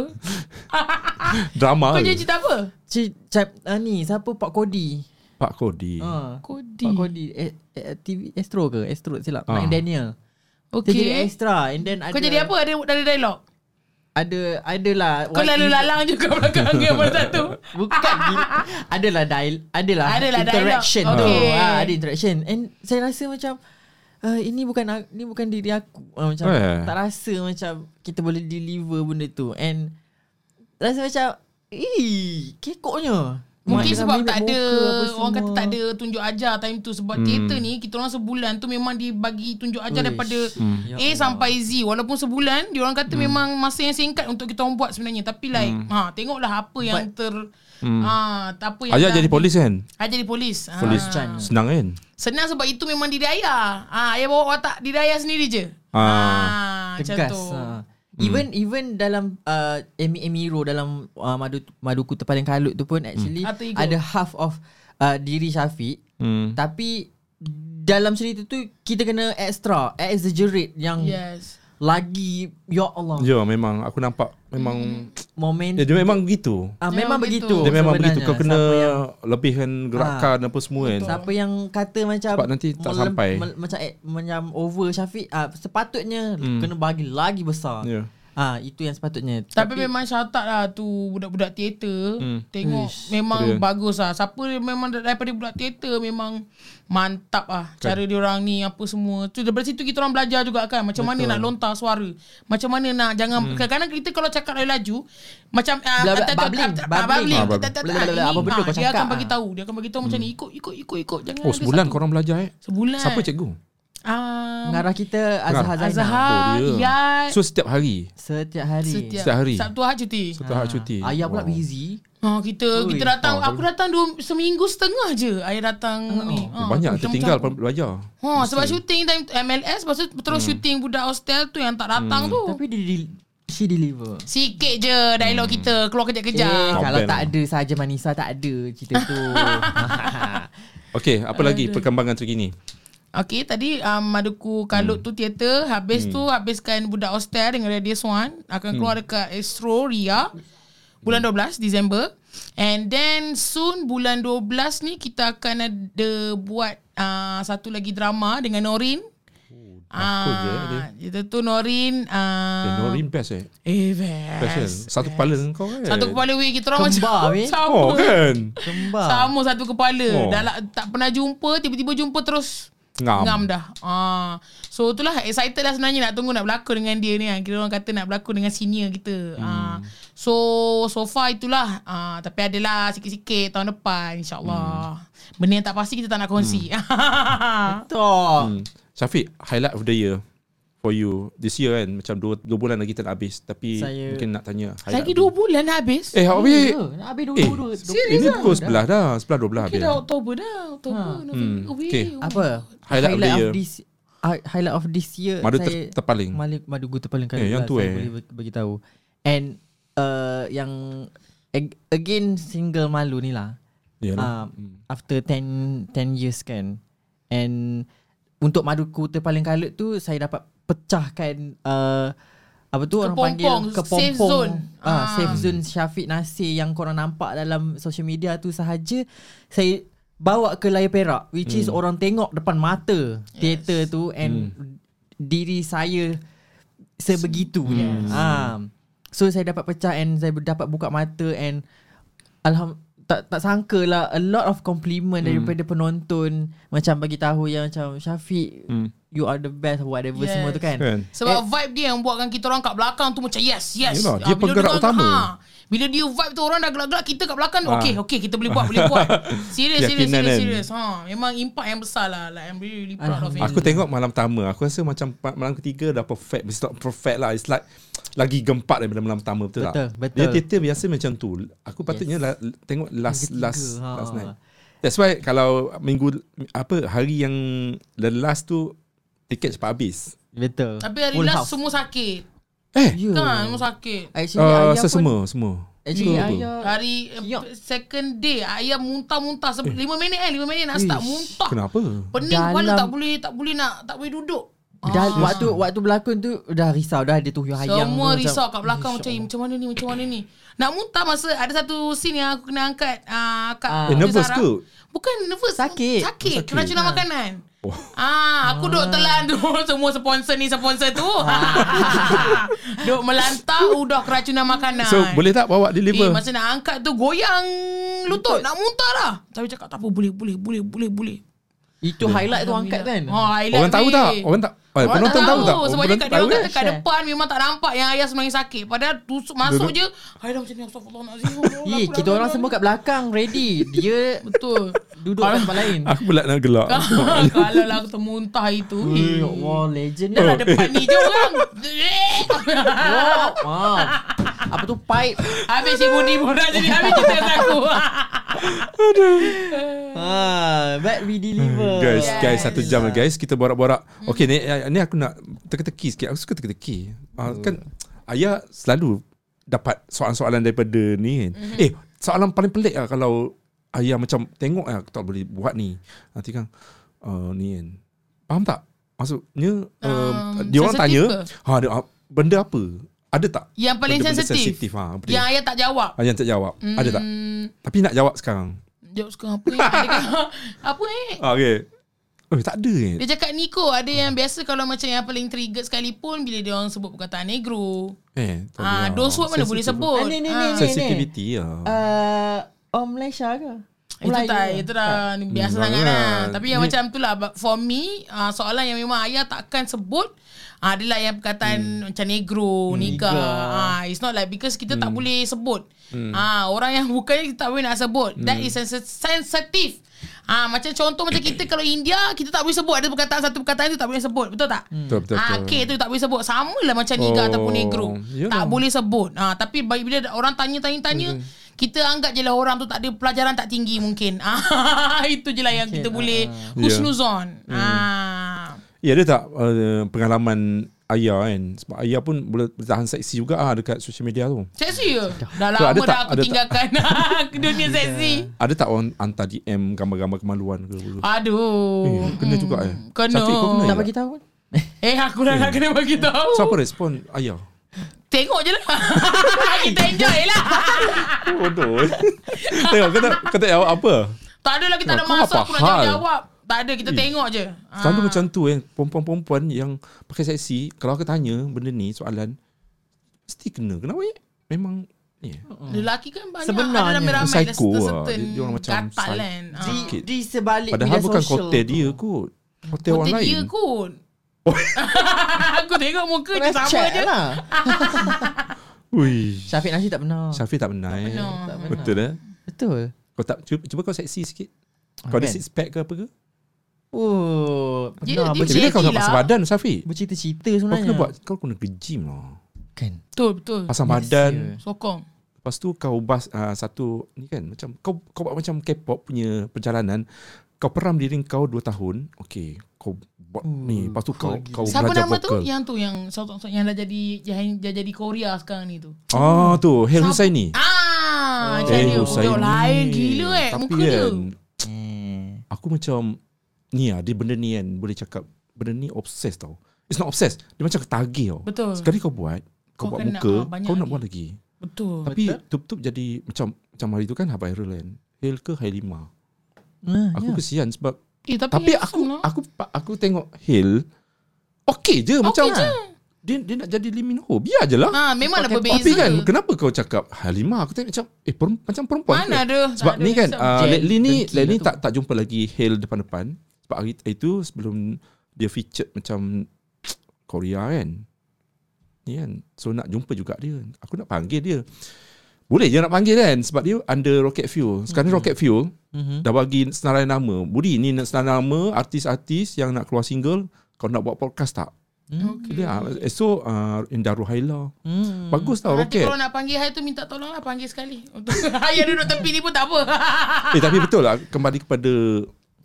A: Kau
B: Drama ke?
A: jadi cerita apa?
C: Cik, cap, ah, ni siapa Pak Kodi?
B: Pak Kodi.
C: Ha.
A: Kodi.
C: Pak Kodi eh, eh, TV Astro ke? Astro silap.
B: Ah.
C: Mike Daniel. Dia jadi
A: Okay.
C: extra and then ada
A: Kau jadi apa? Ada, ada dialog?
C: Ada adalah
A: Kau lalu lalang juga belakang dia pada satu.
C: Bukan gila. Adalah dial Adalah,
A: Adalah dialog.
C: Interaction tu
A: Okay.
C: ha, Ada interaction And saya rasa macam uh, Ini bukan a- Ini bukan diri aku uh, Macam
B: Eh.
C: Tak rasa macam Kita boleh deliver benda tu And Rasa macam Ih Kekoknya
A: Mungkin
C: Mak
A: sebab
C: dah
A: tak
C: mimik
A: ada
C: muka apa
A: Orang kata
C: semua.
A: tak ada tunjuk ajar time tu
B: Hmm.
A: Sebab teater ni Kita orang sebulan tu memang dibagi tunjuk ajar
C: Uish.
A: daripada
C: Ya
A: A
C: Allah.
A: sampai Z Walaupun sebulan Dia orang kata
B: Hmm.
A: memang masa yang singkat Untuk kita orang buat sebenarnya Tapi like ha, Tengoklah apa yang ter ha, Apa yang
B: Hmm. Ayah
A: dah-
B: jadi polis kan?
A: Ayah jadi polis Ha.
B: Polis
C: Chan.
B: senang kan?
A: Senang sebab itu memang diri ayah ha, Ayah bawa watak diri ayah sendiri je
B: Ah.
A: ha, Macam
C: Tegas
A: tu Hmm.
C: ha. Even even dalam uh, Amy Amy Rowe dalam uh, madu maduku terpaling kalut tu pun actually
A: Alter Hmm. ego.
C: ada half of uh, diri Syafiq
B: Hmm.
C: tapi dalam cerita tu kita kena extra exaggerate yang yeah.
A: Yes
C: lagi ya Allah yeah.
B: Ya memang aku nampak memang
C: moment
B: ya, dia memang begitu.
C: ah, memang
A: Memang
C: begitu
A: begitu.
B: Dia memang begitu
C: sebenarnya.
B: kau kena
C: siapa yang,
B: lebihkan gerakan apa semua kan.
C: siapa yang kata macam
B: Sebab nanti tak
C: melem-
B: sampai.
C: mel- macam eh, macam over Syafiq ah, sepatutnya kena bagi lagi besar
B: Hmm. Ya.
C: ah itu yang sepatutnya
A: Tapi, memang syautat lah tu budak-budak teater hmm. Tengok Uish, memang
B: keren.
A: bagus lah Siapa memang daripada budak teater memang mantap lah okay. Cara diorang ni apa semua tu Daripada situ kita orang belajar juga kan Macam Betul. mana nak lontar suara Macam mana nak jangan hmm. Kadang-kadang kita kalau cakap laju-laju Macam ah,
C: Blah, blah,
A: tak- tak-
C: bubbling,
A: tak- tak- bubbling. Tak- tak- tak-
B: Ah,
C: bubbling. bubbling. Blah, blah, blah,
A: ini,
C: apa benda
A: ah,
C: kau
A: Dia
C: cakap, Hmm.
A: akan
C: ah.
A: bagi tahu Dia akan bagi tahu macam ni Ikut, ikut, ikut, ikut Jangan
B: Oh
A: ada
B: sebulan
A: satu.
B: korang belajar eh?
A: Sebulan
B: Siapa cikgu? Oh,
A: Ah,
C: Pengarah kita Azhar Zainal
A: Azhar, Iyad
B: So setiap hari.
C: Setiap hari
A: Setiap,
B: Setiap hari.
A: Sabtu Ahad cuti
B: Setiap hari cuti.
C: Ah. Ayah pula
B: Wow. Eh,
C: busy
A: Ha, kita
C: Ui.
A: kita datang aku datang dua, seminggu setengah je ayah datang ni. Ha,
B: Ah,
A: kita
B: Banyak tertinggal
A: macam-
B: belajar.
A: Ha, sebab shooting time MLS lepas tu terus
B: Hmm.
A: shooting budak hostel tu yang tak datang tu.
C: Tapi dia del- She deliver
A: Sikit je
B: Hmm.
A: dialog kita keluar
C: Eh,
A: kejap-kejap.
C: kalau
B: Complain
C: tak
B: lah.
C: ada saja Manisa tak ada cerita tu.
B: Okey, apa lagi perkembangan terkini?
A: Okey, tadi um, Maduku
B: Hmm.
A: Kalut tu teater, habis tu habiskan budak hostel dengan Radius One akan
B: Hmm.
A: keluar dekat Astro Ria bulan 12 Disember. And then soon bulan 12 ni kita akan ada buat uh, satu lagi drama dengan Norin.
B: takut je dia.
A: Ah, itu tu Norin
B: ya, Eh,
A: uh,
B: Norin best eh.
A: Eh
B: Best kan?
A: best
B: Satu kepala dengan kau kan?
A: Satu kepala weh Kita orang
C: Kembar,
A: macam
C: weh.
A: Sama
B: Oh kan?
C: Kembar.
A: Sama satu kepala
B: Oh.
A: oh. Dah lah, tak pernah jumpa Tiba-tiba jumpa terus
B: Ngam.
A: Ngam dah ah. So itulah Excited lah sebenarnya Nak tunggu nak berlakon dengan dia ni kan. Kita orang kata nak berlakon dengan senior kita
B: Hmm.
A: ah. So So far itulah ah, Tapi adalah Sikit-sikit tahun depan InsyaAllah hmm. Benda yang tak pasti Kita tak nak kongsi
C: Tok.
B: Hmm. Syafiq, highlight of the year for you this year kan? Macam dua, dua bulan lagi tak nak habis. Tapi
C: Saya-
B: mungkin nak tanya. highlight
A: Lagi
B: of the-
A: dua bulan dah habis
B: Eh, habis.
C: Ya, Nak habis
B: Eh,
C: dulu-dulu.
B: ini pukul sebelah dah. Sebelah dua belah
A: Okay
B: habis.
A: dah Oktober dah Oktober November
B: Hmm.
A: Weh,
B: Okay.
A: oh my
C: Apa?
B: Highlight of the year.
C: this hi- highlight of this year
B: Madu ter,
C: saya
B: terpaling.
C: Malik Madu Gu terpaling kali.
B: Eh, yang
C: lah,
B: tu
C: saya
B: eh.
C: Boleh ber- bagi tahu. And uh, yang ag- again single malu ni lah.
B: Yalah.
C: um, after 10 10 years kan and untuk maduku terpaling kalut tu saya dapat pecahkan uh, apa tu orang panggil
A: Kepompong, safe zone. Ah.
C: ah safe zone Syafiq Nasir yang korang nampak dalam social media tu sahaja saya bawa ke layar perak which is orang tengok depan mata teater tu and diri saya sebegitunya
B: Hmm.
C: ah so saya dapat pecah and saya dapat buka mata and Alham tak tak sangka lah a lot of compliment hmm. daripada penonton macam bagi tahu yang macam Syafiq hmm. you are the best whatever
A: Yes.
C: yes. semua tu kan.
B: Kan?
A: Sebab eh, vibe dia yang buatkan kita orang kat belakang tu macam yes, yes.
B: Yelah,
A: Ah,
B: dia
A: bila
B: penggerak
A: dengar-
B: utama.
A: bila dia vibe tu orang dah gelak-gelak, kita kat belakang
B: Ah.
A: ah. okay, okay, kita boleh buat, boleh buat. Serius, serius,
B: Keyakinan
A: serius,
B: kan?
A: serius. Ha, memang impact yang besar lah. Like, I'm really, really proud of it.
B: Aku tengok malam pertama Aku rasa macam pa- Malam ketiga dah perfect It's not perfect lah It's like Lagi gempak daripada malam pertama Betul,
C: Betul,
B: tak?
C: betul.
B: Dia teater biasa macam tu Aku patutnya la, Tengok last
C: Yang ketiga,
B: last
C: ha.
B: last night That's why Kalau minggu Apa Hari yang The last tu Tiket cepat habis
C: Betul.
A: Tapi hari
C: Full
A: last
C: house.
A: semua sakit.
B: Eh
C: yeah.
A: Kan, semua sakit.
C: Actually
B: uh,
C: ayah pun
B: Sesemua Semua
C: actually
B: Betul,
C: ayah
A: Hari
C: Siap.
A: eh, second day, ayah muntah-muntah. Se- Lima minit eh, lima minit nak start.
B: Ish,
A: Muntah.
B: Kenapa
A: Pening kepala
C: Dalam-
A: tak boleh, tak boleh nak, tak boleh duduk.
C: Dah waktu waktu berlakon tu dah risau dah dia tu hayang.
A: Semua
C: tu
A: risau kat belakang macam eh, macam mana ni macam mana ni. Nak muntah masa ada satu scene yang aku kena angkat ah kat Rizal
C: Ah.
B: Eh, nervous
A: Ra-
B: ke?
A: Bukan nervous.
C: Sakit.
A: Sakit. Keracunan makanan.
B: Oh.
A: Ah, aku duk telan tu semua sponsor ni sponsor tu.
C: Ah.
A: duk melantar udah keracunan makanan.
B: So boleh tak bawa
A: Eh,
B: deliver?
A: masa nak angkat tu goyang lutut, nak muntah dah. Tapi cakap tak apa boleh boleh boleh boleh boleh.
C: Itu highlight tu angkat kan.
A: Ha, I like
B: Orang tahu
A: ni.
B: tak? Orang tak? eh,
A: Orang
B: penonton tahu, tak?
A: Sebab dia
B: Penonton
A: kat, dia orang kat,
B: kan?
A: kat depan memang tak nampak yang ayah sebenarnya sakit. Padahal tusuk masuk je.
B: Duduk.
A: Ayah dah macam ni astagfirullahalazim.
C: Ye, Eh, kita orang semua kat belakang ready. Dia
A: betul.
C: duduk kat tempat lain.
B: Aku pula nak gelak.
A: Kalau lah aku termuntah itu.
C: Eh,
B: Hmm.
C: Ya Allah, legend
A: Dah lah
C: lah.
A: depan ni je orang.
C: Wow. Ah. Apa tu pipe?
A: Habis si Budi pun dah jadi habis cerita dengan aku.
C: Ha, but we deliver.
B: Hmm, Guys,
A: Yes.
B: guys satu jam lah guys kita borak-borak.
A: Mm.
B: Okay ni eh, ni aku nak teka-teki sikit. Aku suka teka-teki. Ah, kan ayah selalu dapat soalan-soalan daripada ni kan.
A: Mm-hmm.
B: Eh, soalan paling pelik lah kalau ayah macam tengok lah aku tak boleh buat ni. Nanti kan uh, ni kan. Faham tak? Maksudnya uh,
A: Um,
B: dia orang tanya
A: sensitif
B: ha ada ah, benda apa? Ada tak?
A: Yang paling
B: Benda-benda
A: sensitif. Ya.
B: sensitif ha, benda.
A: Yang ayah tak jawab.
B: ayah tak jawab. Ada tak?
A: Hmm,
B: Tapi nak jawab sekarang.
A: jawab sekarang apa eh? Dia kata, Apa eh?
B: Ah, okay. Oh, tak ada kan?
A: Dia cakap Niko ada yang
B: Hmm.
A: biasa kalau macam yang paling trigger sekalipun bila dia orang sebut perkataan negro.
B: Eh, tak
A: Ah,
B: ada.
A: those word mana boleh
B: Sensitif.
A: sebut.
C: Ah, ni, ni,
A: Ah.
C: ni, ni.
B: Sensitivity lah.
C: Uh, oh Malaysia ke?
A: Itu
C: Melayu lah.
A: tak,
C: ke?
A: itu dah ni biasa
B: Hmm,
A: sangat lah.
B: sangat.
A: Tapi yang
B: Ni-
A: macam tu lah, but for me, uh, soalan yang memang ayah takkan sebut, uh, adalah yang perkataan macam negro, niga. Uh, it's not like because kita tak boleh sebut. Ah Orang yang bukannya kita tak boleh nak sebut. That is sensi- sensitive. Ah macam contoh macam kita kalau India kita tak boleh sebut ada perkataan satu perkataan itu tak boleh sebut betul tak?
B: Betul, betul,
A: Ah
B: betul.
A: K tu tak boleh sebut sama lah macam niga
B: Oh, kan?
A: ataupun negro.
B: yalah.
A: Tak boleh sebut. Ah tapi baik bila orang tanya tanya tanya
B: Hmm.
A: kita anggap je lah orang tu tak ada pelajaran tak tinggi mungkin. Ah itu je lah yang kita boleh husnuzon. Ah
B: Ya ada tak uh, pengalaman ayah kan Sebab ayah pun boleh bertahan seksi juga ah dekat social media tu
A: Seksi ya? Dah
B: So,
A: lama dah
B: ada tak- ada
A: aku
B: tak?
A: tinggalkan Ah, dunia seksi.
B: Ada tak orang hantar DM gambar-gambar kemaluan ke apa ke? Eh,
A: Aduh. Hmm,
B: kena juga eh
A: Kena.
B: Syafiq, kau kena
C: Tak
B: tak?
C: bagi tahu pun.
A: Eh aku dah nak kena bagi tahu.
B: So apa respon ayah?
A: Tengok je lah Kita enjoy lah
B: Bodoh Tengok kau tak, kau tak jawab apa
A: Tak ada lah kita ada
B: Kau
A: masa
B: apa
A: Aku nak
B: hal?
A: jawab-jawab Tak ada kita
B: Ih.
A: tengok je
B: Selalu
A: Ah.
B: macam tu eh Perempuan-perempuan yang pakai seksi Kalau aku tanya benda ni soalan Mesti kena Kenapa eh? Memang ni eh.
A: Lelaki kan banyak
C: Sebenarnya.
A: Ada ramai-ramai dah
B: Psycho lah.
A: certain
B: Dia- dia orang macam
A: Gatal
B: psy-
A: kan Ah.
C: Di,
B: Sikit.
C: di sebalik
B: Padahal
C: media
B: bukan
C: sosial
B: hotel
C: tu.
B: dia kot Hotel orang
A: Hotel
B: lain Oh.
A: dia kot Aku tengok muka dia
C: Kena
A: sama
C: check
A: je
C: lah.
B: Ui
C: Syafiq Nasir tak pernah.
B: Syafiq tak benar eh.
A: benar. Tak Ha.
C: benar.
B: Betul eh
C: Betul.
B: Kau tak cuba, cuba kau seksi sikit Kau ada
C: Kan?
B: six pack ke apa ke
C: Oh,
A: Dia- dia-
C: pernah
B: Macam bila
A: Jadi
B: kau nak
A: lah.
B: pasang badan Syafiq
C: bercerita-cerita
B: Kau
C: sebenarnya.
B: kena buat Kau kena ke gym lah
C: Kan.
A: Betul betul
B: Pasang
C: Yes,
B: badan Oh,
C: ya.
A: Sokong
B: Lepas tu kau bas uh, Satu Ni kan macam Kau kau buat macam K-pop punya perjalanan Kau peram diri kau 2 tahun Okay Kau buat ni Lepas tu kau,
A: Hmm,
B: kau
A: Siapa
B: belajar
A: nama
B: vokal
A: tu? Yang tu yang sosok yang dah jadi yang dah jadi Korea sekarang ni tu.
B: Ah tu Hel Husaini
A: Ah,
C: Oh.
A: macam
B: Hel
A: dia.
B: Husaini
A: Budak lain gila eh
B: Eh, Tapi
A: muka dia.
B: kan,
C: Eh,
B: Aku macam Ni lah Dia benda ni kan Boleh cakap Benda ni obses tau It's not obses Dia macam ketagih tau
A: Betul.
B: Sekali kau buat Kau,
A: Kau
B: buat
A: kena,
B: muka
A: ah, banyak
B: Kau nak
A: lagi.
B: buat lagi
A: Betul.
B: Tapi tutup-tutup jadi Macam macam hari tu kan Hab viral kan Hail ke Hailima
C: Ah,
B: Aku kesian sebab
A: Eh, tapi,
B: Tapi
A: handsome
B: aku
A: lah.
B: Aku aku tengok Hail Okay je Macam lah.
A: je.
B: Dia, dia nak jadi Lee Min Ho Biar je lah
A: Ha, memanglah
B: Tapi
A: berbeza.
B: kan Kenapa kau cakap Halimah Aku tengok macam Eh perem- macam perempuan
A: Mana
B: ke?
A: ada, tak
B: Sebab
A: ada
B: ni kan
A: handsome.
B: uh,
C: Jen,
B: Lately ni
C: dengki
B: Lately
C: lah tu.
B: tak, tak jumpa lagi Hale depan-depan Sebab hari hari itu Sebelum Dia featured macam Korea kan Ni kan So nak jumpa juga dia Aku nak panggil dia Boleh je nak panggil kan Sebab dia under Rocket Fuel Sekarang mm-hmm. Rocket Fuel
C: Mhm.
B: Dah bagi senarai nama Budi ni senarai nama Artis-artis Yang nak keluar single Kau nak buat podcast tak?
A: Hmm.
B: Okay. Dia, ah, so uh, Indah Ruhaila
C: Hmm.
B: Bagus tau
A: Nanti
B: Rocket
A: kalau nak panggil Hai tu minta tolong lah panggil sekali. Untuk Hai duduk tepi ni pun tak apa.
B: Eh tapi betul lah Kembali kepada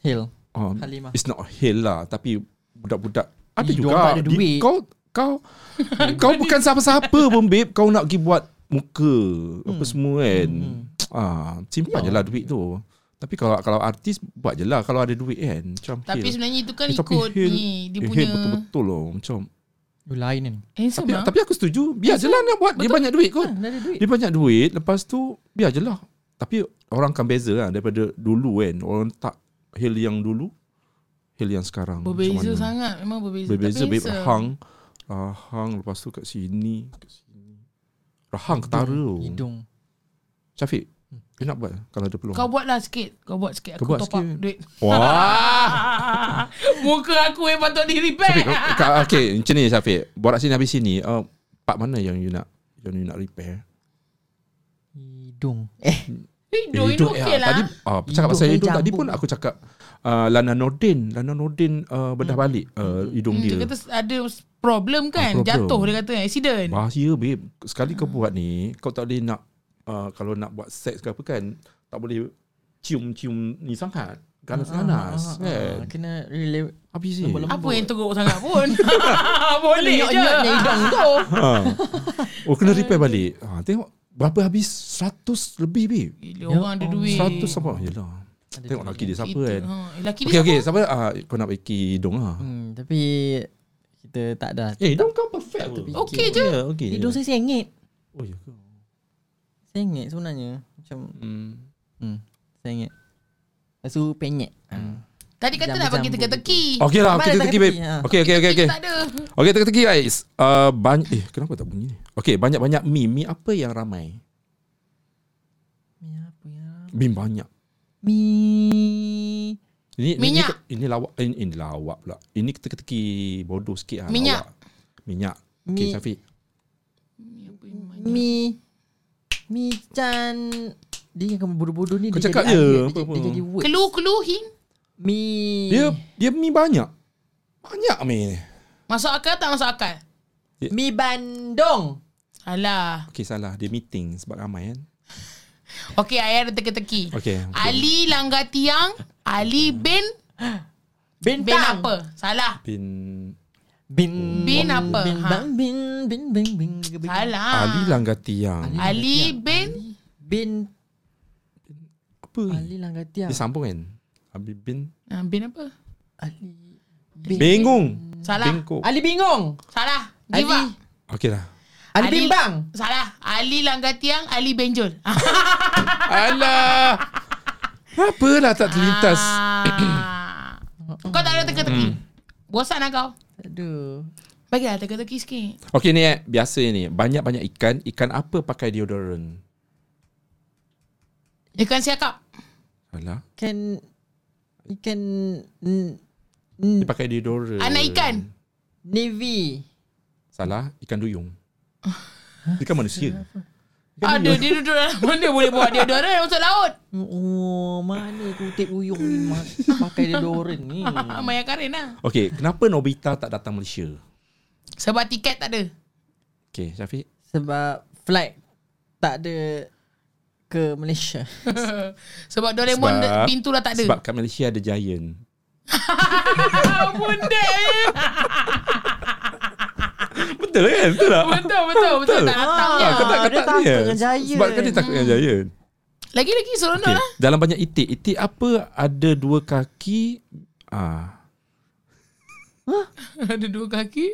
C: Hill.
B: um,
C: Halimah.
B: It's not hail lah Tapi Budak-budak Ada
C: Ni,
B: juga
C: diorang tak ada
B: Di-
C: duit.
B: Kau Kau Kau bukan siapa-siapa pun babe Kau
A: Hmm.
B: nak pergi buat Muka Apa semua kan ah, Simpan je lah duit tu Tapi kalau kalau artis buat je lah kalau ada duit kan. Macam
A: Tapi
B: Hill.
A: sebenarnya itu kan
B: Eh, tapi
A: ikut
B: Hill-
A: ni dia
B: eh, Hill
A: punya
B: betul-betul loh macam.
C: Oh, lain kan.
A: handsome
B: Tapi,
A: lah.
B: tapi aku setuju. Biar je lah dia buat. Dia banyak duit
A: Kan?
B: kot.
C: Dah ada duit.
B: Dia banyak duit Lepas tu Biar je lah Tapi orang akan beza lah Daripada dulu kan Orang tak Hill yang dulu Hill yang sekarang
A: Berbeza
B: Macam mana?
A: sangat Memang berbeza
B: Berbeza
A: Tapi
B: babe,
A: handsome.
B: Hang ah, Hang Lepas tu kat sini kat sini. Rahang ketara tau.
C: Hidung.
B: Syafiq You nak buat Kalau ada peluang
A: Kau buat lah sikit Kau buat sikit Aku
B: Kau buat
A: top up
B: sikit.
A: duit
B: Wah
A: Muka aku yang patut di
B: Syafiq
A: repair
B: kau, kau, Okay macam ni Syafiq Borak sini habis sini uh, Part mana yang you nak Yang you nak repair
C: Hidung. Eh,
A: Hidung hidung
B: eh,
A: okey lah
B: Tadi ah, cakap pasal
C: Hidung
B: hidung
C: dia
B: tadi
C: jambung.
B: pun aku cakap uh, Lana Nordin, Lana Nordin uh, bedah balik uh, hidung
A: Hmm,
B: dia.
A: Dia kata ada problem kan
B: Ah, problem.
A: Jatuh dia kata accident
B: Bahaya babe. Sekali kau buat ni, kau tak boleh nak uh, kalau nak buat seks ke apa kan, tak boleh cium-cium ni sangat. Ganas-ganas
C: ah, ah,
B: kan.
C: Kena rela-
B: Habis Ah. ni.
C: Lembut-lembut.
A: Apa yang teruk sangat pun Boleh je
C: Nyok-nyoknya hidung tu.
B: Ha. Oh kena
A: Kan?
B: repair balik. Ha, tengok berapa habis 100 lebih babe.
A: Gila orang ada
B: Ya
A: duit
B: 100 sampai. Yalah. lah. Tengok laki dia siapa
A: Itu,
B: kan.
A: ha. Laki
B: Okey
A: dia
B: okey, siapa ah kau nak bagi hidung ah.
C: Hmm, tapi kita tak ada.
B: Eh, hidung kau perfect.
C: terfikir.
A: Okey je
B: Ya, okey. je.
C: Hidung saya sengit.
B: Oh, ya ke?
C: Sengit sebenarnya. Macam
B: Hmm.
C: hmm, sengit. Lepas tu Ah. penyek.
A: Tadi kata nak bagi teka-teki
B: Okey lah,
C: Abang
B: okey
C: ada
B: teka-teki babe.
C: teka-teki, ha.
B: Okey, okey, okey, okey.
A: Tak ada
B: Okey teka-teki guys. Uh, banyak eh kenapa tak bunyi ni? Okey, banyak-banyak meme. Meme apa yang ramai?
C: Mi apa ya?
B: Meme banyak.
C: Mi.
B: Ini ini-
A: Minyak.
B: Ini, ini lawak ini, ini lawak pula. Ini teka-teki bodoh sikit ah.
A: Minyak.
B: Lawak. Minyak. Okey,
C: Mi-
B: Syafiq.
C: Mi. Mi chan. Dia yang bodoh-bodoh ni.
B: Kau
C: dia
B: cakap
C: jadi-
B: je,
C: dia- Dia,
B: apa-apa.
C: dia jadi word.
A: Keluh-keluh hin
C: Mi.
B: Dia dia meme banyak. Banyak meme.
A: Masuk akal tak masuk akal
C: Mi Bandung.
A: Alah
B: Okey, salah. Dia meeting sebab ramai kan.
A: Okey ayah ada teka-teki
B: Okey.
A: Ali langgar tiang Ali bin
C: Bintang.
A: Bin apa Salah
B: Bin
C: Bin.
A: Bin apa?
C: Bin
A: Ha.
C: bang bin bin bin bin. bin- bin-
B: Ali
A: Salah
B: langgar tiang.
A: Ah. Ali bin
C: Bin
B: Apa?
C: Ali langgar tiang.
B: Dia sambung kan? Habis bin
A: Ah, Bin apa
C: Ali.
B: Bingung.
A: Salah
B: Bingkuk.
C: Ali bingung.
A: Salah
C: Ali.
A: Give up
B: Okey lah.
C: Ali bimbang.
A: Salah Ali langgar tiang Ali Ah. benjol
B: Alah. Apalah tak terlintas.
A: Ah. Kau tak ada teka-teki
B: Hmm.
A: Bosan lah kau
C: Aduh.
A: Bagilah teka-teki sikit
B: Okey ni eh, biasa ni. Banyak-banyak ikan. Ikan apa pakai deodorant?
A: Ikan siakap
B: Alah.
C: Can ikan
B: Dia pakai deodorant.
A: Anak ikan
C: navy.
B: Salah. Ikan duyung. Ikan manusia.
A: Ada dia duduk dalam Mana boleh buat dia Dia masuk laut
C: Oh, mana kutip uyung ni Mak? pakai deodorant ni.
B: Hmm.
A: Ah, Maya Karin lah
B: Okey, kenapa Nobita tak datang Malaysia?
A: Sebab tiket tak ada
B: Okey, Syafiq.
C: Sebab flight tak ada ke Malaysia.
A: Sebab Doraemon
B: Sebab-
A: pintu dah tak ada
B: Sebab kat Malaysia ada giant.
A: Ampun dek
B: Betul kan? Betul tak?
A: Betul betul Betul tak lah. datangnya
B: Ah, kau tak, kau
C: Dia
B: tak
C: takut
B: dia.
C: dengan giant.
B: Sebab kan dia takut dengan giant.
A: Lagi-lagi seronok
B: Okay.
A: lah
B: Dalam banyak itik, itik apa ada dua kaki? Ah,
A: Ada dua kaki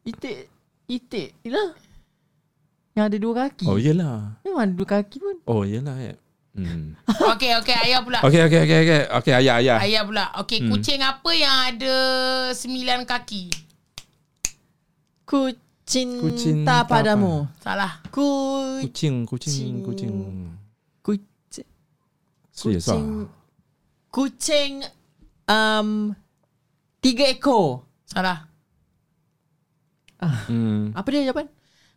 C: Itik itik lah. Yang ada dua kaki.
B: oh yelah.
C: Yang ada dua kaki pun.
B: Oh yelah. eh. Hmm.
A: Okay okay Ayah pula
B: Okey okey okey okey. Okey ayah ayah.
A: Ayah pula
B: Hmm.
A: Okay kucing apa yang ada Sembilan kaki
C: Ku
B: Ku
C: cinta
B: cinta
C: padamu.
A: Salah
C: Ku
B: Kucing kucing kucing.
C: ku
B: Serius ah.
C: Kucing. kucing um tiga ekor.
A: Salah
B: Hmm.
C: Apa dia jawapan?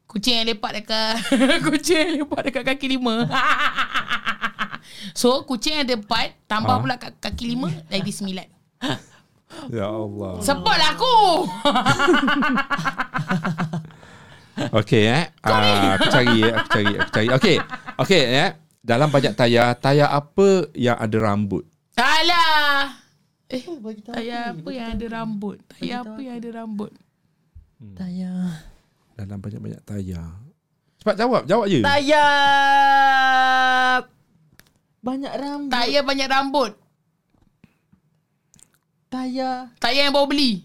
A: Kucing yang lepak dekat Kucing yang lepak dekat kaki lima So kucing ada empat Tambah
B: Ah.
A: pula kat kaki lima Jadi sembilan
B: Ya Allah.
A: Sebab lah aku
B: Okey eh. Ah, aku cari eh. aku cari aku cari. Okey. Okey eh. Dalam banyak tayar, tayar apa yang ada rambut?
A: Salah Eh Tayar apa yang ada rambut Tayar apa yang ada rambut
C: Tayar.
B: Dalam banyak-banyak tayar. Cepat jawab, jawab je.
C: Tayar Banyak rambut.
A: Tayar banyak rambut.
C: Tayar.
A: Tayar yang baru beli.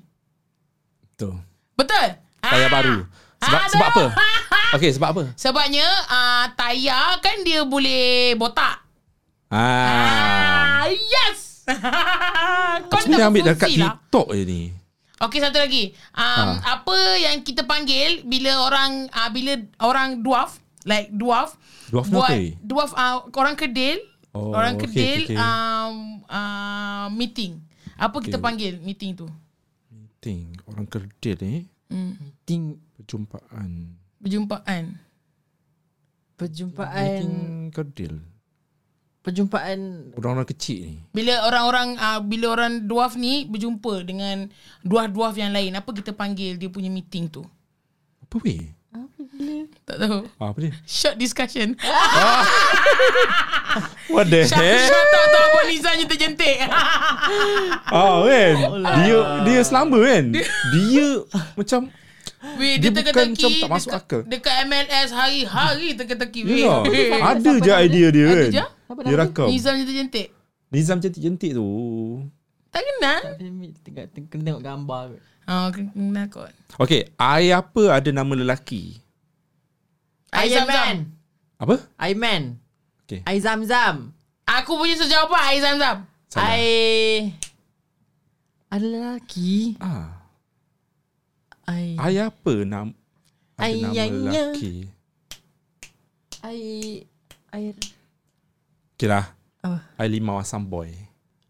B: Betul.
A: Betul?
B: Tayar
A: Ah.
B: baru. Sebab
A: Ah,
B: sebab apa?
A: dah.
B: Okey, sebab apa?
A: Sebabnya uh, tayar kan dia boleh botak. Ah,
B: Ah.
A: yes. Kau
B: Sebenarnya ambil dekat
A: berfungsi lah.
B: TikTok je ni.
A: Okey satu lagi. Um, ha. apa yang kita panggil bila orang uh, bila orang dwarf like dwarf
B: Dwarf ni
A: buat
B: apa ni?
A: dwarf uh, orang kedil
B: Oh,
A: orang
B: okey,
A: kedil
B: okey, okey.
A: um uh, meeting. Apa kita
B: Okey.
A: panggil meeting tu?
B: Ting, orang kerdil ni
C: Ting
B: perjumpaan.
A: Berjumpaan.
C: perjumpaan
B: Ting kerdil.
C: perjumpaan
B: Orang-orang kecil ni.
A: Bila orang-orang uh, bila orang dwarf ni berjumpa dengan dwarf-dwarf yang lain, apa kita panggil dia punya meeting tu?
B: Apa weh?
A: Tak tahu.
B: Ah, apa dia?
A: Short discussion.
B: What the
A: Syah tak tahu apa Nizanya terjentik.
B: Ah kan Dia dia selamba kan Dia macam
A: Weh,
B: Dia
A: dia,
B: bukan macam
A: teka-teki
B: tak masuk
A: dekat,
B: akal.
A: dekat MLS hari-hari teka-teki. Weh.
B: Yelah
A: Weh.
B: Ada je idea dia
A: Ada
B: kan
A: je.
B: Dia rakam
A: Nizam je terjentik.
B: Nizam jentik-jentik tu
A: Tak kenal.
C: tengok kena tengok gambar kot.
A: Oh, kenal kot.
B: Okay I apa ada nama lelaki
A: Aizam Zam.
B: Apa?
C: Aiman
B: Okay.
C: Ai Zamzam
A: Aku punya sejawapan Aizam Zam.
B: Salah.
C: Ai Ada lelaki
B: Ah,
C: Ai
B: I apa nam ada nama
C: Ayahnya.
B: lelaki
C: Ai Ai
B: Okay lah
C: Apa?
B: I lima asam boy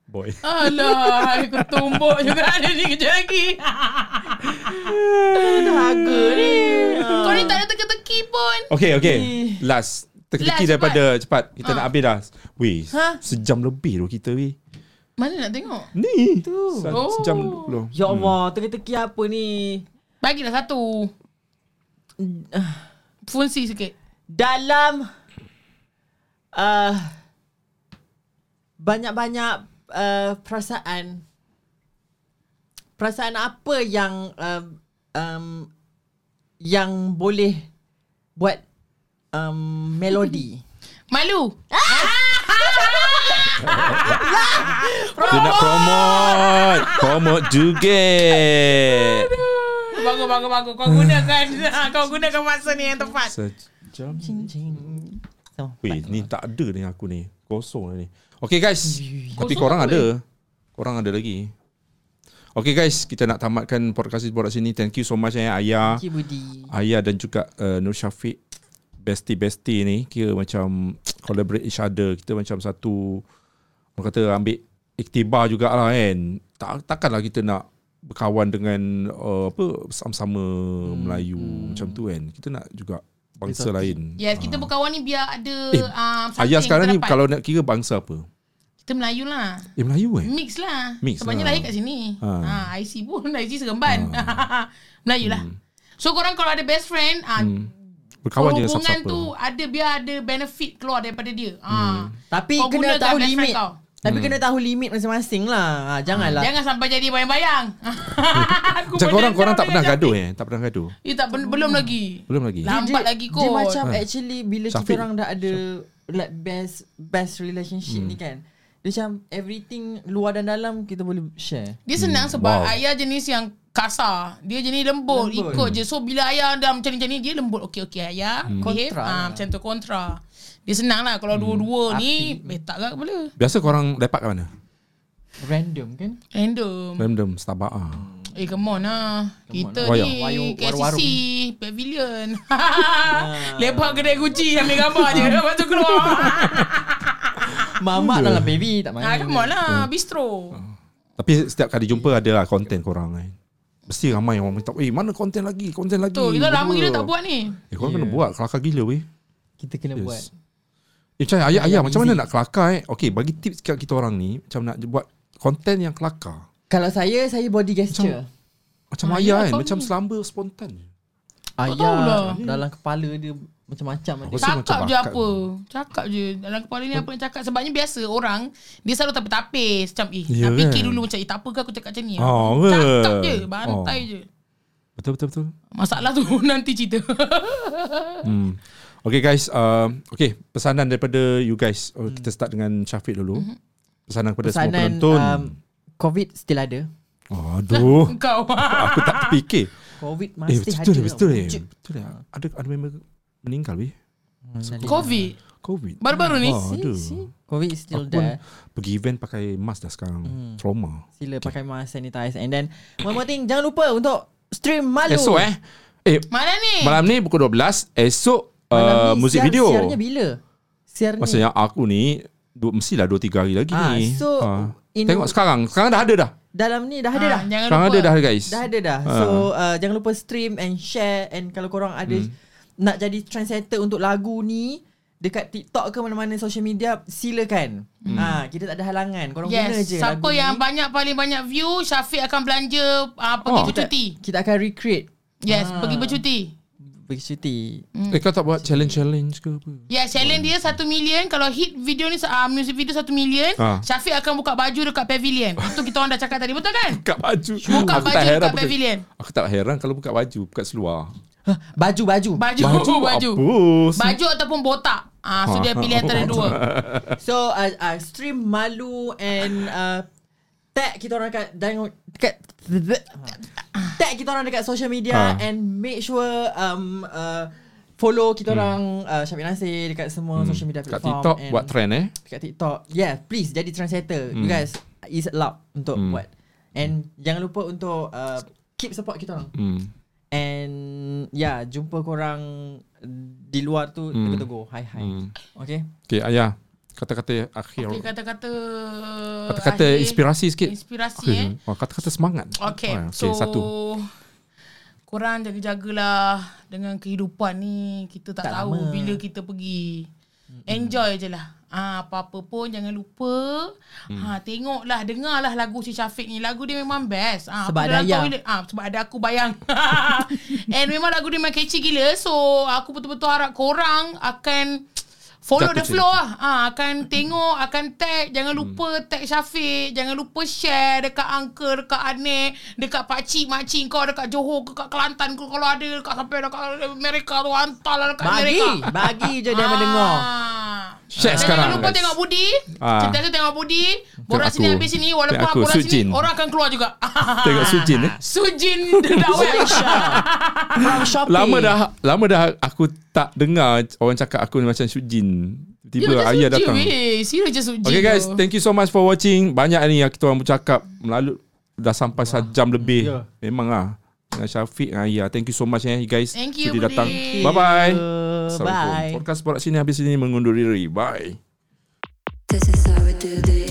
B: Boy
A: Alah, aku tumbuk juga ada ni kejap lagi.
C: Dahaga ni
A: Kau ni tak ada teka-teki pun.
B: Okay okay
C: Eh.
B: Last
A: Last,
B: Teka-teki
A: cepat.
B: daripada cepat Kita nak habis dah Weh
A: Ha?
B: Sejam lebih tu kita weh
A: Mana nak tengok?
B: Ni Se-
A: Oh.
B: Sejam dulu
C: Ya Allah Teka-teki apa ni
A: Bagilah satu. Fungsi sikit.
C: Dalam uh, Banyak-banyak uh, Perasaan Perasaan apa yang uh, um, Yang boleh Buat um, Melodi
A: Malu.
B: Dia nak promote Promote juga
A: Bagus, bagus, bagus. Kau gunakan kau gunakan masa ni yang tepat.
B: Sejam
C: So,
B: Weh ni tak ada ni aku ni Kosong lah ni Okay guys
A: Kosong
B: Tapi korang
A: apa,
B: ada Korang ada lagi Okay guys Kita nak tamatkan podcast di borak sini Thank you so much eh Ayah
C: Cik Budi
B: Ayah dan juga uh, Nur Syafiq Bestie-bestie ni Kira macam Collaborate each other Kita macam satu Orang kata ambil Iktibar jugalah kan tak, Takkanlah kita nak Berkawan dengan uh, Apa Sama-sama Melayu Macam tu kan Kita nak juga Bangsa lain
A: Yes, kita berkawan ni biar ada
B: Eh,
A: um,
B: Ayah sekarang
A: kita
B: ni
A: dapat.
B: Kalau nak kira bangsa apa
A: Kita Melayu lah.
B: Eh Melayu eh
A: Mix lah.
B: Mix
A: Sebabnya
B: lah.
A: lahir kat sini.
B: Ha.
A: Ha. ha IC pun IC seremban.
B: Ah.
A: Melayu lah.
B: Hmm.
A: So korang kalau ada best friend, ha,
B: Berkawan Hmm. je dengan
A: hubungan
B: siapa-siapa
A: tu ada biar ada benefit keluar daripada dia.
B: Hmm.
A: Ha.
C: Tapi
A: Kau gunakan
C: kena tahu
A: best friend
C: limit
A: kau. Hmm.
C: Tapi kena tahu limit masing-masing lah ha, Janganlah
A: Jangan sampai jadi bayang-bayang. Aku
B: Macam
A: berdendam
B: korang Korang tak
A: dengan
B: pernah
A: Syafiq.
B: gaduh eh Tak pernah gaduh
A: Eh tak ben- belum lagi.
B: Belum lagi
A: Lah. Lambat lagi kot.
C: Dia macam actually bila kita
B: Hmm. Syafiq.
C: orang dah ada like best best relationship
B: Hmm.
C: ni kan. Dia macam everything luar dan dalam kita boleh share.
A: Dia senang sebab
B: Wow.
A: ayah jenis yang kasar. Dia jenis lembut,
C: Lembut.
A: lembut. ikut je. So bila ayah dah macam ni macam ni dia lembut. Okey okey ayah. Hmm. Behave.
C: Kontra lah.
A: Ah macam tu kontra. Dia senang lah kalau dua-dua ni betak kat kepala.
B: Biasa korang lepak kat mana?
C: Random kan?
A: Random.
B: Random Starbucks ah.
A: Eh come on lah. Kita
B: on.
A: ni KCC
C: Wayang. Warung-warung. Ah.
A: Pavilion. Lepak kedai Gucci ambil gambar je.
C: Hmm.
A: Lepas tu keluar.
C: Mamak dalam baby tak
A: ah,
C: main.
A: come on lah. Bistro.
B: Tapi setiap kali jumpa ada lah konten korang kan. Mesti ramai orang minta, eh mana konten lagi, konten lagi.
A: Tu kita lama
B: Berdua.
A: gila tak buat ni.
B: Eh korang yeah. kena buat, kelakar gila weh.
C: Kita kena
B: Yes.
C: buat.
B: Eh macam ayah, ayah
C: Yang
B: macam
C: easy.
B: mana nak kelakar eh? Okay, bagi tips kat kita orang ni, macam nak buat konten yang kelakar.
C: Kalau saya saya body gesture.
B: Macam
A: Ah,
B: ayah
A: ya,
B: kan,
A: kau
B: macam
A: ni.
B: selamba spontan. je.
A: tahulah.
C: Ayah
A: Hmm.
C: dalam kepala dia macam-macam ada.
B: Aku rasa
A: Cakap
B: macam
A: je
B: bakat.
A: apa Cakap je Dalam kepala ni apa nak cakap Sebabnya biasa orang Dia selalu tapis-tapis Macam eh yeah,
B: Ya
A: Nak fikir
B: kan?
A: dulu macam Eh tak apa ke aku cakap macam ni
B: Oh,
A: Aku Cakap
B: ke?
A: je Bantai
B: Oh.
A: je
B: Betul, betul, betul.
A: Masalah tu nanti cerita
B: Hmm. Okay guys, uh, okay pesanan daripada you guys. Oh, Kita start dengan Syafiq dulu.
A: Mhm.
B: Pesanan kepada semua
C: Pesanan
B: penonton.
C: um, COVID still ada
B: Aduh,
A: Kau
B: aku tak terfikir.
C: COVID
B: Eh
C: masih
B: betul
C: ada
B: betul betul eh.
C: Wujud.
B: Betul eh. Ada ada member meninggal weh.
C: Hmm,
A: Covid
B: Covid.
A: Baru-baru ni
B: Oh,
C: See,
B: aduh.
C: see. COVID is still
B: Aku pun
C: there Hmm.
B: pergi event pakai mask dah sekarang. Trauma.
C: Sila pakai mask sanitize And then One more thing Jangan lupa untuk Stream malu
B: Esok eh. Eh,
A: Mana ni
B: malam ni pukul 12, esok
C: Malam
B: uh,
C: ni
B: muzik
C: siar-
B: video.
C: Siarnya bila Siar ni
B: Maksudnya aku ni dua, mestilah 2 3 hari lagi
C: Ah,
B: ni.
C: so,
B: Ah.
C: in-
B: Tengok sekarang. Sekarang dah ada dah.
C: Dalam ni dah ada
A: Ah,
C: dah
A: Jangan
B: Sekarang
A: lupa
B: ada dah guys.
C: Dah ada dah
B: Ah.
C: So uh, jangan lupa stream and share And kalau korang ada
B: Hmm.
C: Nak jadi translator untuk lagu ni Dekat TikTok ke mana-mana social media Silakan
B: Hmm.
C: ha, Kita tak ada halangan Korang guna
A: Yes
C: je
A: Siapa
C: lagu
A: yang
C: ni.
A: banyak Paling banyak view Syafiq akan belanja uh, Pergi
B: Oh.
A: bercuti
C: Kita akan recreate
A: Yes
C: Ah.
A: Pergi bercuti
C: Bercuti
A: Hmm.
B: Eh kau tak buat challenge-challenge ke apa?
A: Yes challenge dia 1 million Kalau hit video ni uh, Music video 1 million
B: Ah.
A: Syafiq akan buka baju Dekat pavilion Itu kita orang dah cakap tadi Betul kan
B: Buka baju.
A: Buka
B: aku
A: baju
B: tak heran
A: dekat
B: buka-
A: pavilion
B: Aku tak heran kalau buka baju, buka seluar.
C: Baju-baju
A: Baju Baju Baju,
B: Baju apa?
A: baju ataupun botak Ah, So
B: Ah.
A: dia pilih antara dua
C: So uh, uh, stream malu and uh, tag kita orang kat dan dekat tag kita orang dekat social media
B: Ah.
C: and make sure um uh, follow kita orang uh, Syafiq Nasir dekat semua social media
B: Hmm. Kat
C: platform
B: TikTok
C: and
B: buat trend Hmm. eh.
C: dekat TikTok. Yeah, please jadi translator. You guys is allowed untuk
B: Hmm.
C: buat. And jangan lupa untuk uh, keep support kita orang.
B: Hmm.
C: And yeah, jumpa korang di luar tu
B: Hmm.
C: tegur-tegur. Hai hai. Okay.
B: Okay, Ayah. Kata-kata akhir.
A: Okay, kata-kata
B: Kata-kata
A: akhir.
B: inspirasi sikit.
A: Inspirasi
B: Okay.
A: eh
B: Oh, kata-kata semangat.
A: Okay,
B: Ah,
A: so
B: satu.
A: Korang jaga-jagalah Dengan kehidupan ni Kita tak,
C: Tak
A: tahu
C: lama.
A: Bila kita pergi Enjoy je lah ha, Apa-apa pun Jangan lupa
B: Mm.
A: ha, Tengoklah Dengarlah lagu si Syafiq ni Lagu dia memang best ha,
C: Sebab ada ayah.
A: ha, Sebab ada aku bayang And memang lagu dia memang catchy gila So aku betul-betul harap korang Akan Follow
B: Jatuh
A: the
B: cinta.
A: flow lah ha, Akan tengok Akan tag Jangan
B: Hmm.
A: lupa tag Syafiq Jangan lupa share Dekat uncle Dekat anek Dekat pakcik Makcik kau Dekat Johor ke, Dekat Kelantan ke, Kalau ada Dekat sampai Dekat Amerika tu Hantar lah dekat
C: Bagi, Ah.
A: Amerika
C: bagi je dia mendengar.
A: Dan
B: Share sekarang,
A: Jangan lupa
B: guys.
A: tengok Budi
B: Ah.
A: Sentiasa tengok Budi Borak
B: aku.
A: sini habis sini Walaupun
B: Tengok
A: aku
B: aku,
A: borak
B: Sujin.
A: sini Orang akan keluar juga
B: Tengok Sujin
A: Ah,
B: eh.
A: Sujin Dakwah
C: From Shopee.
B: Lama dah lama dah aku tak dengar orang cakap aku ni macam Sujin.
A: Ya,
B: Tiba Ayah datang.
A: Weh. Serius je Sujin
B: Okay guys,
A: eh. tu.
B: thank you so much for watching. Banyak ni yang kita orang bercakap melalut dah sampai satu jam lebih.
C: Ya.
B: Memang lah. Dengan Syafiq dengan Ayah. Thank you so much eh you guys.
A: Thank you,
B: Sudi
A: Budi.
B: datang.
A: Thank
B: Bye-bye.
C: Bye.
B: Assalamualaikum. Podcast Borak Sini habis ini mengundur diri. Bye.
E: This is how we do this.